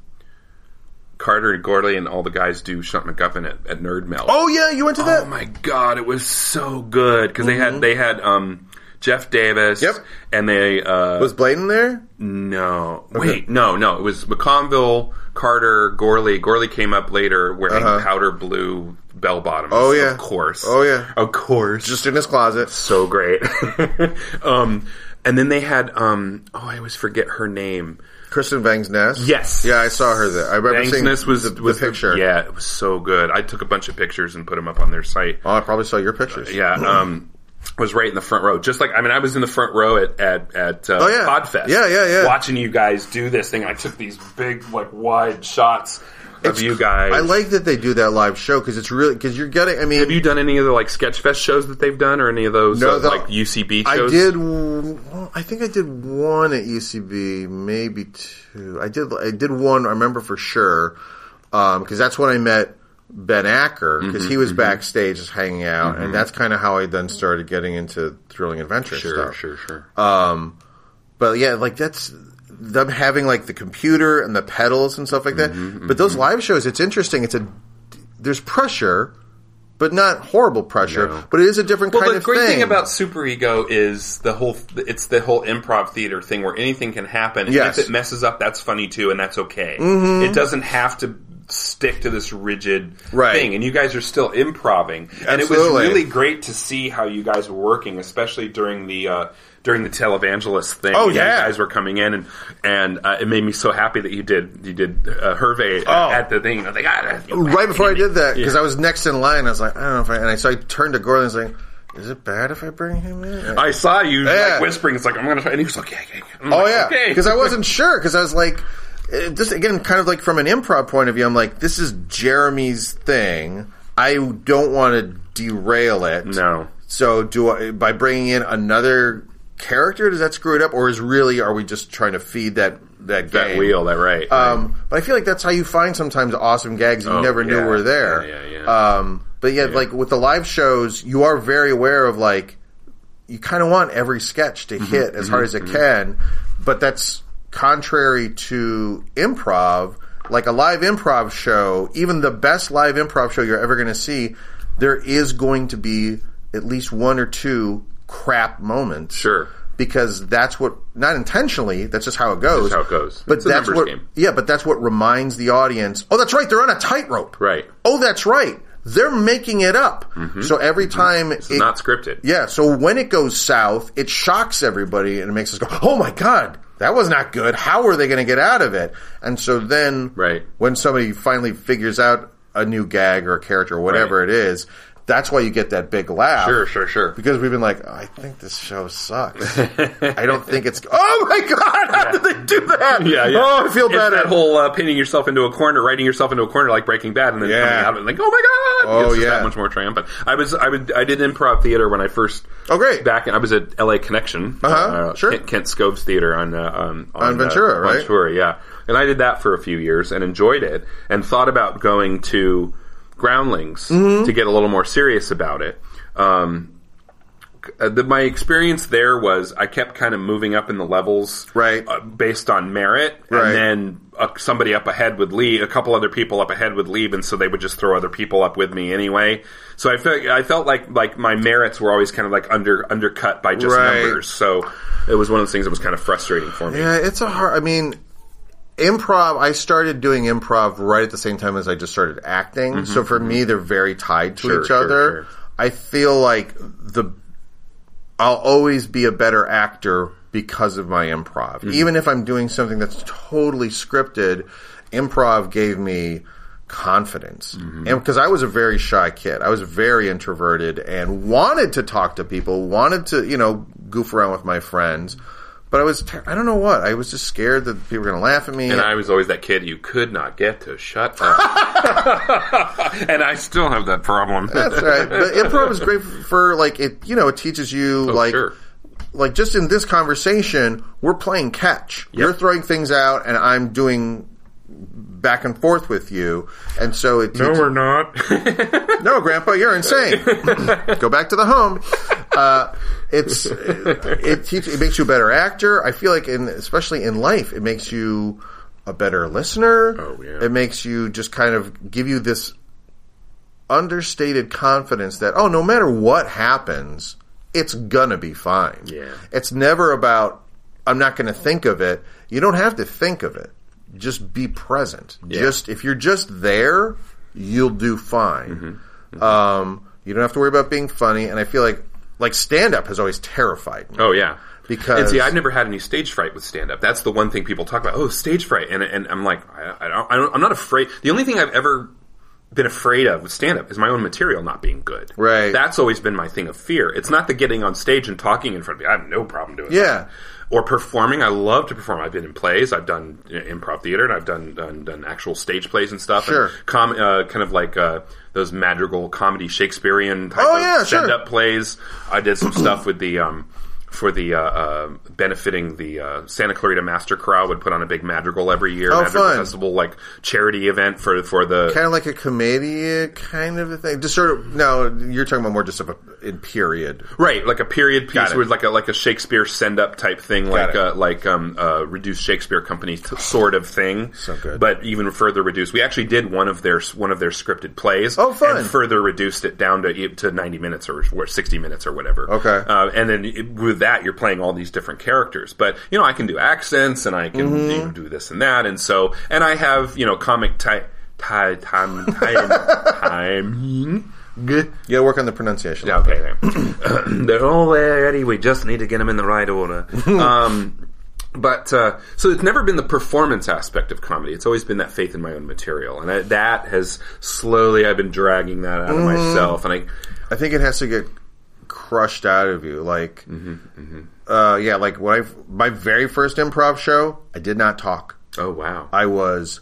C: Carter and Gorley and all the guys do Shunt McGuffin at, at Nerd Melt.
B: Oh, yeah, you went to
C: Oh
B: that?
C: my god, it was so good because they had they had um, Jeff Davis.
B: Mm-hmm. Yep.
C: and they uh,
B: Was Bladen there?
C: No. Wait, no, no. It was McConville, Carter, Gorley. Gorley came up later wearing powder blue bell bottoms.
B: Uh-huh. Oh, yeah.
C: Of course.
B: Oh, yeah.
C: Of course.
B: Just in his closet.
C: so great. um, and then they had, um, oh, I always forget her name.
B: Kristen Vang's nest.
C: Yes.
B: Yeah, I saw her there. I remember seeing
C: Thanksness was
B: the, the
C: was
B: picture.
C: yeah, it was so good. I took a bunch of pictures and put them up on their site.
B: Oh, I probably saw your pictures.
C: Yeah, um, was right in the front row. Just like I mean, I was in the front row at at, at uh,
B: Oh, yeah.
C: Podfest.
B: Yeah, yeah, yeah.
C: Watching you guys do this thing, I took these big like wide shots of you guys.
B: I like that they do that live show because it's really, because you're getting, I mean,
C: Have you done any of the like Sketchfest shows that they've done, or any of those
B: No,
C: uh,
B: the-
C: like UCB
B: I
C: shows?
B: did. Well, I think I did one at UCB, maybe two. I did. I did one. I remember for sure because that's when I met Ben Acker
C: Mm-hmm,
B: because he was backstage just hanging out, and that's kind of how I then started getting into thrilling adventure
C: Sure,
B: stuff.
C: sure, sure.
B: But yeah, like that's them having like the computer and the pedals and stuff like that. But those live shows, it's interesting. It's a there's pressure. But not horrible pressure, but it is a different
C: Well,
B: kind
C: the
B: of
C: great thing.
B: thing
C: about superego is the whole it's the whole improv theater thing where anything can happen. And
B: Yes. Mm-hmm.
C: if it messes up, that's funny too, and that's okay. It doesn't have to stick to this rigid
B: Right.
C: thing. And you guys are still improving, and it was
B: Absolutely.
C: really great to see how you guys were working, especially during the. Uh, during the televangelist thing,
B: Oh,
C: you
B: yeah.
C: guys were coming in, and and uh, it made me so happy that you did you did uh, Hervé at the thing. I was like, ah,
B: Oh. right before I did that because I was next in line. I was like, I don't know if I. And I, so I turned to Gordon and was like, Is it bad if I bring him in?
C: I saw you
B: Yeah.
C: like whispering. It's like I'm gonna try, and he was like, yeah, yeah, yeah. I'm
B: oh
C: like,
B: yeah,
C: okay.
B: because I wasn't sure because I was like, eh, this again, kind of like from an improv point of view. I'm like, this is Jeremy's thing. I don't want to derail it.
C: No.
B: So do I by bringing in another character? Does that screw it up, or is really are we just trying to feed that that
C: that
B: game?
C: wheel, that right.
B: Um, but I feel like that's how you find sometimes awesome gags that you
C: Oh,
B: never
C: yeah.
B: knew were there.
C: Yeah, yeah, yeah.
B: Um, but yet, like with the live shows, you are very aware of like you kind of want every sketch
C: Mm-hmm.
B: to hit as hard as it can, but that's contrary to improv. Like a live improv show, even the best live improv show you're ever going to see, there is going to be at least one or two crap moments.
C: Sure.
B: Because that's what, not intentionally, that's just how it goes.
C: how it goes.
B: But
C: It's a
B: that's
C: numbers
B: what,
C: game.
B: yeah, but that's what reminds the audience. Oh, that's right. They're on a tightrope.
C: Right. Mm-hmm.
B: Oh, that's right. They're making it up. So every time,
C: it's not scripted.
B: yeah. So when it goes south, it shocks everybody and it makes us go, "Oh my god, that was not good. How are they going to get out of it?" And so then,
C: Right.
B: when somebody finally figures out a new gag or a character or whatever
C: Right.
B: it is, that's why you get that big laugh.
C: Sure, sure, sure.
B: Because we've been like, "Oh, I think this show sucks. I don't think it's. Oh my god! How did they do that?
C: Yeah, yeah.
B: Oh, I feel
C: It's
B: better.
C: That whole uh, painting yourself into a corner, writing yourself into a corner like Breaking Bad, and then
B: Yeah.
C: coming out of it like, oh my god,
B: Oh,
C: It's just
B: yeah.
C: that much more triumphant. I was, I would, I did improv theater when I first.
B: Oh, great.
C: Back, in, I was at L.A. Connection, uh,
B: Uh-huh, sure.
C: Kent, Kent Scobes Theater on uh, on,
B: On Ventura,
C: uh,
B: right?
C: Ventura, yeah. And I did that for a few years and enjoyed it, and thought about going to Groundlings
B: Mm-hmm.
C: to get a little more serious about it. Um, uh, the, my experience there was I kept kind of moving up in the levels,
B: Right.
C: uh, based on merit,
B: Right.
C: and then uh, somebody up ahead would leave. A couple other people up ahead would leave, and so they would just throw other people up with me anyway. So I felt I felt like like my merits were always kind of like under undercut by just
B: Right.
C: numbers. So it was one of those things that was kind of frustrating for me.
B: Yeah, it's a hard. I mean, improv. I started doing improv right at the same time as I just started acting. So for me, they're very tied to
C: Mm-hmm, Sure,
B: each
C: sure,
B: other.
C: sure.
B: I feel like the I'll always be a better actor because of my improv.
C: Mm-hmm.
B: Even if I'm doing something that's totally scripted, improv gave me confidence.
C: Mm-hmm.
B: And because I was a very shy kid, I was very introverted and wanted to talk to people, wanted to, you know, goof around with my friends. But I was, ter- I don't know what, I was just scared that people were going to laugh at me.
C: And I was always that kid you could not get to shut up. and I still have that problem.
B: That's right. But improv is great for like it. You know, it teaches you like.
C: Oh, sure.
B: Like just in this conversation, we're playing catch. You're throwing things out, and I'm doing back and forth with you, and so it. teaches-
C: not.
B: no, Grandpa, you're insane. Go back to the home. Uh, it's it keeps it makes you a better actor. I feel like, in especially in life, it makes you a better listener.
C: Oh, yeah.
B: It makes you just kind of give you this understated confidence that oh, no matter what happens, it's gonna be fine.
C: Yeah.
B: It's never about I'm not going to think of it. You don't have to think of it. Just be present. Just if you're just there, you'll do fine.
C: Mm-hmm.
B: Um, you don't have to worry about being funny. And I feel like like stand up has always terrified me.
C: Oh yeah,
B: Because-
C: and see, I've never had any stage fright with stand up. That's the one thing people talk about. Oh, stage fright, and and I'm like, I, I don't, I don't, I'm not afraid. The only thing I've ever been afraid of with stand up is my own material not being good.
B: Right.
C: That's always been my thing of fear. It's not the getting on stage and talking in front of me. I have no problem doing.
B: Yeah.
C: That. Or performing. I love to perform. I've been in plays. I've done you know, improv theater, and I've done done, done actual stage plays and stuff.
B: Sure.
C: And com- uh, kind of like uh, those madrigal comedy Shakespearean type
B: Oh,
C: of
B: yeah, sure.
C: stand up plays. I did some stuff with the um, for the uh, uh, benefiting the uh, Santa Clarita Master Chorale would put on a big madrigal every year,
B: Oh,
C: madrigal
B: fun.
C: festival like charity event for for the
B: Kind of like a comedy kind of a thing. Just sort of no. You're talking about more just of a in period.
C: right like a period piece
B: it.
C: with like a like a Shakespeare send up type thing like
B: it.
C: uh, like um, uh, reduced Shakespeare company t- sort of thing,
B: So good.
C: but even further reduced. We actually did one of their one of their scripted plays.
B: Oh, fun.
C: And further reduced it down to e, to ninety minutes or, or sixty minutes or whatever.
B: Okay.
C: uh, and then it- with that you're playing all these different characters. But you know I can do accents and I can you
B: Mm-hmm.
C: know, do this and that, and so and I have you know comic type. Time, time, time, time.
B: You got to work on the pronunciation.
C: Yeah, okay. okay. They're all there, Eddie. We just need to get them in the right order. um, but uh, so it's never been the performance aspect of comedy. It's always been that faith in my own material, and I, that has slowly I've been dragging that out of myself. And I,
B: I think it has to get crushed out of you. Like, Uh, yeah, like when I my very first improv show, I did not talk.
C: oh wow,
B: I was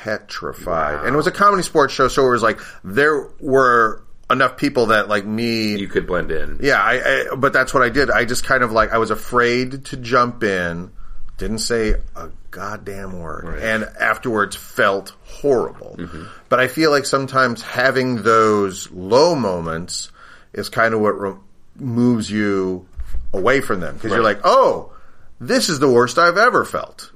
B: petrified, and it was a comedy sports show, so it was like there were enough people that like me
C: you could blend in.
B: yeah, I, I but that's what I did. I just kind of like I was afraid to jump in, didn't say a goddamn word, and afterwards felt horrible.
C: Mm-hmm.
B: But I feel like sometimes having those low moments is kind of what re- moves you away from them because you're like, oh. This is the worst I've ever felt.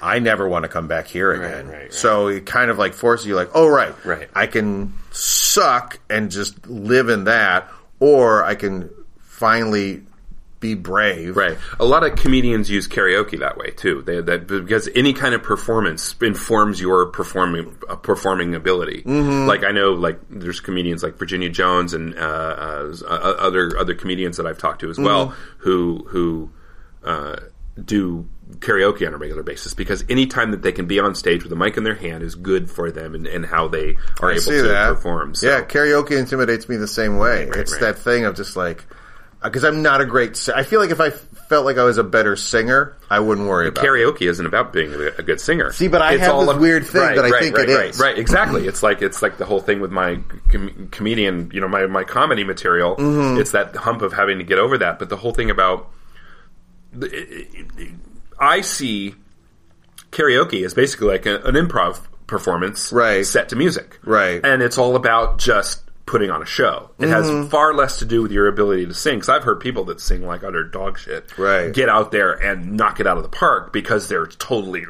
B: I never want to come back here again.
C: right, right.
B: So it kind of like forces you, like, oh right,
C: Right.
B: I can suck and just live in that, or I can finally be brave.
C: Right. A lot of comedians use karaoke that way too. They, that because any kind of performance informs your performing uh, performing ability.
B: Mm-hmm.
C: Like I know, like there's comedians like Virginia Jones and uh, uh, uh, other other comedians that I've talked to as well
B: Mm-hmm.
C: who who uh, do karaoke on a regular basis because any time that they can be on stage with a mic in their hand is good for them and, and how they are
B: I
C: able
B: see
C: to
B: that.
C: perform. So.
B: Yeah, karaoke intimidates me the same way. it's
C: right.
B: that thing of just like because I'm not a great. si- I feel like if I felt like I was a better singer, I wouldn't worry about. it.
C: karaoke isn't about being a a good singer.
B: See, but I have this
C: ab-
B: weird thing that I think
C: right,
B: it
C: right,
B: is.
C: Right, exactly. It's like it's like the whole thing with my com- comedian, you know, my my comedy material.
B: Mm-hmm.
C: It's that hump of having to get over that. But the whole thing about I see karaoke as basically like a, an improv performance
B: Right.
C: set to music.
B: Right.
C: And it's all about just putting on a show. It
B: Mm-hmm.
C: has far less to do with your ability to sing. Because I've heard people that sing like utter dog shit
B: Right.
C: get out there and knock it out of the park because they're totally,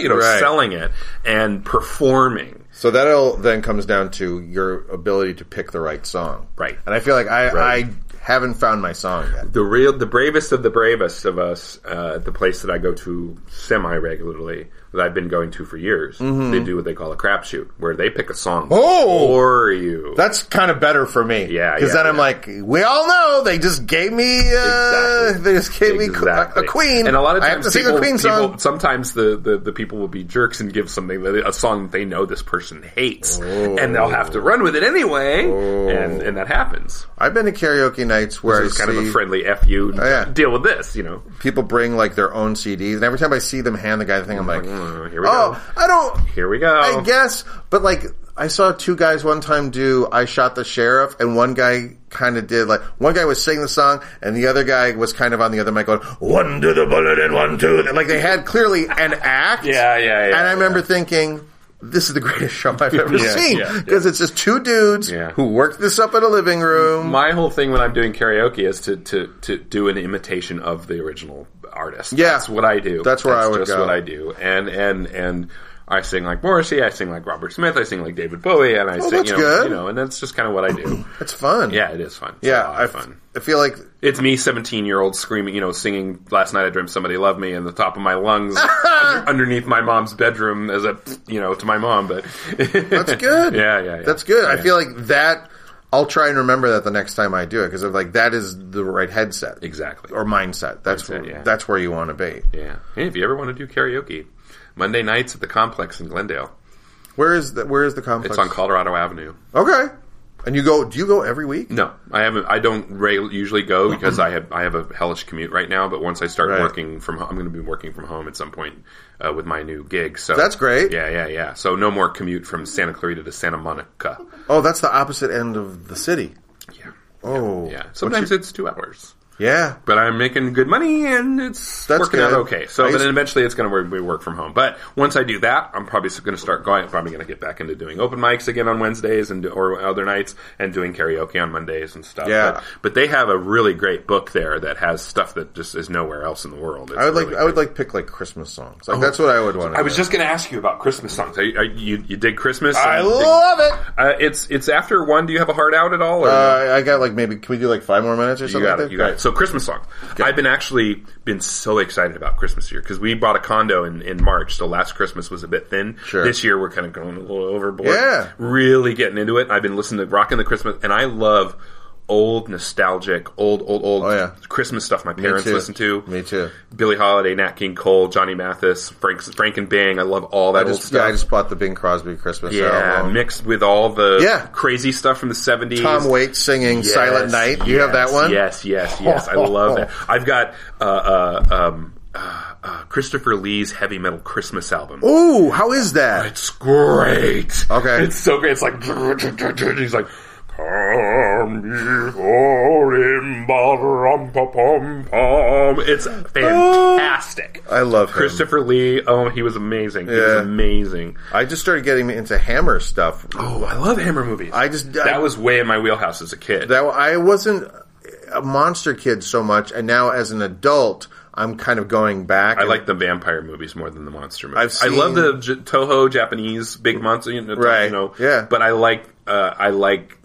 C: you know,
B: Right.
C: selling it and performing.
B: So that all then comes down to your ability to pick the right song.
C: Right.
B: And I feel like I,
C: Right.
B: I haven't found my song yet.
C: the real the bravest of the bravest of us uh, the place that I go to semi regularly that I've been going to for years they do what they call a crapshoot where they pick a song
B: Mm-hmm. Oh!
C: for you
B: That's kind of better for me.
C: Yeah,
B: Because
C: yeah,
B: then I'm
C: yeah.
B: like, we all know they just gave me, uh,
C: Exactly.
B: they just gave me a- a Queen,
C: and a lot of times
B: I have to
C: people,
B: sing a Queen song.
C: people- sometimes the, the, the people will be jerks and give something that a song that they know this person hates, and they'll have to run with it anyway,
B: Oh.
C: and and that happens.
B: I've been to karaoke nights where I
C: It's kind of
B: see Oh,
C: a friendly f you.
B: yeah.
C: Deal with this, you know.
B: people bring like their own CDs, and every time I see them hand the guy the thing, I'm like,
C: Mm, Here we go.
B: oh, I don't,
C: Here we go.
B: I guess, but like I saw two guys one time do "I Shot the Sheriff," and one guy kind of did like one guy was singing the song, and the other guy was kind of on the other mic going one to the bullet and one to the-" like they had clearly an act.
C: Yeah, yeah, yeah,
B: And I remember thinking. This is the greatest show I've ever
C: Yeah,
B: seen
C: yeah, yeah.
B: because it's just two dudes
C: Yeah.
B: who worked this up in a living room.
C: my whole thing when I'm doing karaoke is to, to, to do an imitation of the original artist.
B: Yeah.
C: that's what I do.
B: That's where I would
C: just
B: go.
C: what I do, and and and I sing like Morrissey, I sing like Robert Smith, I sing like David Bowie, and I sing
B: Oh, that's
C: you know,
B: good.
C: you know, and that's just kind of what I do.
B: it's fun.
C: yeah, it is fun. It's a
B: yeah.
C: lot
B: I,
C: of
B: f-
C: fun.
B: I feel like
C: It's me, seventeen year old, screaming, you know, singing. Last night I dreamt somebody loved me, and the top of my lungs under, underneath my mom's bedroom as a you know to my mom, but
B: That's good.
C: Yeah, yeah, yeah.
B: That's good. I
C: Yeah.
B: feel like that. I'll try and remember that the next time I do it because I'm like that is the right headset
C: exactly.
B: or mindset. That's where,
C: yeah.
B: that's where you want to be.
C: Yeah. Hey, if you ever want to do karaoke, Monday nights at the complex in Glendale.
B: Where is the Where is the complex?
C: It's on Colorado Avenue.
B: okay. And you go? Do you go every week?
C: No, I haven't. I don't re- usually go because I have I have a hellish commute right now. But once I start
B: Right.
C: working from, home, I'm going to be working from home at some point uh, with my new gig. So
B: That's great.
C: Yeah, yeah, yeah. So no more commute from Santa Clarita to Santa Monica.
B: Oh, that's the opposite end of the city.
C: Yeah,
B: Oh,
C: yeah. Sometimes it's two hours,
B: yeah.
C: but I'm making good money and it's
B: That's
C: working out
B: good.
C: okay. So
B: I
C: then
B: used-
C: eventually it's going to work, we work from home. But once I do that, I'm probably going to start going. I'm probably going to get back into doing open mics again on Wednesdays and or other nights and doing karaoke on Mondays and stuff.
B: Yeah.
C: But, but they have a really great book there that has stuff that just is nowhere else in the world. It's
B: I would like.
C: really
B: I would
C: great.
B: like pick like Christmas songs. Like that's what I would want.
C: I was just going to ask you about Christmas songs. Are you, are you, you dig Christmas?
B: I
C: And-
B: love it.
C: Uh, it's it's after one. Do you have a heart out at all? Or
B: Uh, I got like maybe. Can we do like five more minutes or
C: You
B: something?
C: got
B: like
C: it.
B: that?
C: You got it. So Christmas songs. I've been actually been so excited about Christmas here because we bought a condo in, in March. So last Christmas was a bit thin.
B: Sure.
C: This year we're kind of going a little overboard.
B: Yeah.
C: Really getting into it. I've been listening to rocking the Christmas, and I love old nostalgic, old old old
B: Oh, yeah.
C: Christmas stuff. My parents
B: too.
C: listen to.
B: Me too.
C: Billie Holiday, Nat King Cole, Johnny Mathis, Frank Frank and Bing. I love all that
B: I
C: old
B: just,
C: stuff.
B: yeah, I just bought the Bing Crosby Christmas
C: yeah,
B: album.
C: mixed with all the
B: Yeah.
C: crazy stuff from the seventies.
B: Tom Waits singing "Silent Night." You have that
C: yes,
B: one?
C: Yes, yes, yes. I love that. I've got uh, uh, um, uh, uh, Christopher Lee's heavy metal Christmas album.
B: Ooh, how is that?
C: It's great.
B: Okay.
C: it's so great. It's like he's like. Come before him, ba-rum-pa-pum-pum. It's fantastic.
B: I love him.
C: Christopher Lee, oh, he was amazing. He was
B: Ah. Yeah.
C: amazing.
B: I just started getting into Hammer stuff.
C: Oh, I love Hammer movies.
B: I just I,
C: that was way in my wheelhouse as a kid.
B: that I wasn't a monster kid so much, and now as an adult, I'm kind of going back.
C: I like the vampire movies more than the monster movies.
B: I've
C: I love
B: seen-
C: the J- Toho Japanese big monster, you know,
B: Right,
C: You know,
B: yeah.
C: But I like uh, I like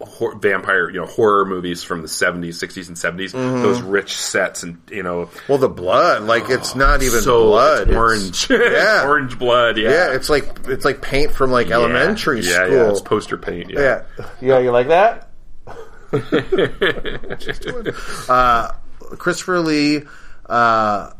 C: hor- vampire, you know, horror movies from the seventies, sixties, and 70s
B: Mm-hmm.
C: Those rich sets and you know,
B: well the blood, like it's not even
C: Oh, so
B: blood,
C: it's orange,
B: it's- yeah.
C: orange blood, yeah,
B: Yeah, it's like it's like paint from like
C: Yeah.
B: elementary
C: yeah,
B: school.
C: Yeah, it's poster paint. Yeah.
B: Yeah. Yeah, you like that? uh, Christopher Lee. Uh,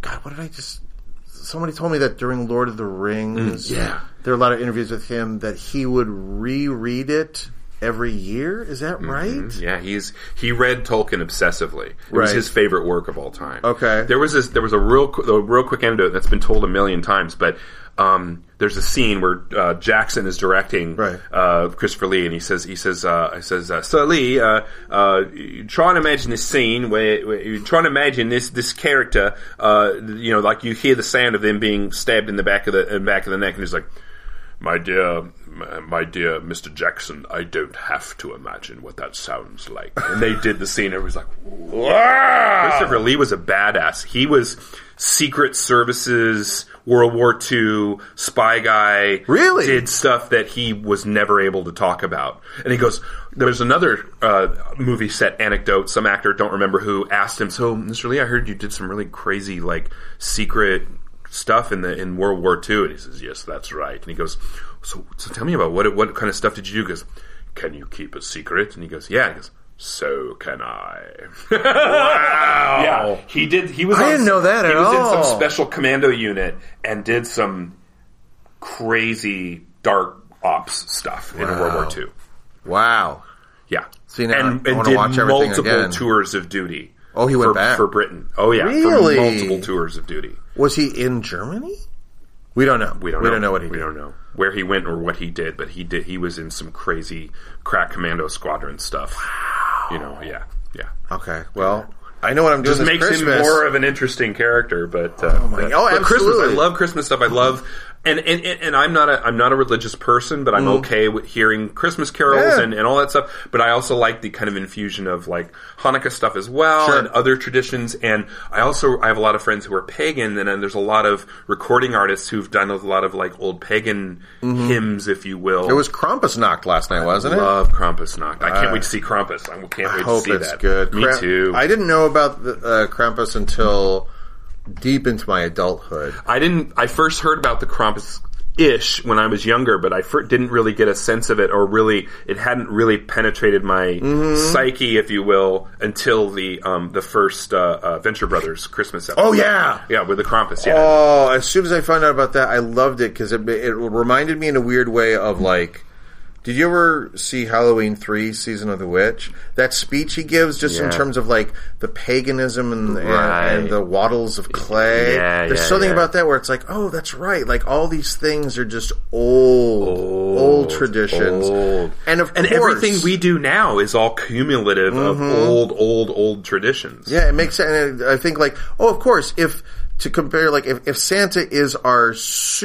B: God, what did I just. Somebody told me that during Lord of the Rings,
C: Mm, yeah.
B: there are a lot of interviews with him that he would reread it every year. Is that right?
C: Mm-hmm. Yeah, he's he read Tolkien obsessively. It was
B: Right.
C: his favorite work of all time.
B: Okay.
C: there was this, there was a real qu- a real quick anecdote that's been told a million times, but um, there's a scene where uh, Jackson is directing
B: Right.
C: uh, Christopher Lee, and he says he says uh, he says uh, Sir Lee, uh, uh, you try and imagine this scene where, where you try and imagine this this character, uh, you know, like you hear the sound of them being stabbed in the back of the in the back of the neck, and he's like. My dear, my- my dear Mr. Jackson, I don't have to imagine what that sounds like. And they did the scene. It was like, wow. Christopher Lee was a badass. He was Secret Services, World War II, spy guy.
B: Really?
C: Did stuff that he was never able to talk about. And he goes, there was another uh, movie set anecdote. Some actor, don't remember who, asked him, "So, Mr. Lee, I heard you did some really crazy, like secret stuff in the in World War II." And he says, "Yes, that's right." And he goes, "So, so tell me about what what kind of stuff did you do?" He goes, "Can you keep a secret?" And he goes, "Yeah." He goes, "So can I." wow. Yeah, he did. He was.
B: I
C: on
B: didn't
C: s-
B: know that
C: he
B: at
C: was in
B: all.
C: some special commando unit and did some crazy dark ops stuff in World War II.
B: Wow.
C: Yeah,
B: See, now
C: and,
B: I
C: and
B: wanna
C: did
B: watch everything
C: multiple
B: again.
C: tours of duty.
B: Oh, he went
C: for,
B: back.
C: for Britain. Oh yeah, for
B: Really?
C: multiple tours of duty.
B: Was he in Germany? We don't know.
C: We don't. know.
B: what he
C: We
B: did.
C: don't know where he went or what he did, but he did. He was in some crazy crack commando squadron stuff. You know, yeah, yeah.
B: Okay. Well, I know what I'm doing
C: This
B: this
C: makes him
B: Christmas.
C: more of an interesting character, but uh,
B: my-
C: but-
B: oh,
C: but Christmas. I
B: absolutely.
C: love Christmas stuff. I love. And, and, and and I'm not a I'm not a religious person, but I'm okay with hearing Christmas carols
B: Mm. Yeah.
C: and, and all that stuff. But I also like the kind of infusion of like Hanukkah stuff as well
B: Sure.
C: and other traditions. And I also I have a lot of friends who are pagan, and, then there's a lot of recording artists who've done a lot of like old pagan hymns, if you will.
B: Mm-hmm. it was Krampusnacht last night, wasn't it?
C: love Krampusnacht. I can't wait to see Krampus. I can't wait
B: hope
C: to see
B: it's
C: that.
B: good.
C: Me
B: Kra-
C: too.
B: I didn't know about the, uh, Krampus until deep into my adulthood.
C: I didn't. I first heard about the Krampus ish when I was younger, but I fir- didn't really get a sense of it, or really, it hadn't really penetrated my
B: Mm-hmm.
C: psyche, if you will, until the um, the first uh, uh, Venture Brothers Christmas episode.
B: Oh, yeah!
C: yeah, with the Krampus. Yeah,
B: Oh, as soon as I found out about that, I loved it because it, it reminded me in a weird way of like. Did you ever see Halloween 3 Season of the Witch? That speech he gives just in
C: Yeah.
B: terms of like the paganism and, and-
C: Right.
B: and, the waddles of clay.
C: Yeah,
B: There's
C: yeah,
B: something
C: yeah.
B: about that where it's like, oh, that's right. Like all these things are just old, old, traditions.
C: old.
B: And of
C: and
B: course, Mm-hmm.
C: everything we do now is all cumulative of old, old, old traditions.
B: Yeah, it makes sense. And I think like, oh, of course, if to compare, like, if, if Santa is our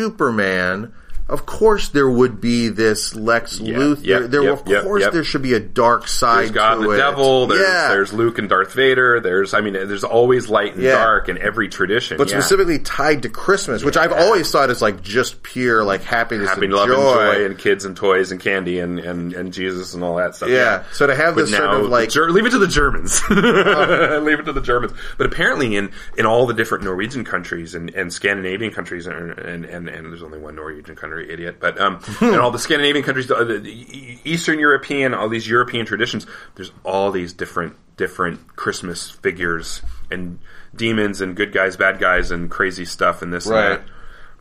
B: Superman, of course there would be this Lex Luthor.
C: yeah,
B: there,
C: yeah,
B: of
C: yeah,
B: course,
C: yeah.
B: there should be a dark side
C: There's God
B: to
C: and the
B: it.
C: Devil. There's,
B: yeah.
C: there's Luke and Darth Vader. There's, I mean, there's always light and
B: Yeah.
C: dark in every tradition.
B: but
C: yeah.
B: specifically tied to Christmas, which I've always thought is like just pure like happiness,
C: happy
B: and
C: love
B: joy.
C: and joy and kids and toys and candy and, and, and Jesus and all that stuff.
B: Yeah. So to have
C: But
B: this sort of
C: the
B: like-
C: Ger- leave it to the Germans. Uh, leave it to the Germans. But apparently in, in all the different Norwegian countries and, and Scandinavian countries and, and, and, and there's only one Norwegian country, idiot. But um, in all the Scandinavian countries, the, the E- Eastern European, all these European traditions, there's all these different different Christmas figures and demons and good guys, bad guys and crazy stuff and this
B: Right.
C: and that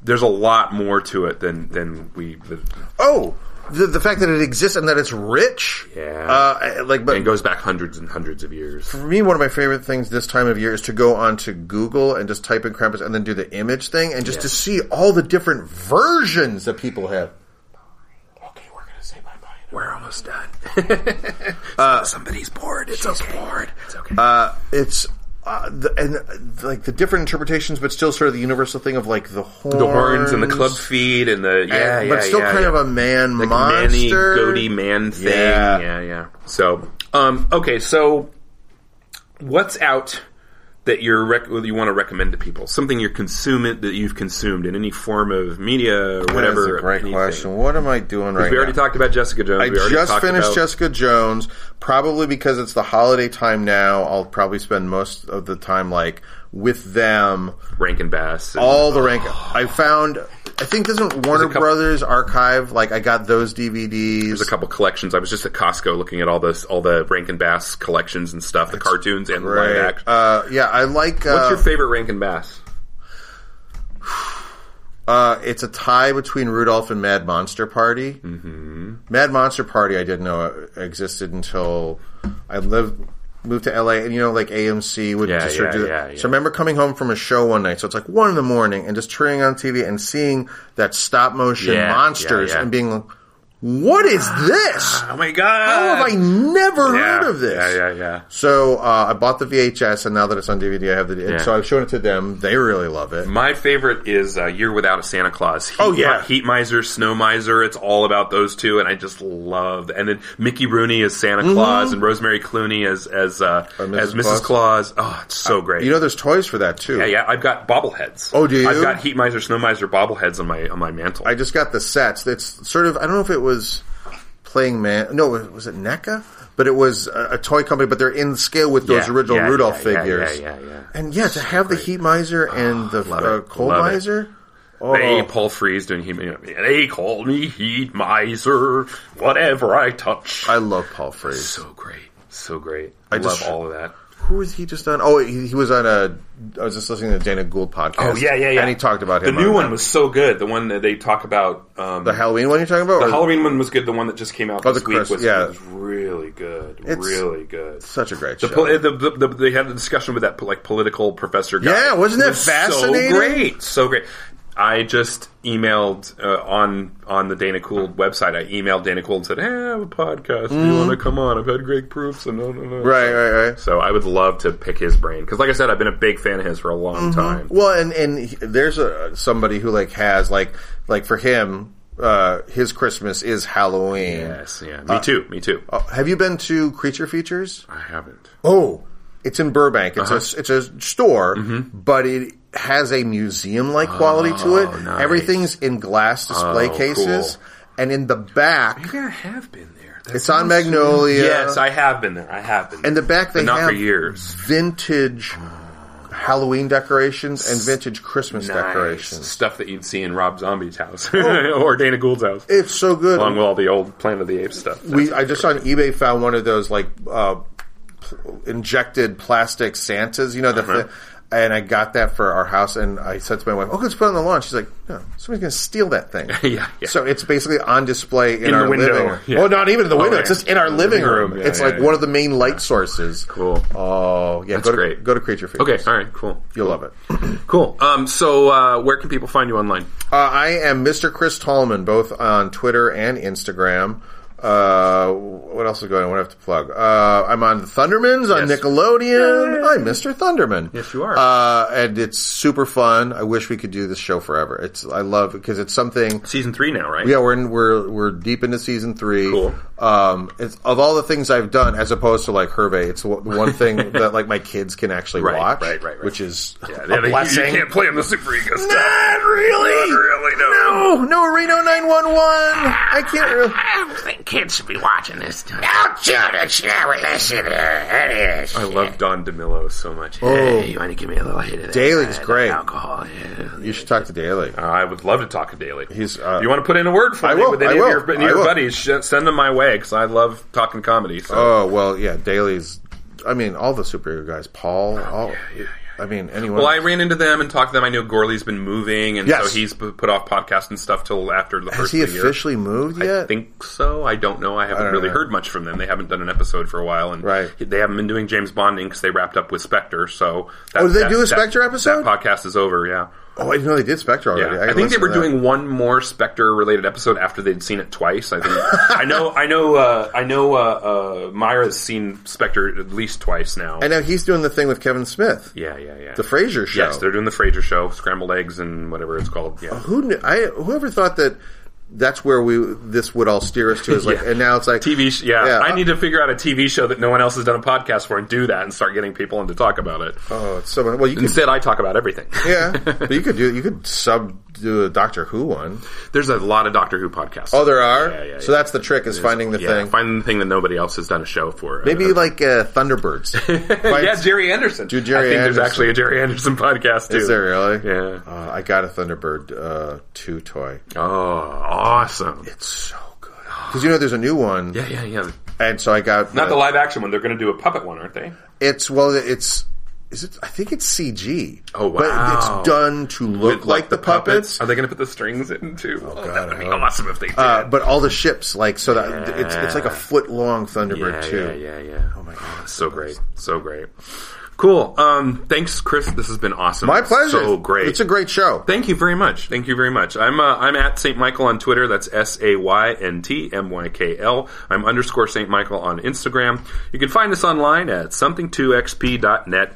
C: there's a lot more to it than than we. The,
B: oh, the, the fact that it exists and that it's rich.
C: Yeah.
B: Uh, like, but
C: it goes back hundreds and hundreds of years.
B: For me, one of my favorite things this time of year is to go onto Google and just type in Krampus and then do the image thing and just to see all the different versions that people have.
C: We're almost done. Uh,
D: Somebody's bored. It's a bored. It's okay.
B: Uh, it's uh, the, and uh, like the different interpretations, but still sort of the universal thing of like the horns,
C: the horns and the club feet and the yeah,
B: and-
C: yeah,
B: but still
C: yeah,
B: kind
C: yeah.
B: of a man
C: like Manny
B: monster.
C: goatee man thing.
B: Yeah.
C: Yeah. yeah, So, um, okay, so what's out that you're rec- that you want to recommend to people? Something you're consuming that you've consumed in any form of media or
B: That is
C: whatever.
B: a great
C: anything.
B: question. What am I doing right
C: We already
B: now?
C: talked about Jessica Jones.
B: I
C: we already
B: just
C: talked
B: finished
C: about-
B: Jessica Jones, probably because it's the holiday time now. I'll probably spend most of the time like with them.
C: Rankin Bass. and-
B: All the Rankin. I found. I think doesn't Warner
C: couple-
B: Brothers archive like I got those DVDs.
C: there's a couple collections. I was just at Costco looking at all this, all the Rankin Bass collections and stuff, the cartoons and the live
B: right.
C: action.
B: Uh, yeah, I like.
C: What's
B: uh,
C: your favorite Rankin Bass?
B: Uh, it's a tie between Rudolph and Mad Monster Party. Mm-hmm. Mad Monster Party, I didn't know uh, existed until I lived moved to LA, and you know, like AMC would
C: Yeah,
B: just sort of
C: yeah,
B: do that.
C: yeah, yeah.
B: So I remember coming home from a show one night, so it's like one in the morning, and just turning on TV and seeing that stop motion
C: Yeah,
B: monsters
C: yeah, yeah.
B: and being like, "What is this?
C: Oh my god!
B: How have I never heard of this?"
C: Yeah, yeah, yeah.
B: So uh, I bought the VHS, and now that it's on DVD, I have the.
C: Yeah. Mm-hmm.
B: So I've shown it to them; they really love it.
C: My favorite is uh, Year Without a Santa Claus. Heat,
B: Oh, yeah.
C: Heat Miser, Snow Miser. It's all about those two, and I just love. And then Mickey Rooney as Santa Claus, and Rosemary Clooney as as uh,
B: Mm-hmm. Mrs.
C: as Mrs. Claus. Oh, it's so great.
B: You know, there's toys for that too.
C: yeah, yeah. I've got bobbleheads.
B: Oh, do you?
C: I've got Heat Miser, Snow Miser bobbleheads on my on my mantle.
B: I just got the sets. It's sort of I don't know if it was playing man. No, was it NECA? But it was a, a toy company. But they're in scale with those
C: Yeah,
B: original
C: yeah,
B: Rudolph
C: yeah, yeah,
B: figures.
C: yeah, yeah, yeah.
B: And yeah, to have the heat miser and the
C: love
B: uh,
C: it,
B: cold
C: love it.
B: miser. Oh.
C: They Paul Frees doing Heat. You know, they call me Heat Miser. Whatever I touch.
B: Oh, I love Paul Frees.
C: so great, so great. I,
B: I
C: love
B: just-
C: all of that.
B: Who was he just on? Oh, he, he was on a. I was just listening to the Dana Gould podcast.
C: Oh yeah, yeah, yeah.
B: And he talked about
C: the
B: him.
C: new
B: on
C: one
B: that.
C: was so good. The one that they talk about. Um,
B: the Halloween one. You're talking about?
C: the
B: Or-
C: Halloween one was good. The one that just came out
B: Oh,
C: this
B: the
C: week
B: Chris-
C: was,
B: yeah.
C: was really good.
B: It's-
C: really good.
B: Such a great
C: The,
B: show.
C: pol- the, the, the, they had the discussion with that like political professor guy.
B: Yeah, wasn't
C: It
B: that
C: was
B: fascinating?
C: So great, so great. I just emailed uh, on on the Dana Cool website. I emailed Dana Cool and said, "Hey, I have a podcast. Do you want to come on? I've had great proofs and no, no, no."
B: Mm-hmm. right, right, right.
C: So I would love to pick his brain because, like I said, I've been a big fan of his for a long time.
B: Mm-hmm. Well, and and he- there's a somebody who like has like like for him, uh, his Christmas is Halloween.
C: Yes, yeah. Me too. Me too.
B: Uh, have you been to Creature Features?
C: I haven't.
B: Oh, it's in Burbank.
C: Uh-huh.
B: It's a it's a store,
C: Mm-hmm.
B: but it has a museum like quality to it.
C: Oh, nice.
B: Everything's in glass display
C: Oh, cool.
B: cases, and in the back,
C: I have been there. That's
B: it's on Magnolia.
C: Yes, I have been there. I have been.
B: in
C: there.
B: uh, the back they
C: But not
B: have
C: for years.
B: vintage Halloween decorations and vintage Christmas decorations.
C: Stuff that you'd see in Rob Zombie's house or Dana Gould's house,
B: It's so good.
C: along with all the old Planet of the Apes stuff.
B: we I just on eBay found one of those like uh, pl- injected plastic Santas, you know the.
C: Uh-huh.
B: thi- and I got that for our house, and I said to my wife, "Oh, let's put it on the lawn." She's like, "No, somebody's going to steal that thing."
C: Yeah, yeah.
B: So it's basically on display in,
C: In the
B: our
C: window,
B: living room.
C: yeah.
B: Oh, not even in the window;
C: yeah.
B: it's just in our living room.
C: room, yeah,
B: it's
C: yeah,
B: like
C: yeah.
B: one of the main light sources.
C: Cool.
B: Oh, yeah. go to,
C: great.
B: Go to Creature Features.
C: Okay. All right. Cool.
B: you'll love it.
C: Cool. Um. So, uh, where can people find you online?
B: Uh, I am Mr. Chris Tallman, both on Twitter and Instagram. Uh, what else is going on? What do I have to plug? Uh, I'm on Thundermans on
C: Yes.
B: Nickelodeon. I'm Mr. Thunderman.
C: Yes, you are.
B: Uh, and it's super fun. I wish we could do this show forever. It's I love because it's something.
C: Season three now, right?
B: Yeah, we're in, we're we're deep into season three.
C: Cool.
B: Um, it's, of all the things I've done, as opposed to like Hervey, it's the one thing that like my kids can actually
C: Right,
B: watch,
C: right, right, right.
B: which is
C: Yeah,
B: a
C: they-
B: blessing.
C: You, you can't play in the Super Ego stuff.
B: Not really.
C: Not really, no.
B: No, no, Reno 911. I can't really.
D: I don't think kids should be watching this. Don't children should ever listen to this.
C: I love Don DeMillo so much.
B: Oh,
D: Hey, you want to give me a little hit of that?
B: Daly's great.
D: Alcohol. Yeah.
B: You should talk to Daly.
C: I would love to talk to Daly.
B: He's, uh,
C: you want to put in a word for
B: I
C: me
B: will,
C: with any
B: I
C: of
B: will,
C: your, any of
B: I
C: your
B: will.
C: buddies? sh- Send them my way because I love talking comedy. So.
B: Oh well, yeah, Daly's. I mean, all the superhero guys, Paul.
D: Oh,
B: All, I mean, anyone.
C: Well, I ran into them and talked to them. I know Gorley's been moving, and
B: Yes.
C: so he's p- put off podcast and stuff till after the
B: Has
C: first
B: he
C: of the year.
B: officially moved yet?
C: I think so. I don't know. I haven't
B: don't
C: really
B: know.
C: heard much from them. They haven't done an episode for a while, and
B: Right.
C: they haven't been doing James Bonding because they wrapped up with Spectre. So, that,
B: Oh, did they
C: that-
B: do a
C: that-
B: Spectre episode?
C: That podcast is over. Yeah.
B: Oh, I didn't know they did Spectre already.
C: Yeah.
B: gotta
C: I think they
B: listen
C: were
B: to that.
C: doing one more Spectre related episode after they'd seen it twice. I think I know I know uh, I know uh, uh, Myra's seen Spectre at least twice now.
B: And now he's doing the thing with Kevin Smith,
C: yeah, yeah, yeah.
B: the Frasier show. Oh.
C: Yes, they're doing the Frasier show, scrambled eggs and whatever it's called. Yeah.
B: who knew, I whoever thought that that's where we this would all steer us to is like,
C: Yeah.
B: and now it's like
C: TV, sh- yeah.
B: Yeah.
C: I need to figure out a TV show that no one else has done a podcast for and do that and start getting people in to talk about it.
B: Oh, it's so much. Well, you could,
C: Instead, I talk about everything.
B: yeah, but you could do you could sub do a Doctor Who one.
C: There's a lot of Doctor Who podcasts.
B: Oh, there are.
C: Yeah, yeah,
B: so
C: yeah.
B: that's the trick is finding the
C: yeah,
B: thing.
C: Find the thing that nobody else has done a show for.
B: Maybe like uh, Thunderbirds. Find-
C: yeah, Jerry Anderson.
B: Do Jerry
C: I think
B: Anderson.
C: there's actually a Jerry Anderson podcast too.
B: is there really?
C: Yeah.
B: Uh, I got a Thunderbird uh, two toy.
C: Oh, awesome.
B: It's so good because you know there's a new one,
C: Yeah, yeah, yeah.
B: and so I got
C: Not the live action one. They're going to do a puppet one, aren't they?
B: It's well, it's is it? I think it's CG.
C: Oh,
B: But
C: wow.
B: it's done to look like, the puppets.
C: Are they going to put the strings in too? Oh, that would be
B: hope.
C: awesome if they did.
B: Uh, but all the ships, like so that it's it's like a foot long Thunderbird
C: yeah,
B: too.
C: yeah, yeah, yeah. Oh my
B: God.
C: so great, so great. Cool. Um, thanks, Chris. This has been awesome.
B: My pleasure.
C: So great.
B: It's a great show.
C: Thank you very much. Thank you very much. I'm uh, I'm at Saint Michael on Twitter. That's S A Y N T M Y K L. I'm underscore Saint Michael on Instagram. You can find us online at something2xp.net.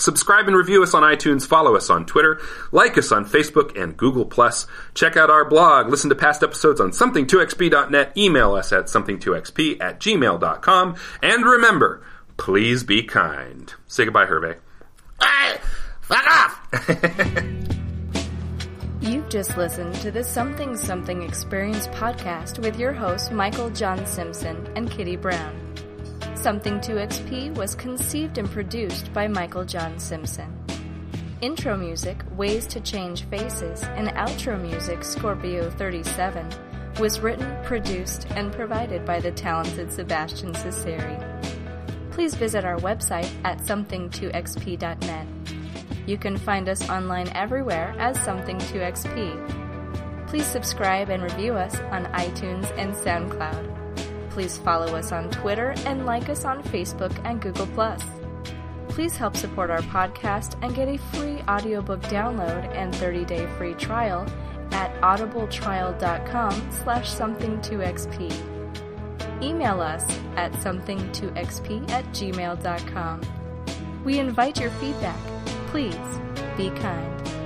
C: Subscribe and review us on iTunes. Follow us on Twitter. Like us on Facebook and Google Plus. Check out our blog. Listen to past episodes on something2xp.net. Email us at something2xp at gmail.com. And remember, please be kind. Say goodbye, Hervé.
E: You've just listened to the Something Something Experience podcast with your hosts Michael John Simpson and Kitty Brown. Something 2XP was conceived and produced by Michael John Simpson. Intro music, Ways to Change Faces, and outro music, Scorpio 37, was written, produced, and provided by the talented Sebastian Cesari. Please visit our website at something2xp.net. You can find us online everywhere as Something2XP. Please subscribe and review us on iTunes and SoundCloud. Please follow us on Twitter and like us on Facebook and Google. Please help support our podcast and get a free audiobook download and 30-day free trial at audibletrial.com slash something2xp. Email us at something2xp at gmail.com. We invite your feedback. Please be kind.